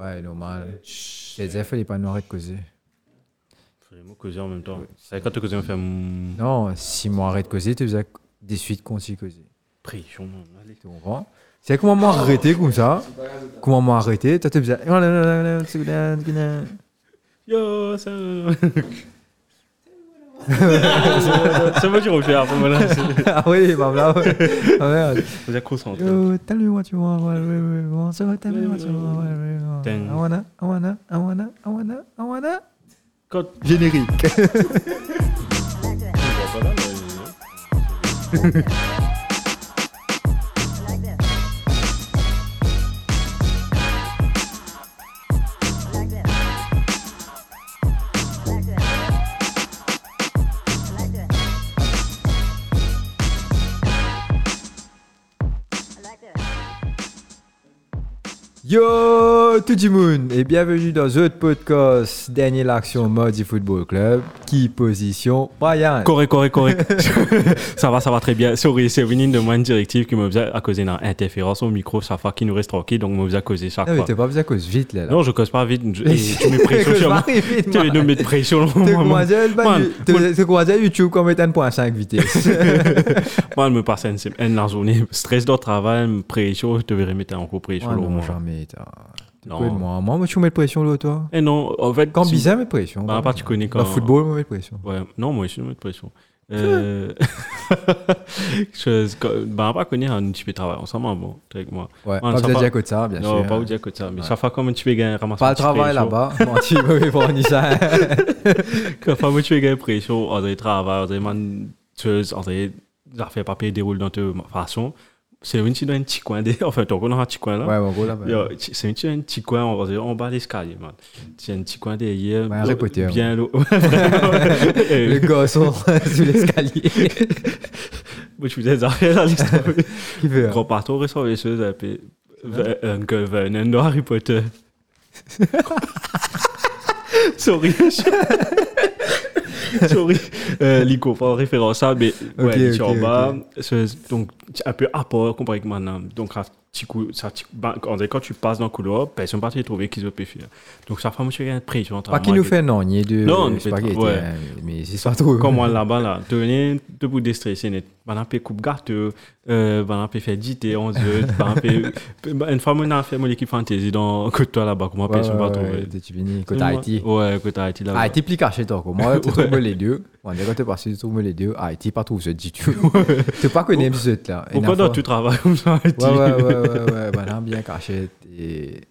Ouais, normal. Quer dizer, Felipe, não recusei. Falei mot causé en même temps. C'est quand tu causé, on fait un Non, si moi arrête de causer, tu faisais des suites concis causer. pression. Allez. Tu comprends C'est comment moi arrêter comme ça Comment moi arrêter Toi, tu faisais. Yo, ça. C'est moi qui refais après, voilà. Ah oui, bah là. ouais. Ah merde. Vous êtes concentré. Yo, tell me what you want, what we want. So tell me what you want, what we want. Ding. I wanna, I wanna, I wanna, I wanna, I wanna. Quand. Générique. Yo tout le monde et bienvenue dans The Podcast, dernière action mode du Football Club, qui position Brian. Correct, correct, correct. ça va, ça va très bien. Sorry, c'est une ligne de moins directive qui me faisait à causer une interférence au micro chaque fois qu'il nous reste tranquille, donc me faisait causer chaque non Ah, mais fois. t'es pas besoin cause vite là. là. Non, je cause pas vite. je- et tu mets pression Cause sur pas moi. vite, Tu man. les deux mets de pression sur T'es moi. croisé, bah, Man, tu- t'es- t'es croisé YouTube comme étant 1.5 vitesse. Moi, je me passe une semaine la journée. Stress de travail, pression, je devrais mettre encore pression Ah au non, moins. jamais. t'as- t'es Non. quoi de Moi, moi, moi, tu mets pression là, toi. Et non, en fait. Quand si- bizarre, mets pression. Bah, à part, tu connais quand. Dans football, mets pression. Ouais, non, moi aussi, je mets de pression. Euh... je, quand- bah, on va connaître un petit peu de travail ensemble, hein, bon, avec moi. Ouais, Man, pas ça besoin de va. dire que ça, bien non, sûr. pas vous dire que ça, mais chaque fois comme tu veux gagner, ramasser Pas un le petit travail pression. là-bas. Bon, tu veux fournir ça. Chaque fois que tu veux gagner pression, on doit travailler, on doit man, tu sais, on doit faire papier déroule dans ta façon. C'est une petite dans un petit coin, des- enfin, t'en connais un petit coin là. Ouais, bon, bah, go là-bas. Yo, tu- c'est un petit, un petit coin en, en bas de l'escalier, man. C'est un petit coin derrière. Ouais, Harry l'eau- Potter, Bien l'eau. Vraiment. Et- Le gosson sous l'escalier. Moi, je faisais des affaires dans l'escalier. Qui veut Grand partout, ressort les choses, et puis. Ve- euh, Uncle Vernon de Harry Potter. Sorry. je- Sorry. Euh, Lico, pas en référence à, mais. Ouais, Ok, les ok, Chamba, ce- Donc, un peu apport comparé avec maintenant. Donc, un petit coup, ça, petit- ben, quand quand tu passes dans le couloir, personne ne va te trouver qu'ils ont pu faire. Donc, ça fait monsieur un prix. Pas qu'il nous fait non, il y a de ah, Non, on de nous fait- spaghetti. ouais. hein, Mais c'est pas trop. Comme moi là-bas, là, tenez, debout déstressé net. Bah, on peut coupe gâteux, euh, bah, on peut faire 10 et 11 heures, bah, on peut- bah, une fois, on a fait mon équipe fantasy dans côté toi là-bas, comment Ouais, personne ouais, va ouais, trouver. t'es- Tu finis côté Moi- Haïti. Ah Ouais, côté Haïti là-bas. Haïti Ah, plus caché toi. quoi. Moi, tu trouves les deux. On est quand tu passé, tu trouves les deux. Haïti pas trouve ce dit tu. Tu pas connais ce là. Et n'importe- Pourquoi toi tu travailles comme ça, Haïti Ouais, ouais, ouais, ouais, ouais, voilà, bien caché. Et...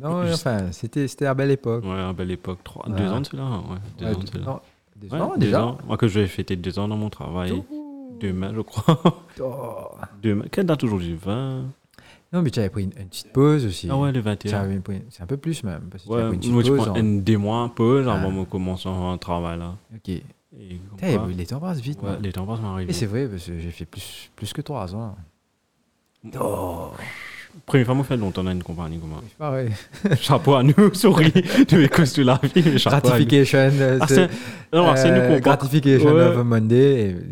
Non, ouais, Juste- enfin, c'était c'était la belle époque. Ouais, à belle époque. Trois, Ouais. Deux ans de cela, hein, ouais. Deux Ouais, ans de deux- cela. non, deux Ouais, ans, deux déjà. ans. Moi que je vais fêter deux ans dans mon travail. Demain, je crois. Oh. Demain. Quelle date aujourd'hui 20 Non, mais tu avais pris une, une petite pause aussi. Ah ouais, le Tu 21. avais pris- C'est un peu plus même. Parce que tu Ouais, avais pris une petite moi je pause. prends en- un- des mois, un peu, Ah. avant de commencer un travail là. Ok. Et comme Putain, quoi- les temps passent vite. Ouais, man. les temps passent, m'ont Et c'est arrivé. vrai, parce que j'ai fait plus, plus que 3 ans. Première fois, on fait longtemps dans une compagnie comme ça. C'est pareil. Chapeau à nous, souris, tu es cause de la vie, mais chapeau à nous. Gratification. euh, Arsène- c'est- Non, Arsène, euh, nous comprend. gratification Ouais. of a Monday.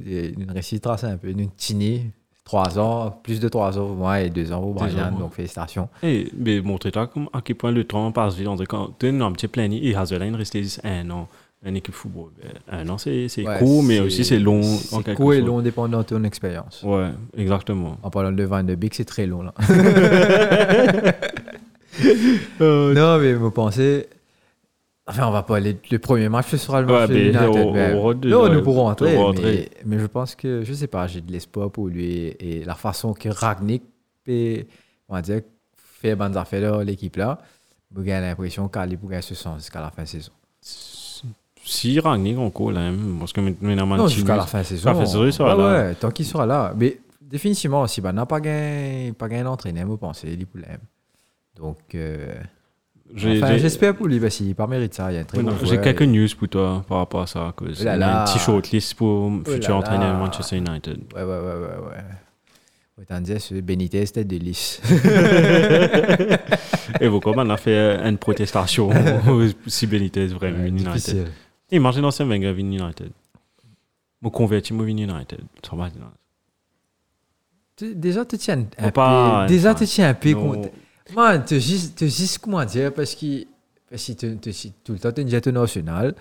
Et, et une récitra, c'est un peu une tinée. 3 ans, plus de 3 ans pour moi et 2 ans pour Deux ans, Brian. ouais. Donc félicitations. Eh, mais montrez-toi comme- à quel point le temps passe vite. On dirait quand tu es dans un petit planning, et Hazeline restait juste un an, une équipe football. Ben, Un an, c'est c'est Ouais, court, mais aussi c'est long. en C'est quelque court et sorte. long dépendant de ton expérience. Ouais, exactement. En parlant de Van de Beek, c'est très long là. Euh, non, mais vous pensez. Enfin, on va pas aller. Le premier match, ce sera le Ouais, match de mais United. on- mais- on rentre non, dans- nous pourrons on entrer. pourra Mais, entrer. mais je pense que, je sais pas, j'ai de l'espoir pour lui et la façon que Ragnick peut, on va dire, fait bonnes affaires dans l'équipe là. Vous avez l'impression qu'Ali pourrait se sens jusqu'à la fin de saison. Si Ragnick encore, là, hein, parce que maintenant, Non, Mancini- jusqu'à la fin de saison. la fin de saison, il sera Ouais, là. ouais, tant qu'il sera là. Mais définitivement, si n'a pas gagné, pas gagné l'entraîneur, vous pensez, il pour l'aime. Donc, euh, j'ai- enfin, j'ai- j'espère pour lui, parce qu'il par mérite ça. Il y a un très Oui, bon non, joueur J'ai quelques et- news pour toi par rapport à ça. que c'est Oh là là. Oh un petit shortlist pour là futur entraîneur là. de Manchester United. Ouais, ouais, ouais, ouais, ouais. Autant dire, ce Benitez, c'était de lisse. Et vous, comment on a fait euh, une protestation si Benitez vraiment Ouais, venu United difficile. Imagine l'ancien Wenger venu United. Me converti, me venu United. Ça va. non. Tu- Déjà, tu tiens un Faut pas- peu. Déjà, tu tiens un peu. Non. contre- Man, te jis, te jis kouman diye, paski, paski te, te, si tout l'tan te njete nasyonal,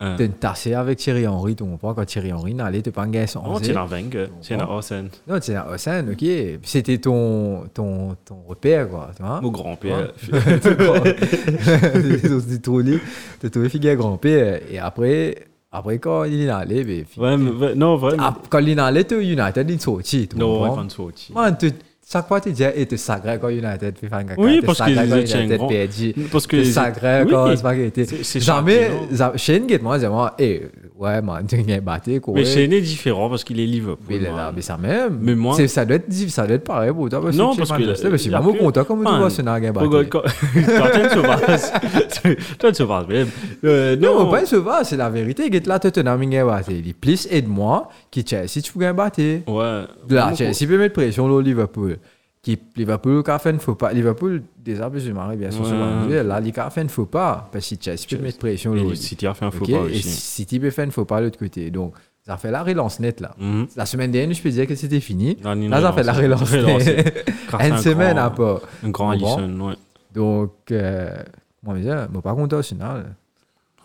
Hein. te n'tase avèk Thierry Henry, tou mwen pan, quand Thierry Henry n'ale, te pan gen Oh, son t'es dans Wenger, t'es dans Arsène. Non, t'es dans Osen, ok. C'était ton, ton, ton repère, quoi, tu vois. Mon grand-père. Ton grand- On se dit trollé, t'as trouvé figure grand-père, et après, après quand il est allé, ben, fi- Ouais, mais- ouais, non, vraiment. Ah, quand il est allé, t'es United, il est sorti, tu Non, comprends? ouais, quand sorti. Man, te- chaque fois, tu dis, et t'es sacré quand United fait fan caca, Oui, t'es parce sacré qu'ils quand étaient un United grand- perdit, Parce que. t'es sacré Oui, quand Spaghetti. c'est- c'est Jamais, champion. za- Shane Gate, moi, je dis, moi, eh, ouais, man, tu gagnes battu, quoi. Mais Shane est différent parce qu'il est Oui, Liverpool. là, là, man. mais ça même. Mais moi- C'est- ça doit être diff- ça doit être pareil pour toi. Non, tu es parce que Manchester, la- parce que la vraiment plus- content comme tu Man, vois ce Naga Regarde, quand- quand tu te passes- toi, tu te passes, mais, euh, Non, non. pas se va, c'est la vérité. Get là, Tottenham il gagne battu. Il est plus et de moi qui Chelsea tu peux gagner battu. Ouais. Là, Vraiment, Chelsea peut mettre pression au Liverpool. Qui Liverpool qu'a fait une faux pas. Liverpool déjà plus marrer bien sûr. Ouais. sur la nouvelle. Là, il a fait une faux pas parce que Chelsea peut Chelsea. mettre pression Et au le City a fait un faux Ok, pas Et aussi. City peut faire une faux pas de l'autre côté. Donc ça fait la relance nette là. Mhm. La semaine dernière, je peux dire que c'était fini. Là, il Là, ça fait la relance. relance. Relance. Car c'est Une un semaine grand- à part. Un grand Bon. Alisson, ouais. Donc, euh, moi, je ne suis pas content au final.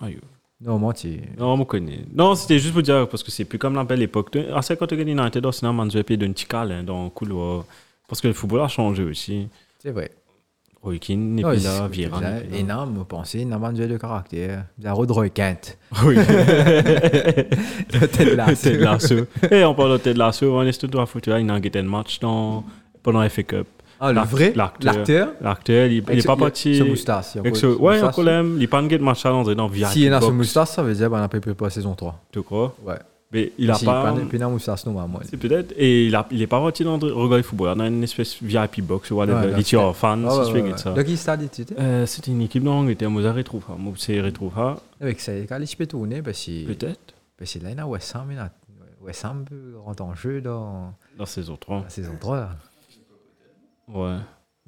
Aïe. Non, moi, tu. Non, on connaît. Non, c'était juste pour dire, parce que c'est plus comme la belle époque. De- Ah, À 50 ans, United, sinon, on devait payer d'un petit câlin dans le couloir. Parce que le football a changé aussi. C'est vrai. Roy Keane n'est Non, plus c'est- là, c'est Vieira bizarre. n'est plus là. Énorme, vous pensez, énorme duel de caractère. Zaro de Roy Kent. Oui, Ted Lasso. Ted Lasso. Et on parle de Ted Lasso, on est tout à foutre. là, Il a gagné un match dans, pendant la FA Cup. Ah, le L'act- vrai l'acteur. L'acteur L'acteur, il Avec n'est ce- pas il y a- parti. Ce moustache. il y a Avec quoi- ce- ce Ouais, il y a un moustache. problème. Il n'a pas gagné de match à l'entrée dans Vieira. S'il est dans ce moustache, ça veut dire qu'on a pas préparé saison 3. Tu crois Ouais. Mais il a S'il pas. est pas dans le moustache, non, moi. C'est peut-être. Et il, a, il est pas parti dans le regard du football. Dans une espèce VIP box ou Ouais, whatever. là, il tire en fan, Ah, si ouais, tu ouais, veux, ouais. ça. Donc, il s'est dit, tu sais. Euh, C'était une équipe d'Angleterre, Moussa Retrouva. Moussa Retrouva, Avec ça, il peut tourner ben, parce que peut-être, parce que là, il y a West Ham. il y a- West Ham peut rentrer en jeu dans dans saison 3. la saison 3. là. Ouais.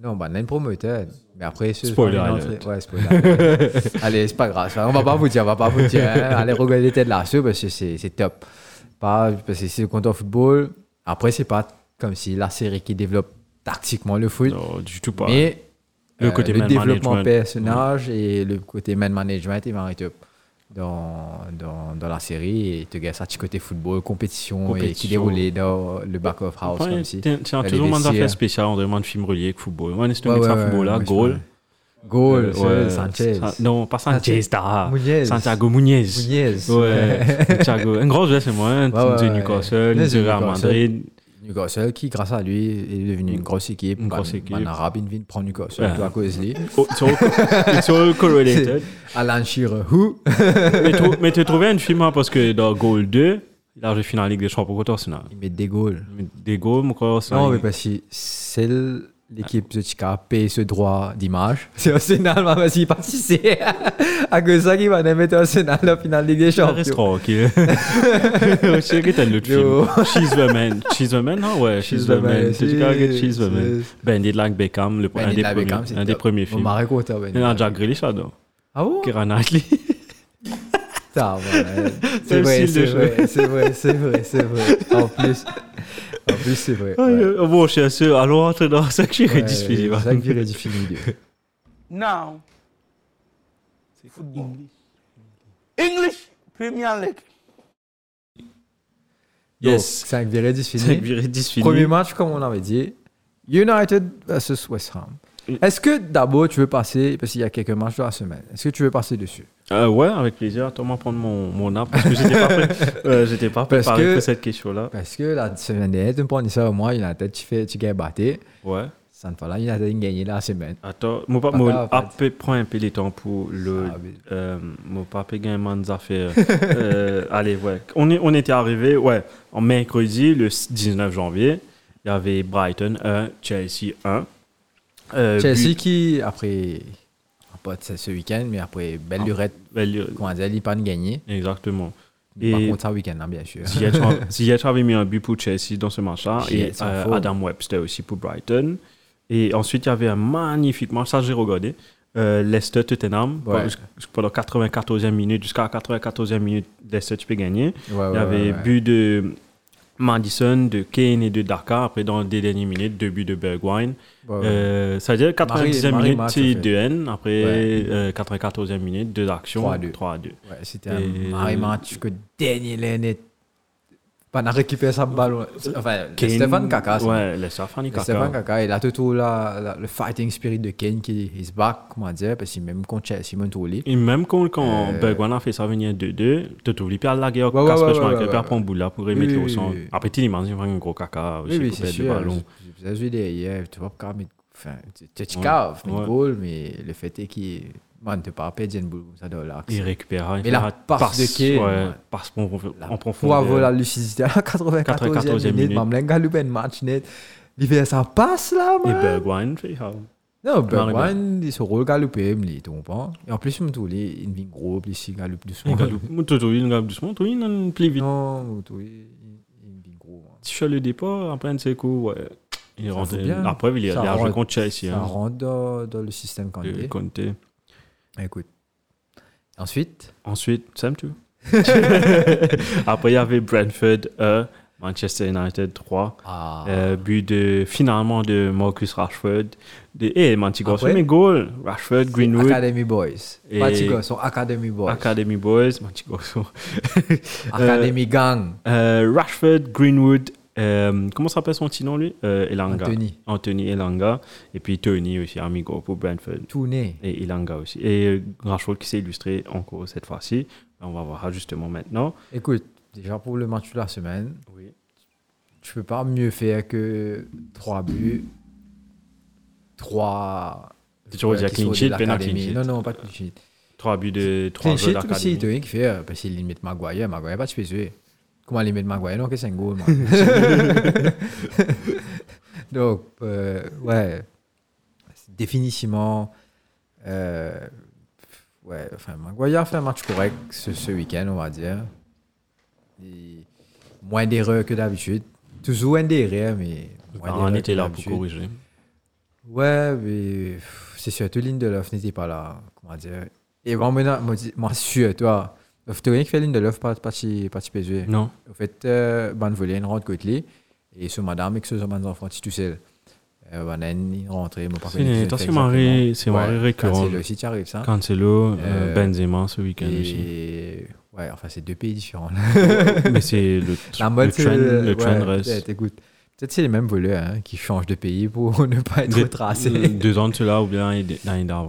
Non, bah, name promoter. Mais après, ce Spoiler on est alert. entré- Ouais, spoiler. alert. Allez, c'est pas grave. ça. On va pas vous dire, on va pas vous dire. hein. Allez, regardez Ted Lasso parce que c'est c'est top. Pas, parce que c'est content football. Après, c'est pas comme si la série qui développe tactiquement le foot. Non, du tout pas. Mais euh, Le côté man développement management. personnage et le côté man management est marré top dans, dans, dans la série. Et tu gagnes ça, tu côté football, compétition, et qui Compétition. déroulait dans le back of house. Ouais, comme si. tiens, tiens, les toujours des vestiaires. affaires spéciales, on demande film relié avec football. On est hein. Ouais, avec ça ouais, football là, ouais, goal. Goal, Euh, c'est ouais, Sanchez. Sa- Non, pas Sanchez, t'as- Mouniez. Santiago Muñez. Mouniez. Ouais, Santiago. Un grand joueur, c'est moi. Un Ouais, ouais, de ouais. Newcastle, Mais un c'est de Real Newcastle. Madrid. Newcastle qui, grâce à lui, est devenu une grosse équipe. Une Ban- grosse équipe. Ban Arabe, il vient de prendre Newcastle Ouais. tout à cause de lui. Oh, It's all- it's all correlated. Alan Shearer, who? Mais tu- Mais tu trouvé un film hein, parce que dans Goal 2, il a joué en Ligue des Champions contre Arsenal. Il met des goals. Des goals, mon corps, Arsenal. Non, mais parce que c'est l- l'équipe de Chica paye ce droit d'image. C'est Arsenal, mais parce qu'il participe. à cause de ça qu'il va nous mettre Arsenal en finale Ligue des Ça Champions. reste tranquille. Je sais que t'as l'autre Yo. film. She's the man. She's the man, non? Ouais, She's, the, c'est- man. C'est du gars que She's the man. c'est- Bandit Ben, Like Beckham, le, Ben, un, des Nina Beckham, premiers, c'est un des top. premiers On films. m'a raconté. Ben, Il y en a Nina Jack Grealish là-dedans. Ah bon? Kieran Knightley. Putain, voilà. C'est le vrai, style c'est de jeu. vrai, c'est vrai, c'est vrai, c'est vrai. En plus, en plus c'est vrai. Ah, ouais. euh, Bon, je suis assez. Alors, entre dans ça que j'ai Ouais, rediffusé. Jacques Viré du film deux. Now, football. English Premier League. Yes. Donc, Jacques Viré du film Zach deux. Viré disfini. Premier match, comme on avait dit, United versus West Ham. Mm. Est-ce que d'abord tu veux passer, parce qu'il y a quelques matchs dans la semaine, est-ce que tu veux passer dessus Euh, ouais, avec plaisir. Thomas, prendre mon, mon arbre parce que j'étais pas, prêt- euh, j'étais pas Parce préparé que- pour cette question-là. Parce que la semaine dernière, tu me prends ça au moins, United, tu fais, tu gagnes batté. Ouais. Ça ne fait là, United a gagné la semaine. Attends, mon Pas papa, mon grave, app prend un peu de temps pour le. Ah, mais- euh, mon papa gagne man des affaires. Euh, allez, ouais. On, est, on était arrivé, ouais, en mercredi, le 19 janvier. Il y avait Brighton 1, Chelsea 1. Euh, Chelsea but- qui, après, pas de ce ce week-end, mais après, belle Ah. lurette, Well, comment dire, il pas de gagner. Exactement. Mais Par Et- contre, ça week-end, hein, bien sûr. Ziyech a- Ziyech avait mis un but pour Chelsea dans ce match-là et Ziyech, en euh, forme. Adam Webster aussi pour Brighton. Et ensuite, il y avait un magnifique match, ça j'ai regardé, euh, Leicester-Tottenham. Ouais. Pendant- Pendant 94e minute, jusqu'à la 94e minute, Leicester, tu peux gagner. Ouais, ouais, il y avait ouais, ouais. but de Madison de Kane et de Dakar. Après, dans les dernières minutes, deux buts de Bergwijn. Ouais, ouais. Euh, ça veut dire 90e Marie minute, Matt, ça c'est fait. 2N. Après, Ouais. euh, 94e minute, deux actions. 3 à deux. 3 à 2. Ouais, c'était un Et- mauvais match jusqu'au dernier ligne. On a récupéré sa balle. Enfin, Kane- Stéphane Kaka. ça. Ouais, le Stéphane Kaka. Stéphane Kaka, il a tout la- la- le fighting spirit de Kane qui is back, comment dire, parce que même contre Chelsea, même tout Et même quand, quand Euh, Bergwijn a fait ça venir 2-2, tu t'oublies pas la guerre, Ouais, ouais, Kasper ouais, Schmeichel, ouais, ouais, puis ouais. après on boule là pour Oui, remettre oui, au oui, centre. oui. Après, tu imagines vraiment un gros caca, Oui, aussi, oui, couper c'est le sûr. ballon. Vous avez vu derrière, tu vas quand même. Enfin, tu- tu te Ouais, caves, mais ouais. goal, mais le fait est qu'il. Man, tu pas perdu une boule comme ça dans l'axe. Il récupéra. il Mais la fera passe de Kane, Ouais, ouais. passe en prof- La en profondeur. Bravo la lucidité à la 94e 94e minute. minute. Mamlenga a loupé un match net. Il fait sa passe là, Et man. Bergwijn fait ça. Non, Marie Bergwijn, il se roule galopé, il me dit, tu comprends. Et en plus, il me trouve, il vient gros, puis il galope doucement. Il galop. Tout tout, il galop doucement, tout, il en plie vite. Non, il me trouve, il il vient gros. hein. Si je suis le départ, après un de ses coups, ouais. Il Ça rentre. fout bien. La preuve, il est Ça il a joué rentre. contre Chelsea. Ça hein, Euh, rentre dans, dans le système quand de il est. Conte. Écoute. Ensuite, Ensuite, Sam, tu veux Après, il y avait Brentford 1, Manchester United 3. ah, Euh, but de, finalement de Marcus Rashford. De, eh, Mantigos, Après? mais goal. Rashford, Greenwood, Academy Boys. Et- Patigo, son Academy Boys. Academy Boys, Mantigos. Academy Gang. Euh, Rashford, Greenwood, euh, comment s'appelle son petit nom lui Euh, Elanga. Anthony. Anthony Elanga. Et puis Tony aussi, amigo pour Brentford. Tourné. Et Elanga aussi. Et euh, Rashford qui s'est illustré encore cette fois-ci. On va voir justement maintenant. Écoute, déjà pour le match de la semaine, Oui. tu peux pas mieux faire que 3 buts, 3. Tu veux dire clean sheet, penalty clean sheet. Non, non, pas clean sheet. 3 buts de 3 Clean joueurs sheet, aussi, d'Académie. tu qui fait, euh, parce qu'il limite Maguire, Maguire pas de spécieux. Comment limite Maguire Non, que c'est un goal, man. Donc, euh, ouais, définitivement, euh, ouais, enfin, Maguire fait un match correct ce, ce week-end, on va dire. Et moins d'erreurs que d'habitude. Toujours un derrière, mais. moins Ah, d'erreurs on que était là pour d'habitude. corriger. Ouais, mais pff, c'est surtout Lindelof n'était pas là. Comment dire Et moi, maintenant, moi, dis- moi sûr, toi, tu rien qui fait Lindelof, pas pas si pas si PSG. Non. Au fait, euh, ben voler une rentre côté et ce madame et que ce sont mes enfants, si tu sais. Euh, ben, une rentrée, mon C'est- toi, c'est marré- c'est marré récurrent. ah, C'est aussi qui arrive, ça. Ah. Cancelo, Euh, euh, Benzema ce week-end aussi. Et... Ouais, enfin, c'est deux pays différents. là. Mais c'est le, La mode, le c'est- trend, le trend ouais, reste. Peut-être, écoute. Peut-être c'est les mêmes voleurs hein, qui changent de pays pour ne pas être Des- euh, retracés. Deux ans de cela, ou bien l'année- l'année d'avant,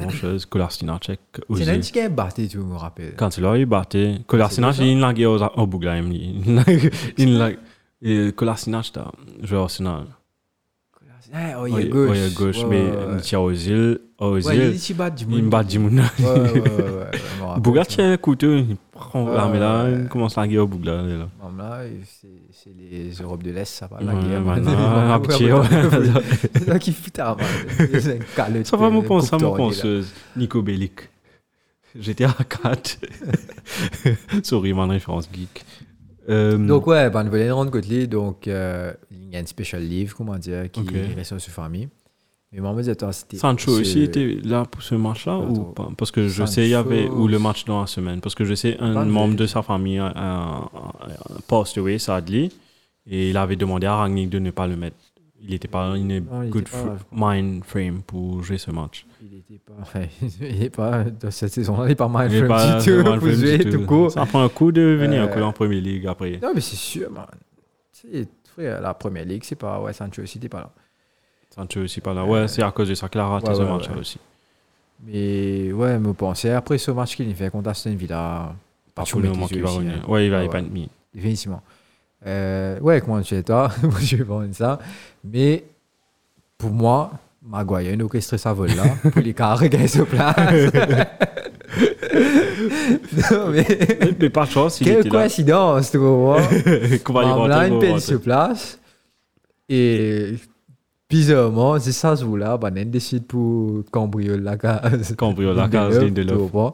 Kolarstinac, C'est l'un qui est battu, tu me rappelles. Quand il a eu battu, Kolarstinac, C'est il l'a gagné au au Bouglaim. Il l'a. et Kolarstinac, t'as joué à Arsenal. Ah, Oui, oye oui, à gauche, mais il tient aux îles. Aux Ouais, il îles, dit bat du il me bat du monde. Ouais, ouais, ouais, ouais, ouais, je me rappelle, Bougla je me tient un couteau, il prend Ouais, l'armée là, ouais. il commence la guerre au Bougla. il est là. rappelle. Là, c'est- c'est les Europes de l'Est, ça va. la Ouais, Ah, guerre, maintenant, maintenant, un ouais, petit- ouais, ouais. C'est ça qui hein. fout à mal. Ça va, mon pense, ça, mon penseuse. Nico Bellic. GTA 4. Sorry, man, référence geek. Euh, Donc, ouais, Van Volen rentre Gottlieb, donc euh, il y a une special livre, comment dire, qui Ok. ressort sur famille. Mais moi, je me attends, c'était. Sancho c'est- aussi était là pour ce match-là Attends. ou pas Parce que je Sancho- sais, il y avait ou le match dans la semaine. Parce que je sais, un Pas de- membre de sa famille a, a- a passed away, sadly, et il avait demandé à Rangnick de ne pas le mettre. Il n'était pas in a Non, Ah, il good était pas là, je fr- mind frame pour jouer ce match. Il était pas. Enfin, il est pas. Dans cette saison-là, il est pas mal. Il est pas- du tout. pas mind Vous frame jouez du tout tout. court. Ça prend un coup de venir Euh, un coup en Premier League après. Non, mais c'est sûr, man. Tu sais, frère, la première ligue, c'est pas. Ouais, Sancho aussi, t'es pas là. Sancho aussi pas là. Ouais, c'est à cause de ça qu'il a raté ouais, ce ouais, match-là ouais. aussi. Mais ouais, me penser, après ce match qu'il fait contre Aston Villa, par Pour le moment qu'il va revenir. Ouais, il va Ah y ouais. pas être mis. Définitivement. Euh, ouais, comment tu es, toi Moi, je vais pas dire ça. Mais pour moi, Maguire, il orchestré sa vol là, pour les cas, regarde ce plat. non, mais. Mais par chance, il Quelle était là. coïncidence, tu vois hein. Comment il On rentre, a il une rentre. peine sur place. Et bizarrement, c'est ça ce là ben, on décide pour cambrioler la case. Cambrioler la case, Lindelof. tu vois.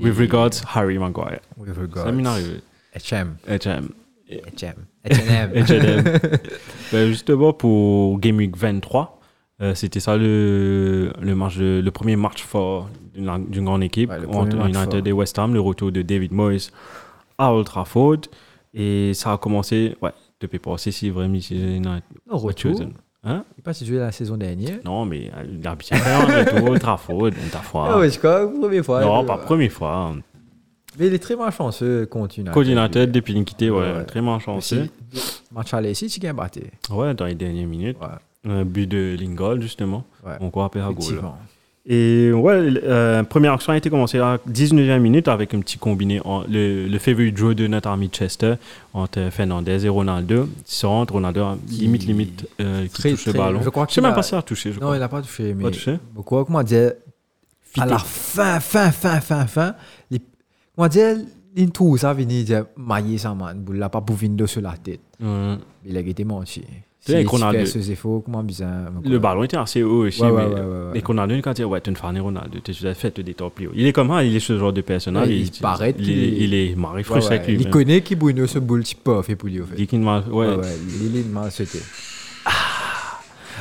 Et- With regards, Harry Maguire. With regards. Ça m'est arrivé. HM. HM. HM. H&M. H&M. Ben, justement, pour Game Week 23, euh, c'était ça le, le, match de- le premier match fort d'une d'une grande équipe Ouais, le entre premier match United fort. et West Ham, le retour de David Moyes à Old Trafford. Et ça a commencé, ouais, peux passer si vraiment si United. Au retour, il Chosen. Hein? n'est pas situé la saison dernière. Non, mais l'habitude, on retour, ta faute, ta foi. Ah ouais, Ah, je crois, première fois. non, euh, pas première fois. Mais il est très malchanceux, continue. Coordinateur depuis une quittée, ouais, Ouais. très malchanceux. Match aller ici, tu gagnes battu. Ouais, dans les dernières minutes. Ouais, Un but de Lingold, justement. Ouais. On croit à Ah, goal. effectivement. Et ouais, euh, première action a été commencée à la 19e minute avec un petit combiné. en- le, le favorite draw de notre ami Chester entre Fernandez et Ronaldo. Centre, Ronaldo, limite, limite, euh, qui Très, touche le très- ballon. je crois sais qu'il même a- pas si elle a touché, je Non, crois. il n'a pas touché, mais. Pas touché Pourquoi Comment dire À Fito. la fin, fin, fin, fin, fin. les- Comment dire L'intrus, ça venir dire mailler ça, man. Boule là, pas pour vindo sur la tête. Ouais. Il a été menti. C'est vrai qu'on a fait le- ce défaut, comment bizarre. mais Le quoi. ballon était assez haut aussi, Ouais, mais ouais, ouais, ouais, ouais. et Ronaldo, quand il dit Ouais, tu es une fan de Ronaldo, tu as fait des temps plus haut. Il est comment Il est ce genre de personnage. Ouais, il paraît Il, qu'il est- est- il est marré Ouais, ouais, frustré avec lui. Il connaît qui Bruno ce boule type pas fait pour lui, au fait. dit qu'il m'a. Ouais. Ouais, ouais, il est mal sauté.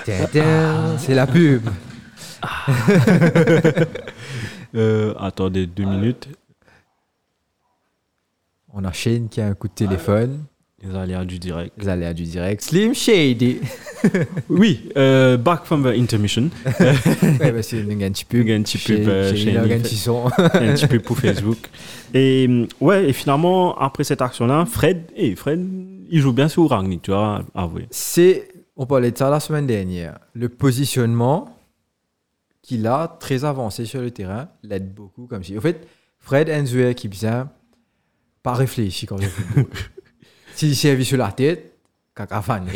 Tintin, Ah. C'est la pub. Euh, attendez deux minutes. On a Shane qui a un coup de téléphone. Les aléas du direct. Les aléas du direct. Slim Shady. Oui, euh, back from the intermission. ouais, bah, c'est une une petite pub. Une petite pub, Shane- euh, Shane, Shane, il a un il fait- petit son. un petit peu pour Facebook. Et euh, ouais, et finalement, après cette action-là, Fred, eh, Fred, il joue bien sur Rangnick, tu vois, avoué. C'est, on parlait de ça la semaine dernière, le positionnement qu'il a très avancé sur le terrain l'aide beaucoup comme si. En fait, Fred Enzoué qui vient pas réfléchi quand il joue au football. S'il s'est vu sur la tête, caca fané.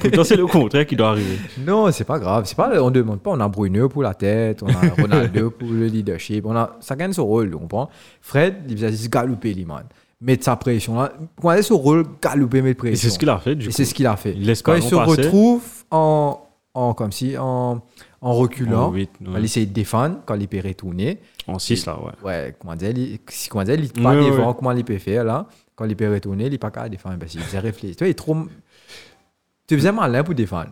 Pourtant, c'est le contraire qui doit arriver. non, c'est pas grave. C'est pas, on demande pas. On a Bruno pour la tête, on a Ronaldo pour le leadership. On a chacun son rôle, tu comprends. Fred, il faisait juste galoper, l'imane. Mettre sa pression là. Quand il a son rôle, galoper, mettre Et pression. c'est ce qu'il a fait, du Et coup. c'est ce qu'il a fait. Il laisse Quand pas il se retrouve en, en, comme si, en, en reculant, quand il essaie de défendre, quand il peut retourner, En 6, là, ouais. ouais, comment dire, il, si- comment dire, il est pas Ouais, ouais, devant, ouais. comment il peut faire là, quand il peut retourner, il n'est pas capable de défendre parce qu'il faisait réfléchir. Tu vois, il est trop. Tu es bien malin pour défendre.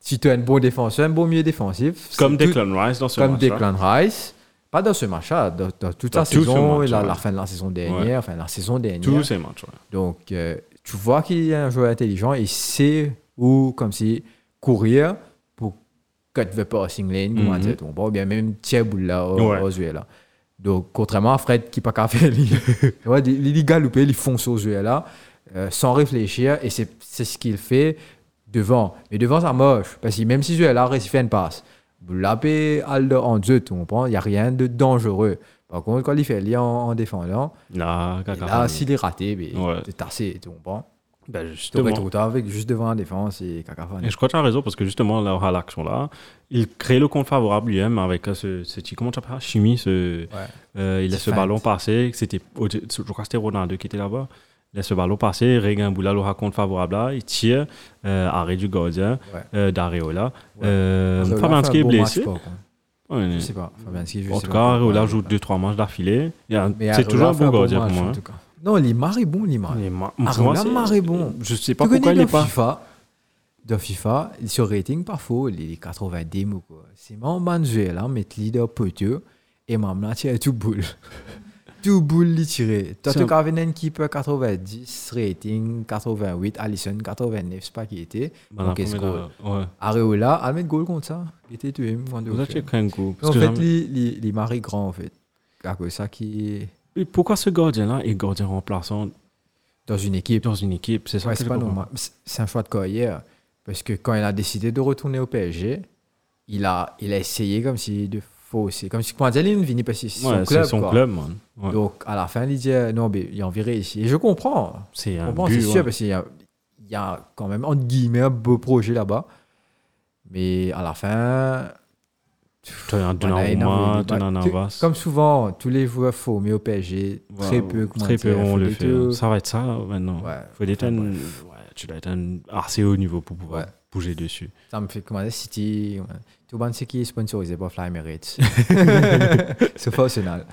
Si tu es un bon défenseur, un bon milieu défensif, c'est Comme tout- Declan Rice dans ce comme match-là. Declan Rice, pas dans ce match-là, dans, dans toute Dans la tout ce saison, match, la, ouais. la fin de la saison dernière, enfin la saison dernière. Tous ces matchs, ouais. Donc, euh, tu vois qu'il y a un joueur intelligent, il sait où, comme si, courir pour que tu veux passing lane, ou Mhm. tu comprends, ou bien même tirer boule là, au, Ouais. aux yeux, là. Donc, contrairement à Fred qui pas qu'à faire, lui, tu vois, il il galope, il fonce aux yeux là, euh, sans réfléchir, et c'est c'est ce qu'il fait devant. Mais devant, ça moche, parce que même si Zuela reste, il fait une passe, boule là, puis, Aldo en deux, tu comprends, il n'y a rien de dangereux. Par contre, quand il fait lien en, en défendant, Là, et caca. là, s'il est raté, ben, Ouais. t'es tassé, tu comprends Ben, Tu justement. retrouves avec juste devant la défense et cacafane. Et je crois que tu as raison parce que justement, là, à l'action-là, il crée le compte favorable lui-même avec euh, ce, ce petit, comment tu appelles ça, Chimie. Ce, euh, il laisse ce Feinte. ballon passer. C'était, je crois que c'était Ronaldo qui était là-bas. Il laisse ce ballon passer. Regan Boula le raconte favorable là. Il tire. euh, arrêt du gardien Ouais. euh, d'Areola. Ouais. Euh, Zola fait un Fabianski est bon blessé. match, par contre. Ouais, Je sais pas. Fabianski, je en sais tout pas cas, pourquoi. Areola joue 2-3 matchs d'affilée. Il y a- Mais C'est Areola toujours un fait bon gardien match, pour moi. en hein. tout cas. Non, Limar est bon, Limar. Il est mar- Areola, pour moi, c'est- Mar est bon. Je sais pas Tu pourquoi connais il dans est pas. FIFA, dans FIFA, sur rating parfois, il est 90 ou quoi. C'est mon hein, manuel, là, mettre leader poteux et m'a là, tirer tout boule. tout boule, il tirer. Toi, C'est tu un- as un keeper 90, rating 88, Allison 89, c'est pas qui était. Dans Bah, la Donc, est-ce première- euh, ouais. Areola, elle met goal contre ça. Il était tué, moi, de Vous ouf. êtes qu'un coup. En Parce que fait, j'aime- les, les, les maris grands, en fait. À cause de ça qui Et Pourquoi ce gardien-là est gardien remplaçant dans une équipe. dans une équipe C'est ça Ouais, que c'est je pas comprends. normal. C'est- C'est un choix de carrière. Parce que quand il a décidé de retourner au PSG, il a, il a essayé comme si de fausser. Comme si quand il est venu parce que c'est son Ouais, club. c'est son quoi. club, man. Ouais. Donc, à la fin, il dit euh, non, mais il a enviré ici. Et je comprends. C'est Je un comprends, but. c'est sûr, ouais. parce qu'il y a, il y a quand même, entre guillemets, un beau projet là-bas. Mais à la fin, T'as un Voilà, énorme, Donnarumma, il est t'as un pas- Navas. tu- Comme souvent, tous les joueurs faux, mais au PSG, Ouais, très peu. comment Très dire, peu, on faut le des fait. hein, deux. Ça va être ça maintenant. Ouais. Faut être Enfin, un- bref. ouais, tu dois être un assez haut niveau pour pouvoir Ouais. bouger dessus. Ça me fait comment dire, City. ouais. Tout le monde sait qui est sponsorisé par Fly Emirates. C'est pas Arsenal.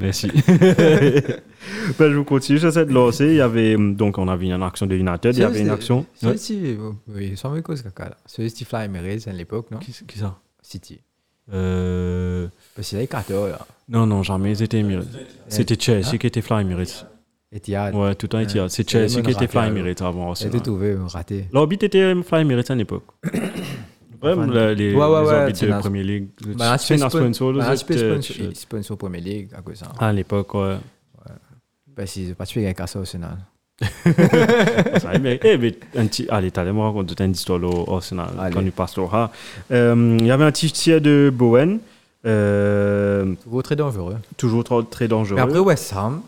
Merci. ben, je vous continue, j'essaie de lancer. Il y avait, hum, donc, on avait une action de United, il y avait une action. Ouais. Celui-ci, euh, oui, sans me cause caca là. Celui-ci Fly Emirates à l'époque, non Qui, qui ça City. Euh, Parce qu'il a 14 là. Ah. Non, non, jamais, ils étaient Emirates. C'était Chelsea qui était Fly Emirates. Etihad. Ouais, tout le temps Etihad. C'est C'était Chelsea même qui était raté, Fly alors. Emirates avant J'ai Arsenal. été trouvé, raté. L'orbite était euh, Fly Emirates à l'époque. Vraiment, Enfin, la- les, ouais, ouais, les ouais, orbites c'est de dans- Premier League. Ben, C'est dans Sponsor, euh, ben, là, HP c'était- sponsor, il sponsor Premier League à cause de ça. À l'époque, ouais. Ben, si j'ai pas tué un casse Arsenal. Ça, mais, eh, mais un petit, allez, t'allais me raconter une histoire au Arsenal Allez. quand il passe au Ha. Euh, Il y avait un petit tir de Bowen, euh, Toujours très dangereux. toujours trop- très dangereux. Mais après West Ham,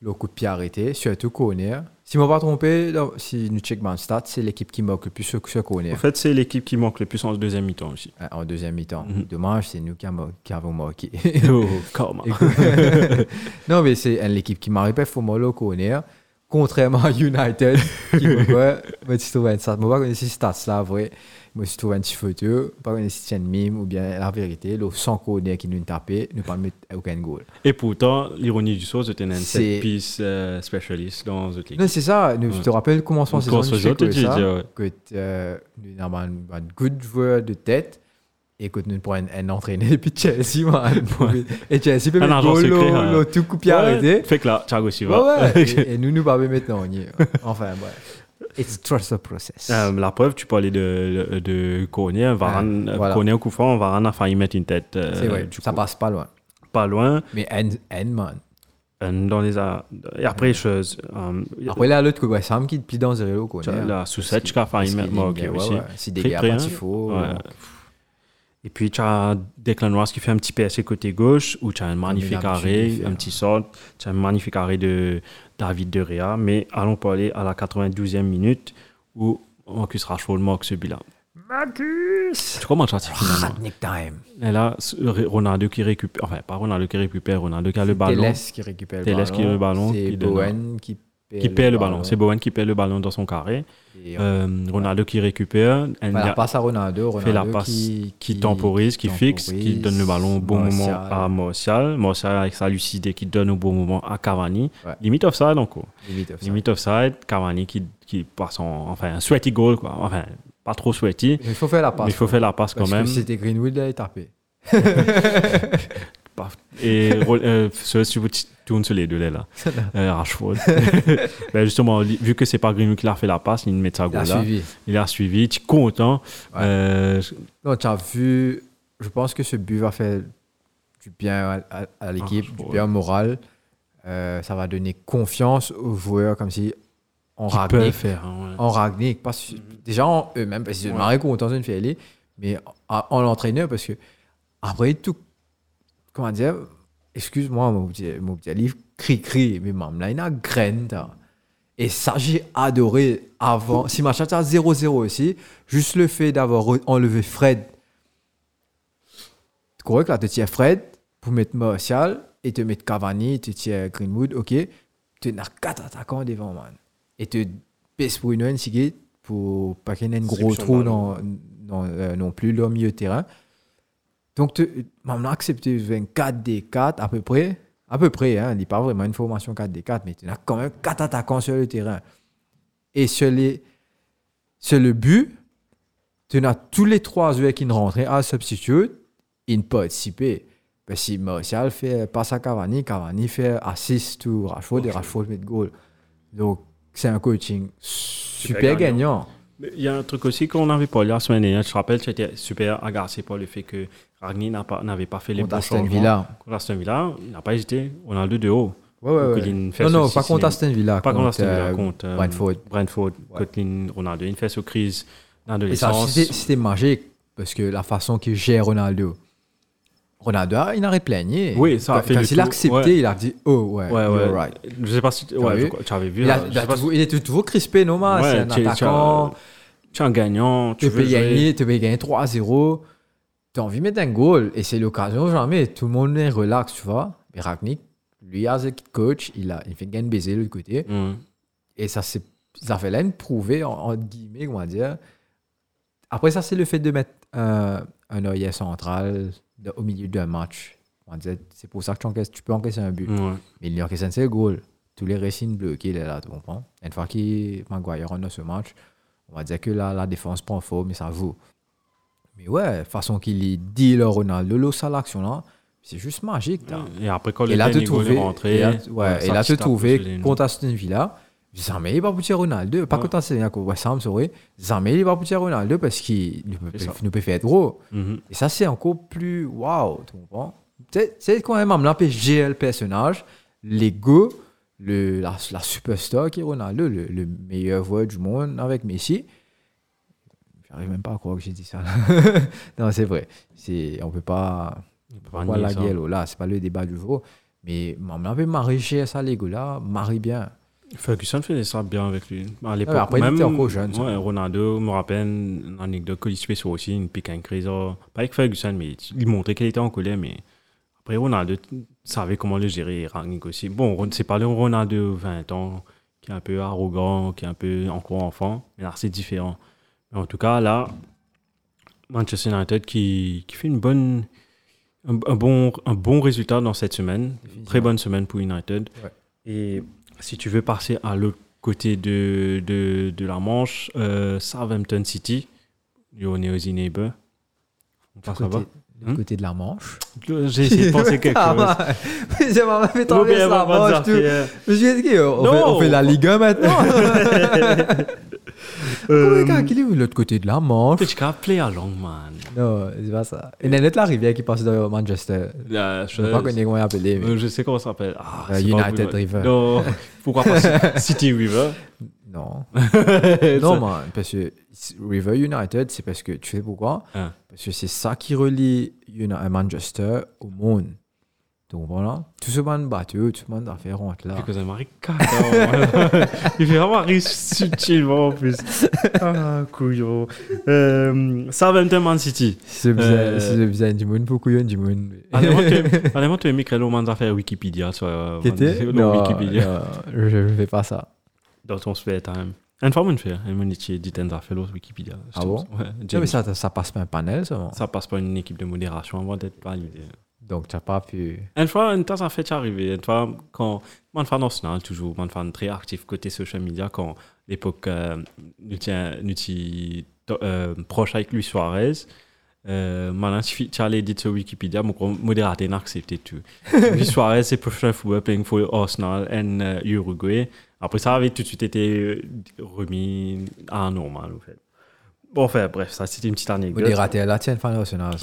le coup de pied arrêté, surtout Corner. Si je ne pas trompé, là, si nous check Man Stats, c'est l'équipe qui moque le plus ce, ce en Corner fait, c'est l'équipe qui manque le plus en deuxième mi-temps aussi. hein, en deuxième mi-temps. Mhm. Dommage, c'est nous qui, a mo- qui avons moqué. Oh, karma. Écoute- non, mais c'est hein, l'équipe qui m'a répété, faut moi le Corner. hein. Contrairement à United, qui me voit, je me suis trouvé un stat. Je ne pas connaître ces stats-là, vrai. Je me suis trouvé un petit photo, pas connaître si c'est un mime ou bien la vérité. Le sans Corner qui nous tapait, ne pas mettre aucun goal. Et pourtant, l'ironie du sort, c'était un C'est- set piece euh, specialist dans The League. Non, c'est ça. nous- Je te rappelle comment sont ces Comment sont les autres, tu dis, ouais. Que euh, nous avons un, un good joueur de tête et que nous prenons un entraîneur depuis Chelsea, man. Et Chelsea peut Un mettre agent goal, secret, l'eau- hein. l'eau tout coupé Ouais, arrêté. Fait que là, Thiago Ouais, Silva. ouais. et, et nous, nous bavons maintenant. on y est. Enfin, bref. It's trust the process. Euh, la preuve, tu parlais de, de, de Koné, Varane, Ah, voilà. Koné au coup franc, Varane a failli mettre une tête. euh, c'est vrai. du Ça coup, passe pas loin. Pas loin. Mais end, end man. Euh, dans les a- et après chose euh, Après, là, l'autre, ouais, Sam qui est plus dans le tu as corner. la Soucette qui a failli mettre Parce mort qu'il est bien, aussi ouais, ouais. Si des Très gars près, pas hein. tifo, Ouais. donc, et puis tu as Declan Rice qui fait un petit PSC côté gauche où tu as un magnifique il a arrêt fait, un hein. petit sort tu as un magnifique arrêt de David De Rea mais allons parler à la 92e minute où Marcus Rashford marque celui-là Marcus tu commences à dire finalement Ratnik time. et là ce- Ronaldo qui récupère enfin pas Ronaldo qui récupère Ronaldo qui a le ballon Telles qui récupère le Telles ballon. qui a le ballon, C'est qui donne- Bowen qui perd qui perd le ballon c'est Bowen qui perd le ballon dans son carré Et, euh, Euh, Ronaldo qui récupère, fait la Ndiaye passe à Ronaldo. Ronaldo fait la passe qui, qui temporise, qui fixe, qui temporise, donne le ballon au bon moment Martial. à Martial. Martial avec sa lucidité qui donne au bon moment à Cavani. Ouais. Limite offside encore. Limite offside. Limite offside, Cavani qui, qui passe en, enfin, un sweaty goal, quoi. Enfin, pas trop sweaty, Mais Il faut faire la passe. mais il faut faire la passe quand Parce même. que c'était Greenwood, là, il tapait. Paf. Et Ro- euh, ce- si vous t- tournez sur les deux là, là. Euh, Rashford. ben justement, li- vu que c'est pas Greenwood qui l'a fait la passe, il met sa Il a goal là. suivi. Il a suivi, tu es content. Ouais. Euh, Non, tu as vu. Je pense que ce but va faire du bien à, à- à l'équipe, Ah, du ouais. bien au moral. Euh, ça va donner confiance aux joueurs, comme si on qui rappelait peut faire. hein, ouais. Mhm. en Ragnick, pas su- déjà en eux-mêmes, parce que Ouais. Marie content une fille, mais en, en l'entraîneur, parce que après tout, comment dire, excuse-moi, mon petit, mon petit livre, cri-cri, mais maman, là, il y a graine, t'as. Et ça, j'ai adoré avant. Si machin, t'as 0-0 aussi, juste le fait d'avoir re- enlevé Fred. C'est correct, là, tu tiens Fred pour mettre Martial et te mettre Cavani, tu tiens Greenwood, ok. Tu n'as quatre attaquants devant, man. Et tu baisses pour une ONC pour pas qu'il y ait un gros Distribution de trou ballon. non, non, euh, non plus, le milieu de terrain. Donc, tu- on a accepté 24 des 4 à peu près. À peu près, hein, il n'est pas vraiment une formation 4 des 4, mais tu as quand même 4 attaquants sur le terrain. Et sur, les, sur le but, tu as tous les 3 joueurs qui ne rentraient à substitute, ils ne participaient. Parce que si Martial fait passe à Cavani, Cavani fait assist ou Rashford et Rashford met goal. Donc, c'est un coaching super, gagnant. Mais Il y a un truc aussi qu'on n'avait pas lu la semaine dernière. Je te rappelle, j'étais super agacé par le fait que Ragni n'a pas- n'avait pas, fait les Contre bons Aston changements. Villa. Contre Aston Villa, il n'a pas hésité. On a le de haut. Ouais, ouais, ouais. Coquelin fait Non, non, ceci, pas contre cinéma. Aston Villa. Pas contre Aston Villa, euh, contre euh, Brentford. Brentford. Ouais. Coquelin, Ronaldo, une fesse aux crises Et ça, d'adolescence. c'était c'était magique parce que la façon qu'il gère Ronaldo. Ronaldo, ah, il n'a répligné. Oui, ça a Quand- fait quand le il a tour, accepté, ouais. il a dit Oh, ouais, Ouais, you're ouais. right. Je sais pas si tu vu ouais, tu- tu avais vu. Il, a- là, euh, je il a sais pas si- toujours- il était toujours crispé, non, man, Ouais, C'est un tu es- tu as- attaquant. Tu es un gagnant. Tu Tu peux veux jouer. gagner, tu peux gagner 3-0. Tu as envie de mettre un goal et c'est l'occasion jamais. Tout le monde est relax, tu vois. Mais Ragnick, lui, as a coach, il, a, il fait gagner baiser de l'autre côté. Hum. Et ça, c'est, ça fait même prouver, en, entre guillemets, comment dire. Après, ça, c'est le fait de mettre un, un œillet central de- au milieu d'un match. On disait, c'est pour ça que tu, encaisses, tu peux encaisser un but. Ouais. Mais il n'y encaisse un seul goal. Tous les racines bloquées, là, là, tu comprends? Une fois que Maguire en a ce match, on va dire que la, la défense prend fort, mais ça vaut. Mais ouais, façon qu'il y dit le Ronaldo, l'eau, ça l'action là, C'est juste magique. t'as- Et après, quand Et le là, tu dernier goal trouvé. est rentré, et là, tu- ouais, et là, tu trouvé contre contre Aston Villa. Jamais il va poutier Ronaldo. Pas Ouais. contre Aston Villa, contre West Ham, sorry. Jamais Ah, il va poutier Ronaldo parce qu'il nous peut- C'est ça. Mm. nous peut faire gros. Mhm. Et ça, c'est encore plus waouh, tu comprends? C'est- C'est quand même un PSG, le personnage, l'ego, le, la, la superstar qui est Ronaldo, le, le meilleur joueur du monde avec Messi. J'arrive même pas à croire que j'ai dit ça. là. non, c'est vrai. C'est- On peut pas. Voilà la gueule, là, c'est pas le débat du jour. Mais on avait marié chez ça, les gars-là, marie bien. Ferguson faisait ça bien avec lui. À l'époque, Ouais, après, il même, était encore jeune, ça. Ouais, Ronaldo, je me rappelle une anecdote qu'il se fait sur aussi, une pique à une crise. oh, Pas avec Ferguson, mais il montrait qu'il était en colère. Mais après, Ronaldo t- savait comment le gérer. et Rangnick aussi. Bon, Ron- c'est pas le Ronaldo de 20 ans qui est un peu arrogant, qui est un peu encore enfant. Mais là, c'est différent. Mais en tout cas, là, Manchester United qui, qui fait une bonne, un, un bon, un bon résultat dans cette semaine. Très bonne semaine pour United. Ouais. Et si tu veux passer à l'autre côté de, de, de la Manche, euh, Southampton City, on est aux neighbors. On passe Côté, là-bas. du Hmm? côté de la Manche. J'ai essayé de penser quelque Ah, chose. bah, mais ça m'a fait Non, tomber mais sur la avant de Manche, sortir, tout. euh, Monsieur Esquire, on, Non. fait, on fait la Ligue 1 maintenant. Oh my euh, God, qu'il est de l'autre côté de la Manche. Peut-être qu'à play along, man. Non, c'est pas ça. Il y en a une autre la rivière qui passe de Manchester. La Je sais pas chose- qu'on est comment l'appeler. mais- Euh, je sais comment ça s'appelle. Ah, Euh, c'est pas United River. Non, pourquoi pas City River Non. non, man, parce que River United, c'est parce que tu sais pourquoi Hein. Parce que c'est ça qui relie Uni- à Manchester au monde. Donc voilà, tout ce monde battu, tout ce monde d'affaires rentre là. Parce que ça m'a Il fait vraiment rire subtilement en plus. Ah, couillon. Euh, Southampton Man City. C'est Euh, Ah, bizarre, c'est bizarre du monde, beaucoup y'en du monde. Allez, tu aimes Michael Oman à faire Wikipédia sur euh, Qui était sur Non, Wikipédia. non, je ne fais pas ça. Dans ton spare time. Une fois, on fait. On dit dit t'en as fait l'autre Wikipédia. Ah bon Ouais, Non, mais James. ça, ça passe pas un panel seulement. Ça passe par une équipe de modération avant d'être validé. Donc tu n'as pas pu. Une fois, une temps, ça fait arriver. Une fois, quand. Moi, fan national, toujours. Moi, fan très actif côté social media. Quand l'époque, euh, nous tient- nous tient to- euh, proche avec Luis Suarez, euh, maintenant, si tu allais dire sur Wikipédia, mon gros modérateur n'a accepté tout. Luis Suarez, c'est prochain football playing for Arsenal and euh, Uruguay. Après ça, avait tout de suite été euh, remis à un normal, en fait. Bon, enfin, bref, ça, c'était une petite anecdote. Modérateur, la tienne, fan national.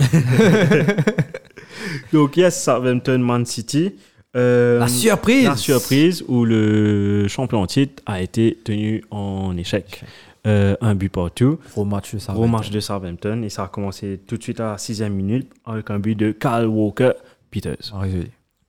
Donc, yes, Southampton, Man City. Euh, La surprise La surprise où le champion en titre a été tenu en échec. Euh, un but partout. Gros match de ça. Gros match de Southampton. Et ça a commencé tout de suite à la sixième minute avec un but de Kyle Walker Peters. Ah,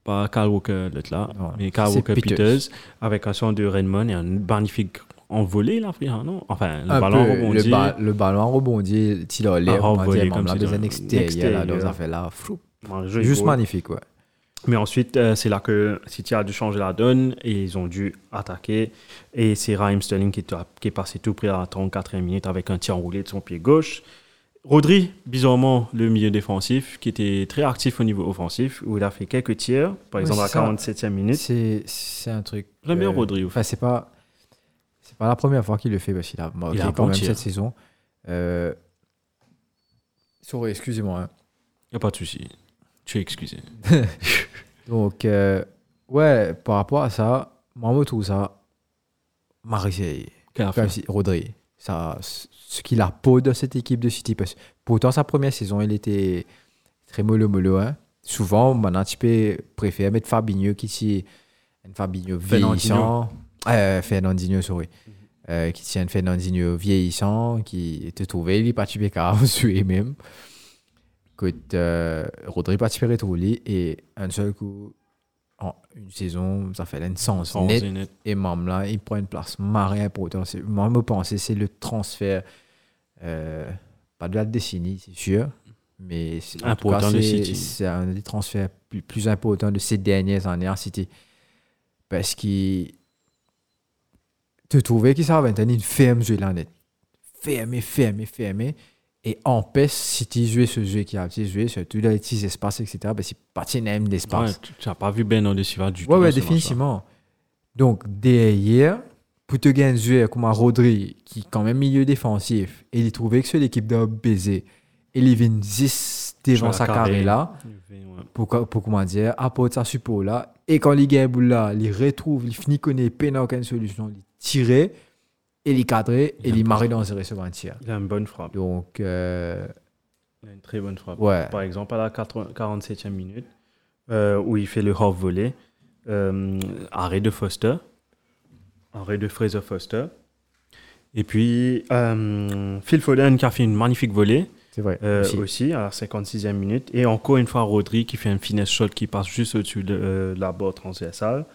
Pas Kyle Walker, l'autre là, Voilà. mais Kyle C'est Walker Peters. Peters avec un son de Redmond et un magnifique envolé là, frère, non Enfin, le Un ballon peu, rebondit. Le, ba- le ballon rebondit, il a l'air, Ah, on va envolé dire, comme même là, si dans dans- un extérieur, là, dans extérieur. un fait là, flou. Bon, le jeu est Juste beau. magnifique, ouais. Mais ensuite, euh, c'est là que City a dû changer la donne et ils ont dû attaquer. Et c'est Raheem Sterling qui, est- qui est passé tout près à la 34e minute avec un tir enroulé de son pied gauche. Rodri, bizarrement, le milieu défensif, qui était très actif au niveau offensif, où il a fait quelques tirs, par Ouais, exemple à c'est ça. 47e minute. C'est, c'est un truc. Hmm? J'aime bien Rodri, au fait. Enfin, c'est pas, c'est pas la première fois qu'il le fait parce qu'il a marqué a un quand bon même tir. cette saison. Euh... Sorry, excusez-moi. hein. Il n'y a pas de souci. Tu es excusé. Donc, euh, ouais, par rapport à ça, moi, je trouve ça Marseille, Quelle affaire. comme si Rodri, ça, ce qu'il a peau de cette équipe de City. Parce que pourtant, sa première saison, il était très mollo-mollo. Hein. Souvent, maintenant, tu peux préférer mettre Fabinho qui s'y. Un Fabinho Fernandinho. vieillissant. Euh, Fernandinho, sorry. Euh, qui tient un Fernandinho vieillissant, qui te trouvait, il participait car on suit même. Écoute, euh, Rodri participait tout lui et un seul coup, en une saison, ça fait là une sens Sans net. honnête. Et même là, il prend une place marée importante. C'est- Moi, je pensais c'est le transfert, euh, pas de la décennie, c'est sûr, mais c'est en tout cas, Important de c'est- City. c'est un des transferts plus, plus importants de ces dernières années à City. Parce qu'il te trouvais qu'il savait une ferme jeu là net. Fermé, fermé, fermé. Et empêche City de jouer ce jeu qui a petit joué, surtout dans les petits espaces, ben, etc. Parce qu'il partit même Ouais, l'espace. tu n'as pas vu Bernardo Silva du tout. Ouais, dans ouais, ce match-là. définitivement. Donc, derrière, pour te gagner un joueur comme un Rodri, qui est quand même milieu défensif, et il trouvait que c'est l'équipe d'un baiser, et il vient 10 devant sa carré là pour, co- pour comment dire, apporte sa support là. Et quand les gars boule là, ils retrouvent, ils finissent connaît peine aucune solution, ils tirent et les cadrer et Il a les pas- marrer dans un receveur tir. Il a une bonne frappe. Donc, euh, Il a une très bonne frappe. ouais. Par exemple, à la 80 47e minute, euh, où il fait le hors volet, euh, arrêt de Foster, arrêt de Fraser Foster. Et puis, euh, Phil Foden qui a fait une magnifique volée C'est vrai. euh, aussi. aussi. à la 56e minute. Et encore une fois, Rodri qui fait un finesse shot qui passe juste au-dessus de euh, la barre transversale.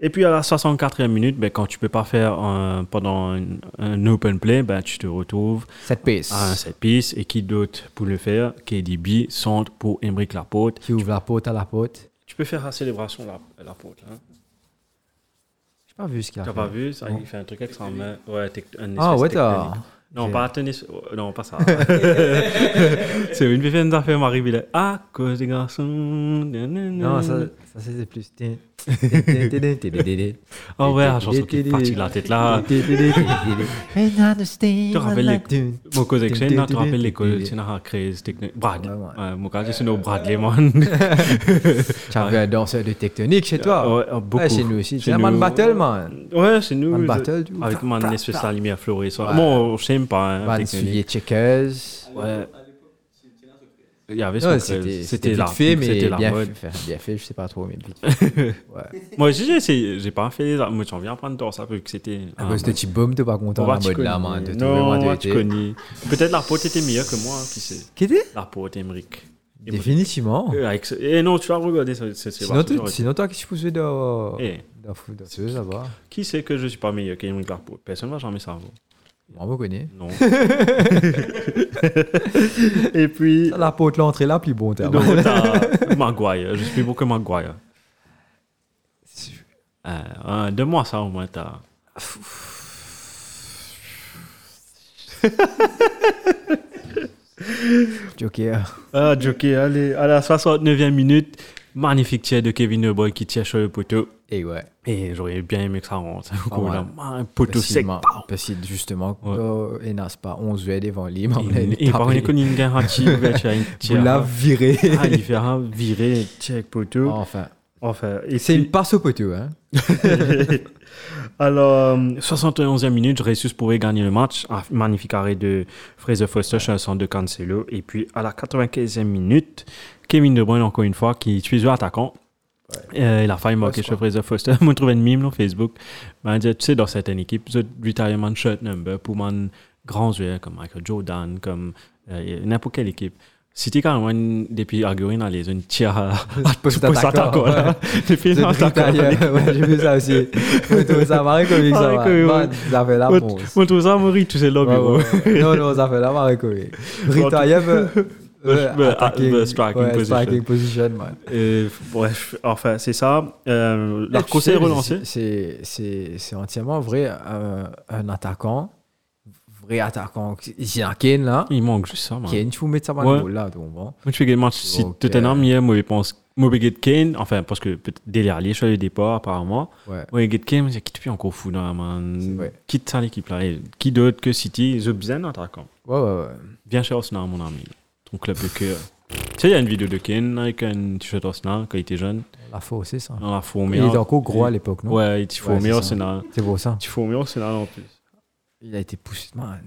Et puis à la 64e minute, ben, quand tu peux pas faire un- pendant un, un open play, ben, tu te retrouves Cette pace à un set piece et qui d'autre pour le faire KDB centre pour Emric Laporte qui ouvre la porte à la porte. tu peux faire la célébration la, Laporte hein. J'ai pas vu ce qu'il a t'as fait. pas vu ça, Non. il fait un truc avec sa main ouais tec- un Ah espèce ouais, technique. t'as. non J'ai- pas tennis oh, non pas ça c'est une vieille d'affaires m'arrive là à cause des garçons Non, non ça, ça c'était plus. Tin, tin, tin, tin, tin, tin, tin, tin. oh ouais la chanson qui est partie de la tête là Tin, tin, tin, tin, tin, tin. And I understand te rappelles what les- I do. mon cause action là tu te rappelles Tin, l'école tin, tin, c'est la crise technique Bradley Ouais, ouais. ouais, mon cas c'est nos Bradley man tin. T'avais un danseur de tectonique chez toi. Ouais, ouais, beaucoup. Ouais, chez nous aussi. Chez C'est un man nous. battle, man. Ouais, c'est nous. Man je- battle, tu vois. Avec man Ta, ta, espèce ta. de lumière florée. ça. bah. Ouais. Bon, je n'aime pas. hein, Van technique. Suyer Checkers. Ouais. Il y avait Ouais, son C'était creux. c'était la vite fait, coupe, mais c'était la bien mode. fait. enfin, Bien fait, je sais pas trop, mais vite. Ouais. Moi aussi, j'ai essayé. J'ai pas fait les armes. Moi, j'en viens pas de temps, ça, vu que c'était. À un- Oh, cause de Chibom, t'es pas content Ah, On de bah, la va te mode là, connaître. man. de trouver Non, moi, moi, de- tu connais. Peut-être la peau était meilleure que moi, hein, qui sait. Qui était La peau était Emric. Et moi- Définitivement. Euh, avec ce- Eh non, tu vas regarder. ça, c'est- c'est Sinon, pas- tu- sinon, toi, qu'est-ce que tu faisais dans. Eh, Dans fou- dans ce là-bas. qui sait que je suis pas meilleur qu'Emric Larpeau Personne va jamais savoir. On me connaît. Non. Et puis. La porte, l'entrée là, puis bon, t'es à- Non, t'as Maguire. Je suis bon que Maguire. Euh, euh, Donne-moi ça au moins, t'as. Joker. Ah, Joker, allez, à la 69e minute, magnifique tir de Kevin De Bruyne qui tire sur le poteau. Et Eh ouais. Et j'aurais bien aimé que ça rentre. Comme Ah ouais. là, un poteau sec. Facilement. Ah, Parce que justement, Ouais. oh, et n'a pas 11 jouets devant lui, mais on l'a Et, et par contre, tapé. il y a un tir, il y a un Vous l'a tir. viré. Ah, il fait un viré, tir avec poteau. Enfin. Enfin, et Ah. C'est puis- une passe au poteau, hein. Alors, euh, 71e minute, Ressus pourrait gagner le match. Un magnifique arrêt de Fraser Foster sur un centre de Cancelo. Et puis, à la 95e minute, Kevin De Bruyne, encore une fois, qui tue le attaquant. Euh, il a failli marquer sur Fraser Foster. Moi, je trouve une mime sur Facebook. Ben, je dis, tu sais, dans certaines équipes, vous avez un shirt number pour mon grand joueur comme Michael Jordan, comme euh, n'importe quelle équipe. C'était carrément une- depuis Arguin dans les zones tiers à Ah, Poste poste attaquant, attaquant. là. Depuis C'est un tout attaquant. ailleurs. Ouais, J'ai vu ça aussi. Ouais, tout Ça marrait comme ça. Marrait va. comme- Man, Ça fait la Moi, ponce. moi, je trouve ça, Maurice, tu sais, là, Ah, Ouais, bureau. ouais, ouais. Non, non, ça fait la marée, quoi. Ritayev. euh, euh, bah, attacking- bah, striking ouais, position. striking position, man. Euh, bref, enfin, c'est ça. Euh, L'arco s'est Tu sais, relancé. c'est- C'est c'est entièrement vrai. euh, un attaquant, vrai attaquant, il y a Kane là. Il manque juste ça, man. Kane, tu mets ça Ouais. mal là, donc bon. Moi, je fais des matchs si Ok. Tottenham, hier, moi, je pense. Mauvais Gate Kane, enfin, parce que peut-être délire lié sur le départ, apparemment. Ouais. Mauvais Gate Kane, c'est qui te fait encore fou, là, C'est man. vrai. Quitte ça, l'équipe, là. Et Qui d'autre que City, The Bzen, attaquant. Ouais, ouais, ouais. Viens chez Arsenal, mon ami. Ton club de cœur. tu sais, il y a une vidéo de Kane avec un t-shirt Arsenal quand il était jeune. La fausse, c'est ça. On l'a formé. Ah. Il était encore gros à l'époque, non Ouais, il était Ouais, formé c'est ça. Arsenal. C'est pour ça. Il était formé Arsenal en plus. Il a été poussé, man.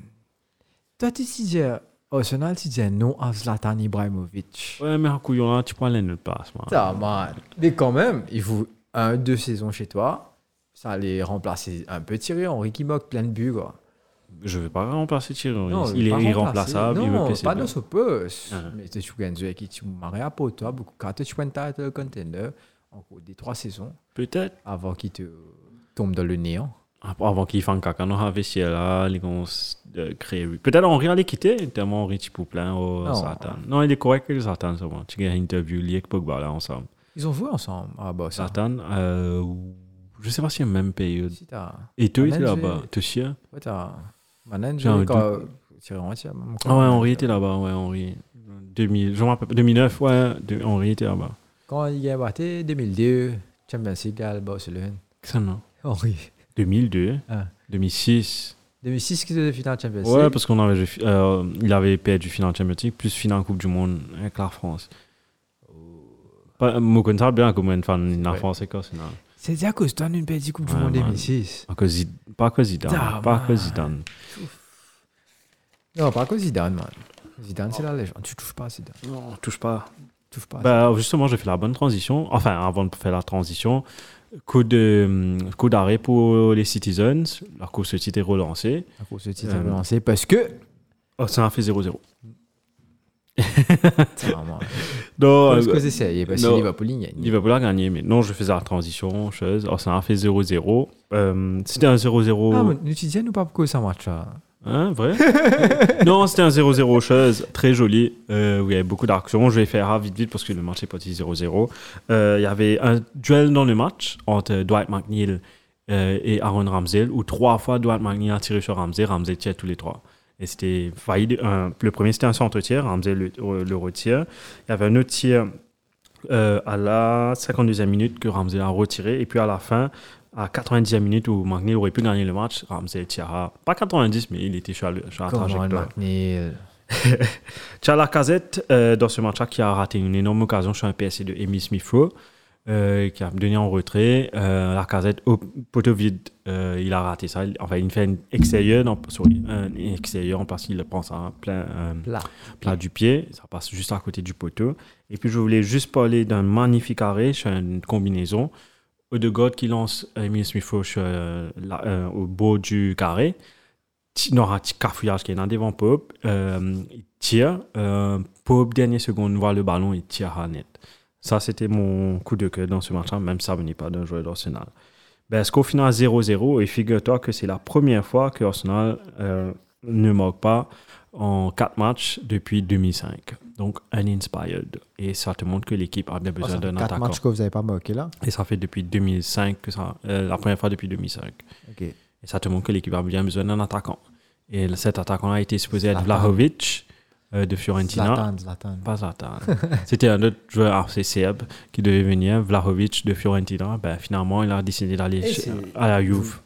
Toi, tu disais, Arsenal, tu disais non à Zlatan Ibrahimovic. Ouais, mais un couillon là, tu prends les notes passes, man. Ça, man. Mais quand même, il faut un, deux saisons chez toi. Ça les remplacer un peu Thierry Henry qui moque plein de buts, quoi. Je vais pas remplacer Thierry. Henry. Non, pas il est remplacé. irremplaçable, il Non, veut PC. pas dans ce poste. Ah. Mais tu joues un jeu qui tu maries à pour toi, beaucoup quand tu joues un title contender, encore des trois saisons, Peut-être. avant qu'il te tombe dans le néant. Après, Avant qu'il fasse un caca, on avait si là, les gars, euh, créé. Peut-être Henri allait quitter, tellement Henri, tu peux plein au Non. Satan. Non, il est correct avec le Satan, c'est bon. Tu as une interview liée avec Pogba là ensemble. Ils ont joué ensemble. Ah bah ça. Satan, euh, je sais pas si c'est la même période. Si t'as. Et toi, il était Manager. là-bas. T'es sûr Ouais, t'as. J'ai Manager, un quand. euh, Thierry Henry, tu as même Ah quand- ouais, Henri était là-bas, ouais, Henri. 2000, je me rappelle pas, 2009, ouais, de- Henri était là-bas. Quand il a battu 2002, Champions League à Barcelone. Qu'est-ce que ça, non Henry. 2002, Ah. 2006, 2006 qui faisait finale Champions League. Ouais, parce qu'on avait, joué- euh, il avait perdu finale Champions League, plus finale Coupe du Monde avec la France. Pas- Moukontar bien comme un fan de la Ouais. France-Écosse. non. C'est dit à cause d'un une petite Coupe du Ouais, Monde man. 2006. À cause Zid- Pas à cause Zidane. Ah, pas à man. cause Zidane. Non, pas à cause Zidane, man. Zidane, c'est la légende. Tu touches pas à Zidane. Non, touche pas. Touche pas à Bah, justement, j'ai fait la bonne transition. Enfin, avant de faire la transition, coup de hum, coup d'arrêt pour les Citizens. La course titre est Zidane. relancée. À cause de titre Euh, lancé parce que. Oh, ça a fait 0-0. Tiens, man. Non, Parce euh, que j'essayais. Parce que non. Liverpool, il y a une- Liverpool a gagné, mais non, je faisais la transition, chose. Alors, ça a fait 0-0. Euh, c'était un 0-0. Ah, mais nous tu disais, nous pas pourquoi ça match là. Hein, vrai Non, c'était un 0-0, chose très joli. Euh, où il y avait beaucoup d'actions. Je vais faire ah, vite, vite, parce que le match est parti 0-0. Euh, il y avait un duel dans le match entre Dwight McNeil euh, et Aaron Ramsey, où trois fois Dwight McNeil a tiré sur Ramsey. Ramsey tire tous les trois. Et c'était failli. un- le premier, c'était un centre-tir. Ramsey le, euh, le retire. Il y avait un autre tir euh, à la 52e minute que Ramsey a retiré. Et puis à la fin, à 90e minute où McNeil aurait pu gagner le match, Ramsey Tiara, pas 90, mais il était sur la, sur la Comment trajectoire. McNeil. T'as la casette euh, dans ce match-là qui a raté une énorme occasion sur un PSC de Amy Smith Rowe, euh, qui a donné en retrait. Euh, la casette au poteau vide, euh, il a raté ça. Il- Enfin, il fait une extérieure, en- sur un extérieur parce qu'il le prend ça en plein, euh, Là. plat du pied, ça passe juste à côté du poteau. Et puis je voulais juste parler d'un magnifique arrêt sur une combinaison. Odegaard qui lance euh, Emile Smith euh, au bord du carré. Ti- Nora ti- cafouillage qui est là devant Pope. Euh, il tire. Euh, Pope, dernière seconde, voit le ballon et tire à net. Ça, c'était mon coup de cœur dans ce match-là, même ça venait pas d'un joueur d'Arsenal. Ben, est-ce qu'au final 0-0, et figure-toi que c'est la première fois que Arsenal euh, ne marque pas en quatre matchs depuis 2005. Donc, uninspired. Et ça te montre que l'équipe a bien besoin d'un 4 attaquant. matchs que vous avez pas marqué là. Et ça fait depuis 2005 que ça. euh, la première fois depuis 2005. Ok. Et ça te montre que l'équipe a bien besoin d'un attaquant. Et cet attaquant a été supposé être Vlahovic euh, de Fiorentina. Zlatan, Zlatan. Pas Zlatan. C'était un autre joueur RC Serbe qui devait venir, Vlahovic de Fiorentina. Ben, finalement, il a décidé d'aller Et chez- c'est- à la Juve.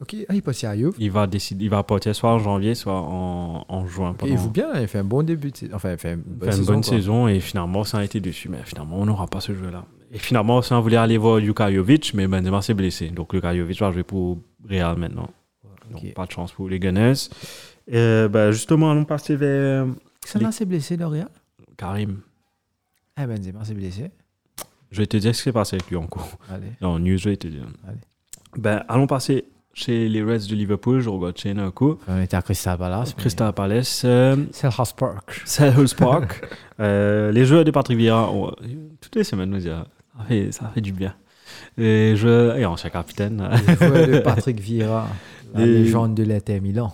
Ok, ah, il passe à Juve. Il va, décider, il va partir soit en janvier, soit en, en juin. Ok, Il pendant- joue bien, il fait un bon début. de sais- Enfin, il fait une bonne Fait une saison. bonne quoi. saison et finalement, ça a été déçu. Mais finalement, on n'aura pas ce jeu-là. Et finalement, ça, on voulait aller voir Luka Jovic, mais Benzema s'est blessé. Donc, Luka Jovic va jouer pour Real maintenant. Donc, Ok. pas de chance pour les Gunners. Euh, ben, justement, allons passer vers euh, Salah s'est blessé, le Real. Karim. Ah, Benzema s'est blessé. Je vais te dire ce qui s'est passé avec lui en cours. Allez. Non, news, je vais te dire. Allez. Ben, allons passer chez les Reds de Liverpool. Je regarde chez un coup. On était à Crystal Palace. mais- Crystal Palace. euh, Selhurst Park. Selhurst Park. Euh, les joueurs de Patrick Vieira, ont- toutes les semaines, nous dire, ça fait, ça fait du bien. Les joueurs, et ancien capitaine, Le joueur de Patrick Vieira, la Des- légende de l'Inter Milan.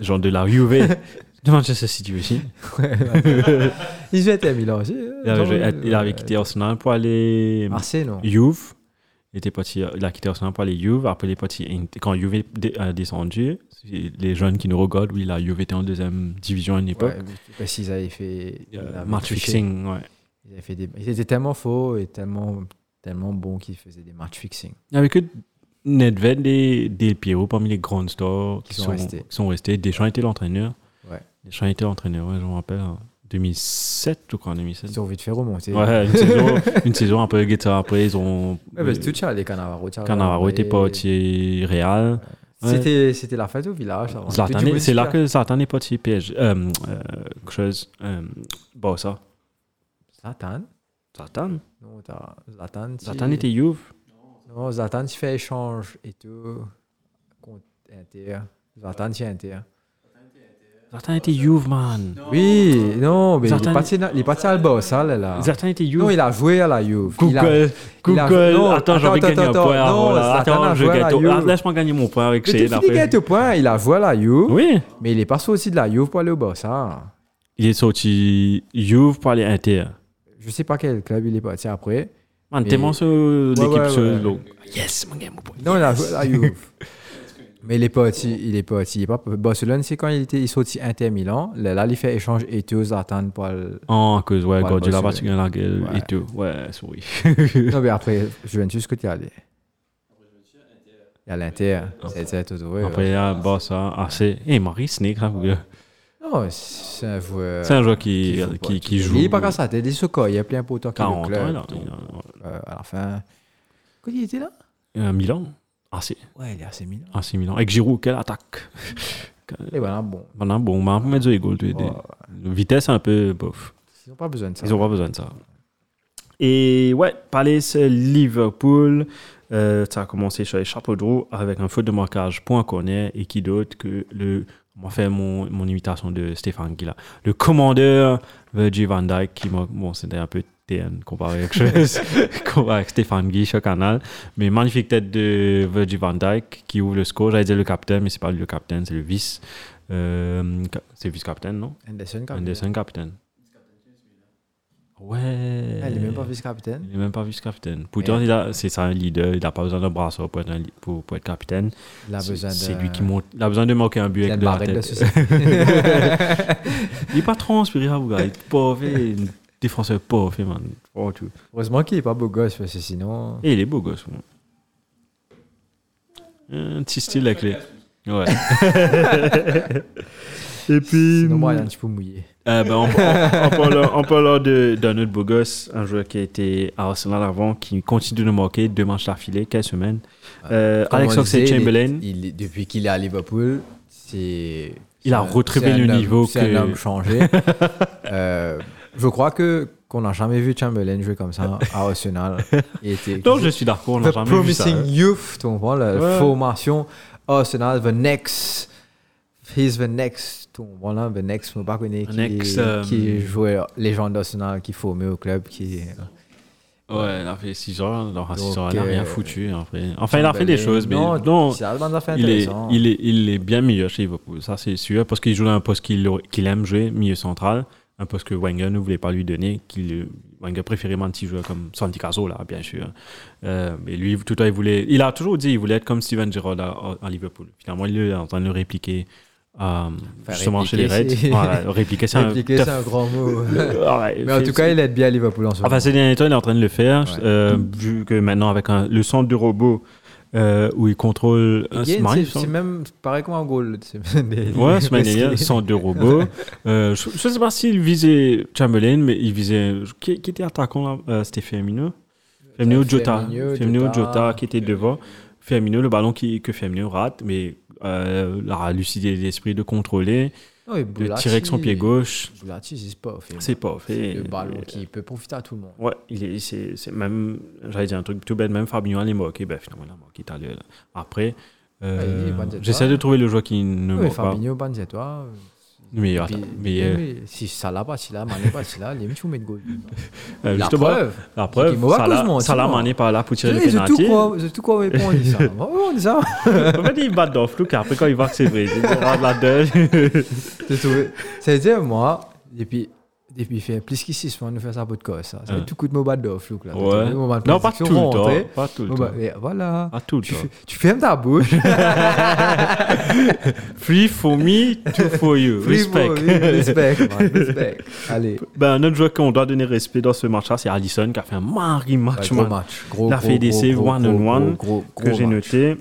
genre de la Juve, de Manchester City aussi. il jouait à l'Inter Milan aussi. hein. euh, Il avait, joué- il avait quitté Arsenal pour aller Marseille, non Juve. Il, était parti, il a quitté Arsenal pour aller Juve. Après, il est parti, quand Juve est dé- euh, descendu, c'est les jeunes qui nous regardent, oui, la Juve était en deuxième division à une époque. Ouais, parce qu'ils avaient fait. ils Euh, avaient match triché. fixing, ouais. Ils, avaient fait des- ils étaient tellement faux et tellement, tellement bons qu'ils faisaient des match fixing. Il n'y avait que Nedved et Del Piero parmi les grandes stars qui, Qui sont sont, restés. qui sont restés. Deschamps était l'entraîneur. Ouais. Deschamps était l'entraîneur, ouais, je me rappelle. en 2007, je crois, en 2007. Ils ont envie de faire remonter. Ouais, une saison, une saison après, guetta, après, ils ont. Ouais, parce que tout ça, les Cannavaro. ça, Cannavaro ouais. était parti Real. ouais. C'était c'était la fête au village. ça, ouais. Zlatan Tout du est- monde C'est là dit, que Zlatan est parti PSG. Euh, euh, quelque chose. Euh, bon, ça. Zlatan. Zlatan Non, t'as- Zlatan. tu- Zlatan était Juve. Non, Zlatan, tu fais échange et tout. Contre Inter. Zlatan, tu es Inter. Zlatan était Juve, man. Oui, non, mais il Zlatan- est parti dans- il est parti à la Bausale, là. Zlatan était Juve. Non, il a joué à la Juve. Il a- Google, il a- Google, non, attends, j'ai envie de attends, gagner un attends, point. attends, non, voilà. Zlatan a Attends, je joué à gagne. la ton- Juve. Ah, Laisse-moi gagner mon point avec Mais Shane tu finis après. gagner point, il a joué à la Juve, Oui. mais il est pas sorti de la Juve pour aller au Bausale. Il est sorti Juve par les Inter. Je sais pas quel club il est parti après. Man, Mais- t'es bon sur l'équipe ouais, sur ouais. l'eau. Yes, mon gars, mon point. Non, il a joué à la Juve. Mais il est parti, il est parti. il est pas- Barcelone, c'est quand il était, il sorti Inter Milan. Là, là, il fait échange et tout, Zlatan pour le- En Ah, cause, ouais, Ouais, Guardiola bah, va c'est se gagner la gueule Ouais. et tout. Ouais, souris. Non, mais après, Juventus, que t'es allé. Il y a l'Inter. C'est toujours. ouais. Après, il y a Barça, AC. Et Marie Snake, hein, gars. Non, c'est un joueur. C'est un joueur qui, euh, faut pas- qui, qui joue. Il est pas comme ça, t'es des socords, il y a plein pour toi qui 40 le ans. club. là. donc, euh, à la fin. Quand il était là Euh, Milan. AC. Ouais, il est assez mignon. AC Milan. Avec Giroud, quelle attaque. Et voilà, bon. Maintenant, bon, on va mettre des goals. tu sais, Ouais. des- Vitesse un peu bof. Ils n'ont pas besoin de ça. Ils n'ont pas besoin de ça. Et ouais, Palace, Liverpool, euh, ça a commencé sur les chapeaux de roue avec un faute de marquage pour un corner et qui d'autre que le. On va faire mon, mon imitation de Stéphane Guilla. Le commandeur Virgil van Dijk qui m'a- Bon, c'était un peu TN comparé avec, comparé avec Stéphane Guy sur Canal. Mais magnifique tête de Virgil van Dijk qui ouvre le score. J'allais dire le capitaine, mais c'est pas lui le capitaine, c'est le vice. euh, ca- c'est vice-capitaine, non Anderson, quand même. Anderson, capitaine. Ouais. Ah, il est même euh, pas vice-capitaine. Il est même pas vice-capitaine. Pourtant, il a- c'est ça un leader. Il n'a pas besoin d'un brasseur pour être, un li- pour, pour être capitaine. Il a C'est- besoin de. C'est lui qui monte. Il a besoin de marquer un but Il a avec une de la barrette tête. de suicide. il n'est pas transpiré, vous gars. Il est pauvre. il est Défenseur pauvre, man. Oh, tu- Heureusement qu'il est pas beau gosse, parce que sinon. Et il est beau, gosse. moi. Un petit style avec les. Ouais. Et puis. Sinon, moi, il a un petit peu mouillé. Euh, ben, on, on, on parle- on parle alors de- d'un autre beau gosse, un joueur qui a été à Arsenal avant, qui continue de marquer deux matchs d'affilée, quelle semaine. Euh, Comme Alex on disait, il est- Oxlade-Chamberlain, il est- Depuis qu'il est à Liverpool, c'est. Il a c'est un- retrouvé c'est le un homme- niveau C'est que- un homme changé. Euh, je crois que qu'on n'a jamais vu Chamberlain jouer comme ça à Arsenal. Il était non, je suis d'accord, on n'a The jamais vu ça. Promising Youth, tu comprends, la Ouais. formation Arsenal, the next, he's the next, tu comprends, là, the next, je ne pas connaître qui, Next, euh, qui jouait légende d'Arsenal, qui formait au club, qui... Ouais, il a fait 6 ans, alors à Donc, 6 ans, il n'a rien euh, foutu. après. Enfin, il a fait des choses, mais non, non, c'est la bande d'affaires il, est, intéressante. il, est, il est bien meilleur chez Liverpool, ça c'est sûr, parce qu'il joue dans un poste qu'il qu'il aime jouer, milieu central, un poste que Wenger ne voulait pas lui donner, qu'il Wenger préférait un petit joueur comme Santi Cazorla, là, bien sûr. Euh, mais lui, tout le temps, il voulait. Il a toujours dit qu'il voulait être comme Steven Gerrard à, à Liverpool. Finalement, il est en train de le répliquer. euh, Enfin, justement chez les Reds. répliquer, c'est- Voilà, répliquer, c'est un. Compliqué, c'est un grand mot. Ouais, mais en fait, tout cas, il aide bien à Liverpool en ce moment. Enfin, ces derniers temps, il est en train de le faire, euh, vu que maintenant, avec un- le centre du robot, euh, où il contrôle un Again, smile, c'est- je pense. c'est même pareil comme un goal. c'est- Ouais, semaine dernière, Parce qu'il- 102 robots. Euh, je, je sais pas s'il visait Chamberlain, mais il visait. Qui, qui était attaquant là Euh, C'était Firmino Firmino Jota. Firmino, Firmino Jota. Jota qui était devant. Firmino, le ballon qui, que Firmino rate, mais euh, la lucidité d'esprit de contrôler, Non, et de Boulati- tirer avec son pied gauche. Boulati, c'est pas au fait. C'est pas fait. C'est le ballon qui peut profiter à tout le monde. Ouais, il est, c'est, c'est même. J'allais dire un truc tout bête, même Fabinho allait moquer. Ben finalement, il a moqué tout à l'heure. Après. euh, Ouais, il est bon, c'est j'essaie ça. de trouver le joueur qui ne Oui, moque pas. hein. Fabinho, Banzetta. Mais, attends, mais euh, si ça l'a pas, si là, Mané pas, si là, les mecs, vous mettez goal. La euh, justement, preuve. La preuve, qu'il m'a Salah- cause, moi, tu Salah vois. Mané par là pour tirer le J'ai tout penalty. quoi, j'ai tout quoi répondre, on dit ça. Oh, on dit ça. En fait, il bat dans le flou, car après, quand il voit que c'est vrai, il dit, Ah, de la dalle. J'ai trouvé. Ça veut dire, moi, depuis, depuis, fait plus qu'ici, je nous faire ça podcast, ça. Ça fait Hein. tout coup de mon bad d'offre, là. T'as Ouais. trouvé mon bad Non, pas tout prédiction le temps. rentrée. Pas tout le Mon bad- temps. mais Voilà. Pas tout le bah, Tu, temps. f- tu fermes ta bouche. Free for me, two for you. Respect. Oui, respect, man, respect. Allez. Ben, un autre joueur qu'on doit donner respect dans ce match-là, c'est Allison, qui a fait un mari match, gros man. match. Gros, Il a gros, fait des gros, saves gros, one on gros, one gros, gros, que j'ai match. noté.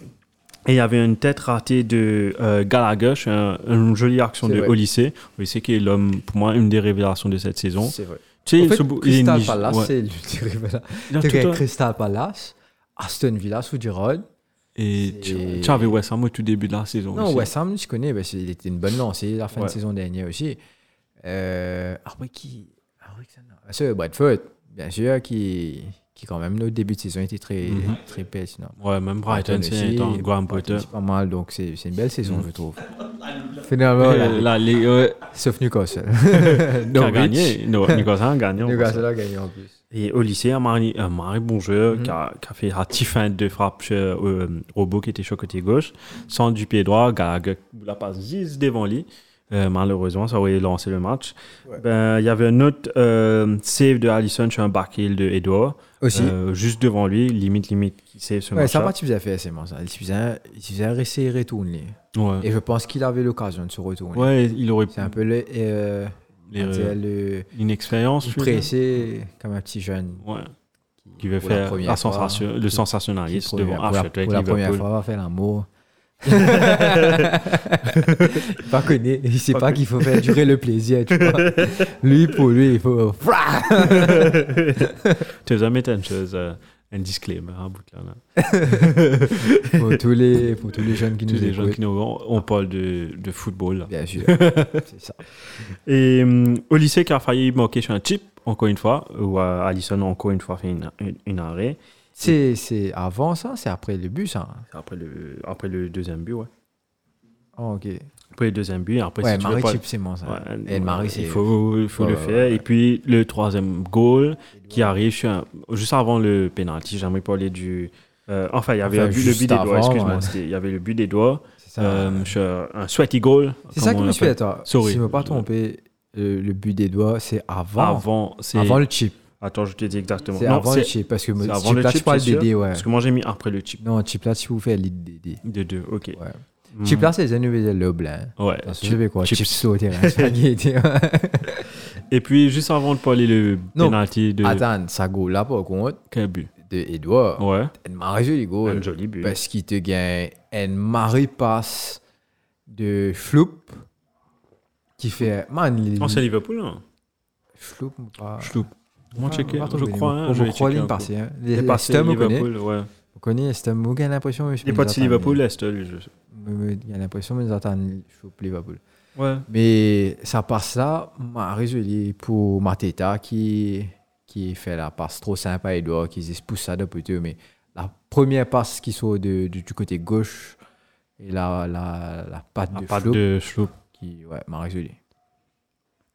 Et il y avait une tête ratée de euh, Gallagher, sur un- une jolie action C'est de vrai. Olissé. Olissé qui est l'homme, pour moi, une des révélations de cette saison. C'est vrai. Tu sais, En fait, ce bou- il est Crystal Nige- Palace, ouais. c'est lui qui révèle. Il a tout un- Crystal Palace, Aston Villa sous Giroud. Et C'est- tu tu avais West Ham au tout début de la saison. Non, aussi. West Ham, je connais, parce qu'il était une bonne lancée la fin Ouais. de saison dernière aussi. Euh, après, qui après, que ça, non. Ah, C'est Bradford, bien sûr, qui, qui quand même, notre début de saison était très, Mhm. très pertinent. Ouais, même Brighton, c'est un Graham Potter. C'est pas mal, donc c'est c'est une belle saison, Mhm. je trouve. Finalement, Euh, La Ligue euh, sauf Newcastle. qui a Norwich. gagné. No- Newcastle a gagné. en passant. Newcastle a gagné en plus. Et au lycée, un mari, un mari bon joueur qui, Mhm. a, qui a fait un petit fin de frappe chez euh, Robot qui était sur le côté gauche. Centre du pied droit, Gallagher la passe juste devant lui. Euh, malheureusement, ça aurait lancé le match. Ben, Il y avait un autre euh, save de Allison sur un back heel de Edouard. Aussi. Euh, juste devant lui, limite, limite, qui save ce Ouais, match. ça va, tu faisais faire, c'est bon ça. Il suffisait un- il suffisait un récit et retourner. Et je pense qu'il avait l'occasion de se retourner. Ouais, il aurait C'est un peu le, euh, les- on dirait le une expérience. je veux dire. pressé comme un petit jeune Ouais. qui qui, qui veut pour la faire première la fois, sensation, le qui- qui, sensationnaliste pour la- devant pour la- Architect Pour la première Liverpool. fois, va faire l'amour. pas connu, il sait Pas pas connu. qu'il faut faire durer le plaisir, tu vois. Lui, pour lui, il faut. Fra Tu as jamais été une chose, euh, un disclaimer à bout là. là. Pour tous les, pour tous les jeunes qui Tous nous les gens écoutent. qui nous ont, on parle de, de football. là. Bien sûr. C'est ça. Et hum, au lycée, qui a failli manquer sur un chip, encore une fois, où euh, Allison, encore une fois, fait une, une, une arrêt. C'est, c'est avant ça, c'est après le bus, hein. Après le, après le deuxième but, ouais. Ah, ok. Après le deuxième but, après, ouais, si tu veux Marie pas- Chip, c'est moi, ça. Ouais, Et le mari, c'est. Il faut, il faut Ouais, le ouais, faire. ouais. Et puis, le troisième goal qui arrive sur un- juste avant le penalty, j'aimerais parler du. euh, enfin, il y avait Enfin, un but- le juste but des doigts, avant, excuse-moi. ouais. c'était- Il y avait le but des doigts, C'est ça, euh, sur un sweaty goal. C'est ça comme qui on me suit à l'appelle. toi. Sorry. Si je ne me pas tromper, euh, le, le but des doigts, c'est avant. Avant, c'est. Avant le chip. Attends, je te dis exactement. C'est Non, avant c'est- le chip. Parce que c'est me- avant chip le là, tu chip, parles c'est sûr. DD, ouais. Parce que moi, j'ai mis après le chip Non, chip là, tu vous fais l'idée. de deux. Ok. Ouais. Hmm. Chip là, c'est les nouvelles le blanc. Ouais. Je chip- savais quoi. chips. Chip hein, slow, t'es un spaghetti, t'es un- Et puis, juste avant de parler le Non. penalty de Attends, ça go là, par contre, quel but de Edouard. Ouais. Elle m'a joli Un goal. joli but. Parce qu'il te gagne une marée passe de Floup qui fait. Man, les. Non, c'est Liverpool, hein. Floup ou pas Schloup. Moi, Enfin, on checker. va Je trouver, crois, mais hein, on je va vais croire checker un ligne peu. passée, hein. Il Les est passé Stum, on connaît. Liverpool, ouais. On connaît Stum, on a l'impression. Il est parti Liverpool, est je sais. Il a l'impression, mais ils attendent Floup Liverpool. Ouais. Mais ça passe là, Marie Jolie pour Mateta qui, qui fait la passe trop sympa à Edouard, qui se pousse ça de plutôt. Mais la première passe qui sort de, du, du côté gauche et la, la, la patte À de part Flo de Schloup. qui. Ouais, Marie Jolie.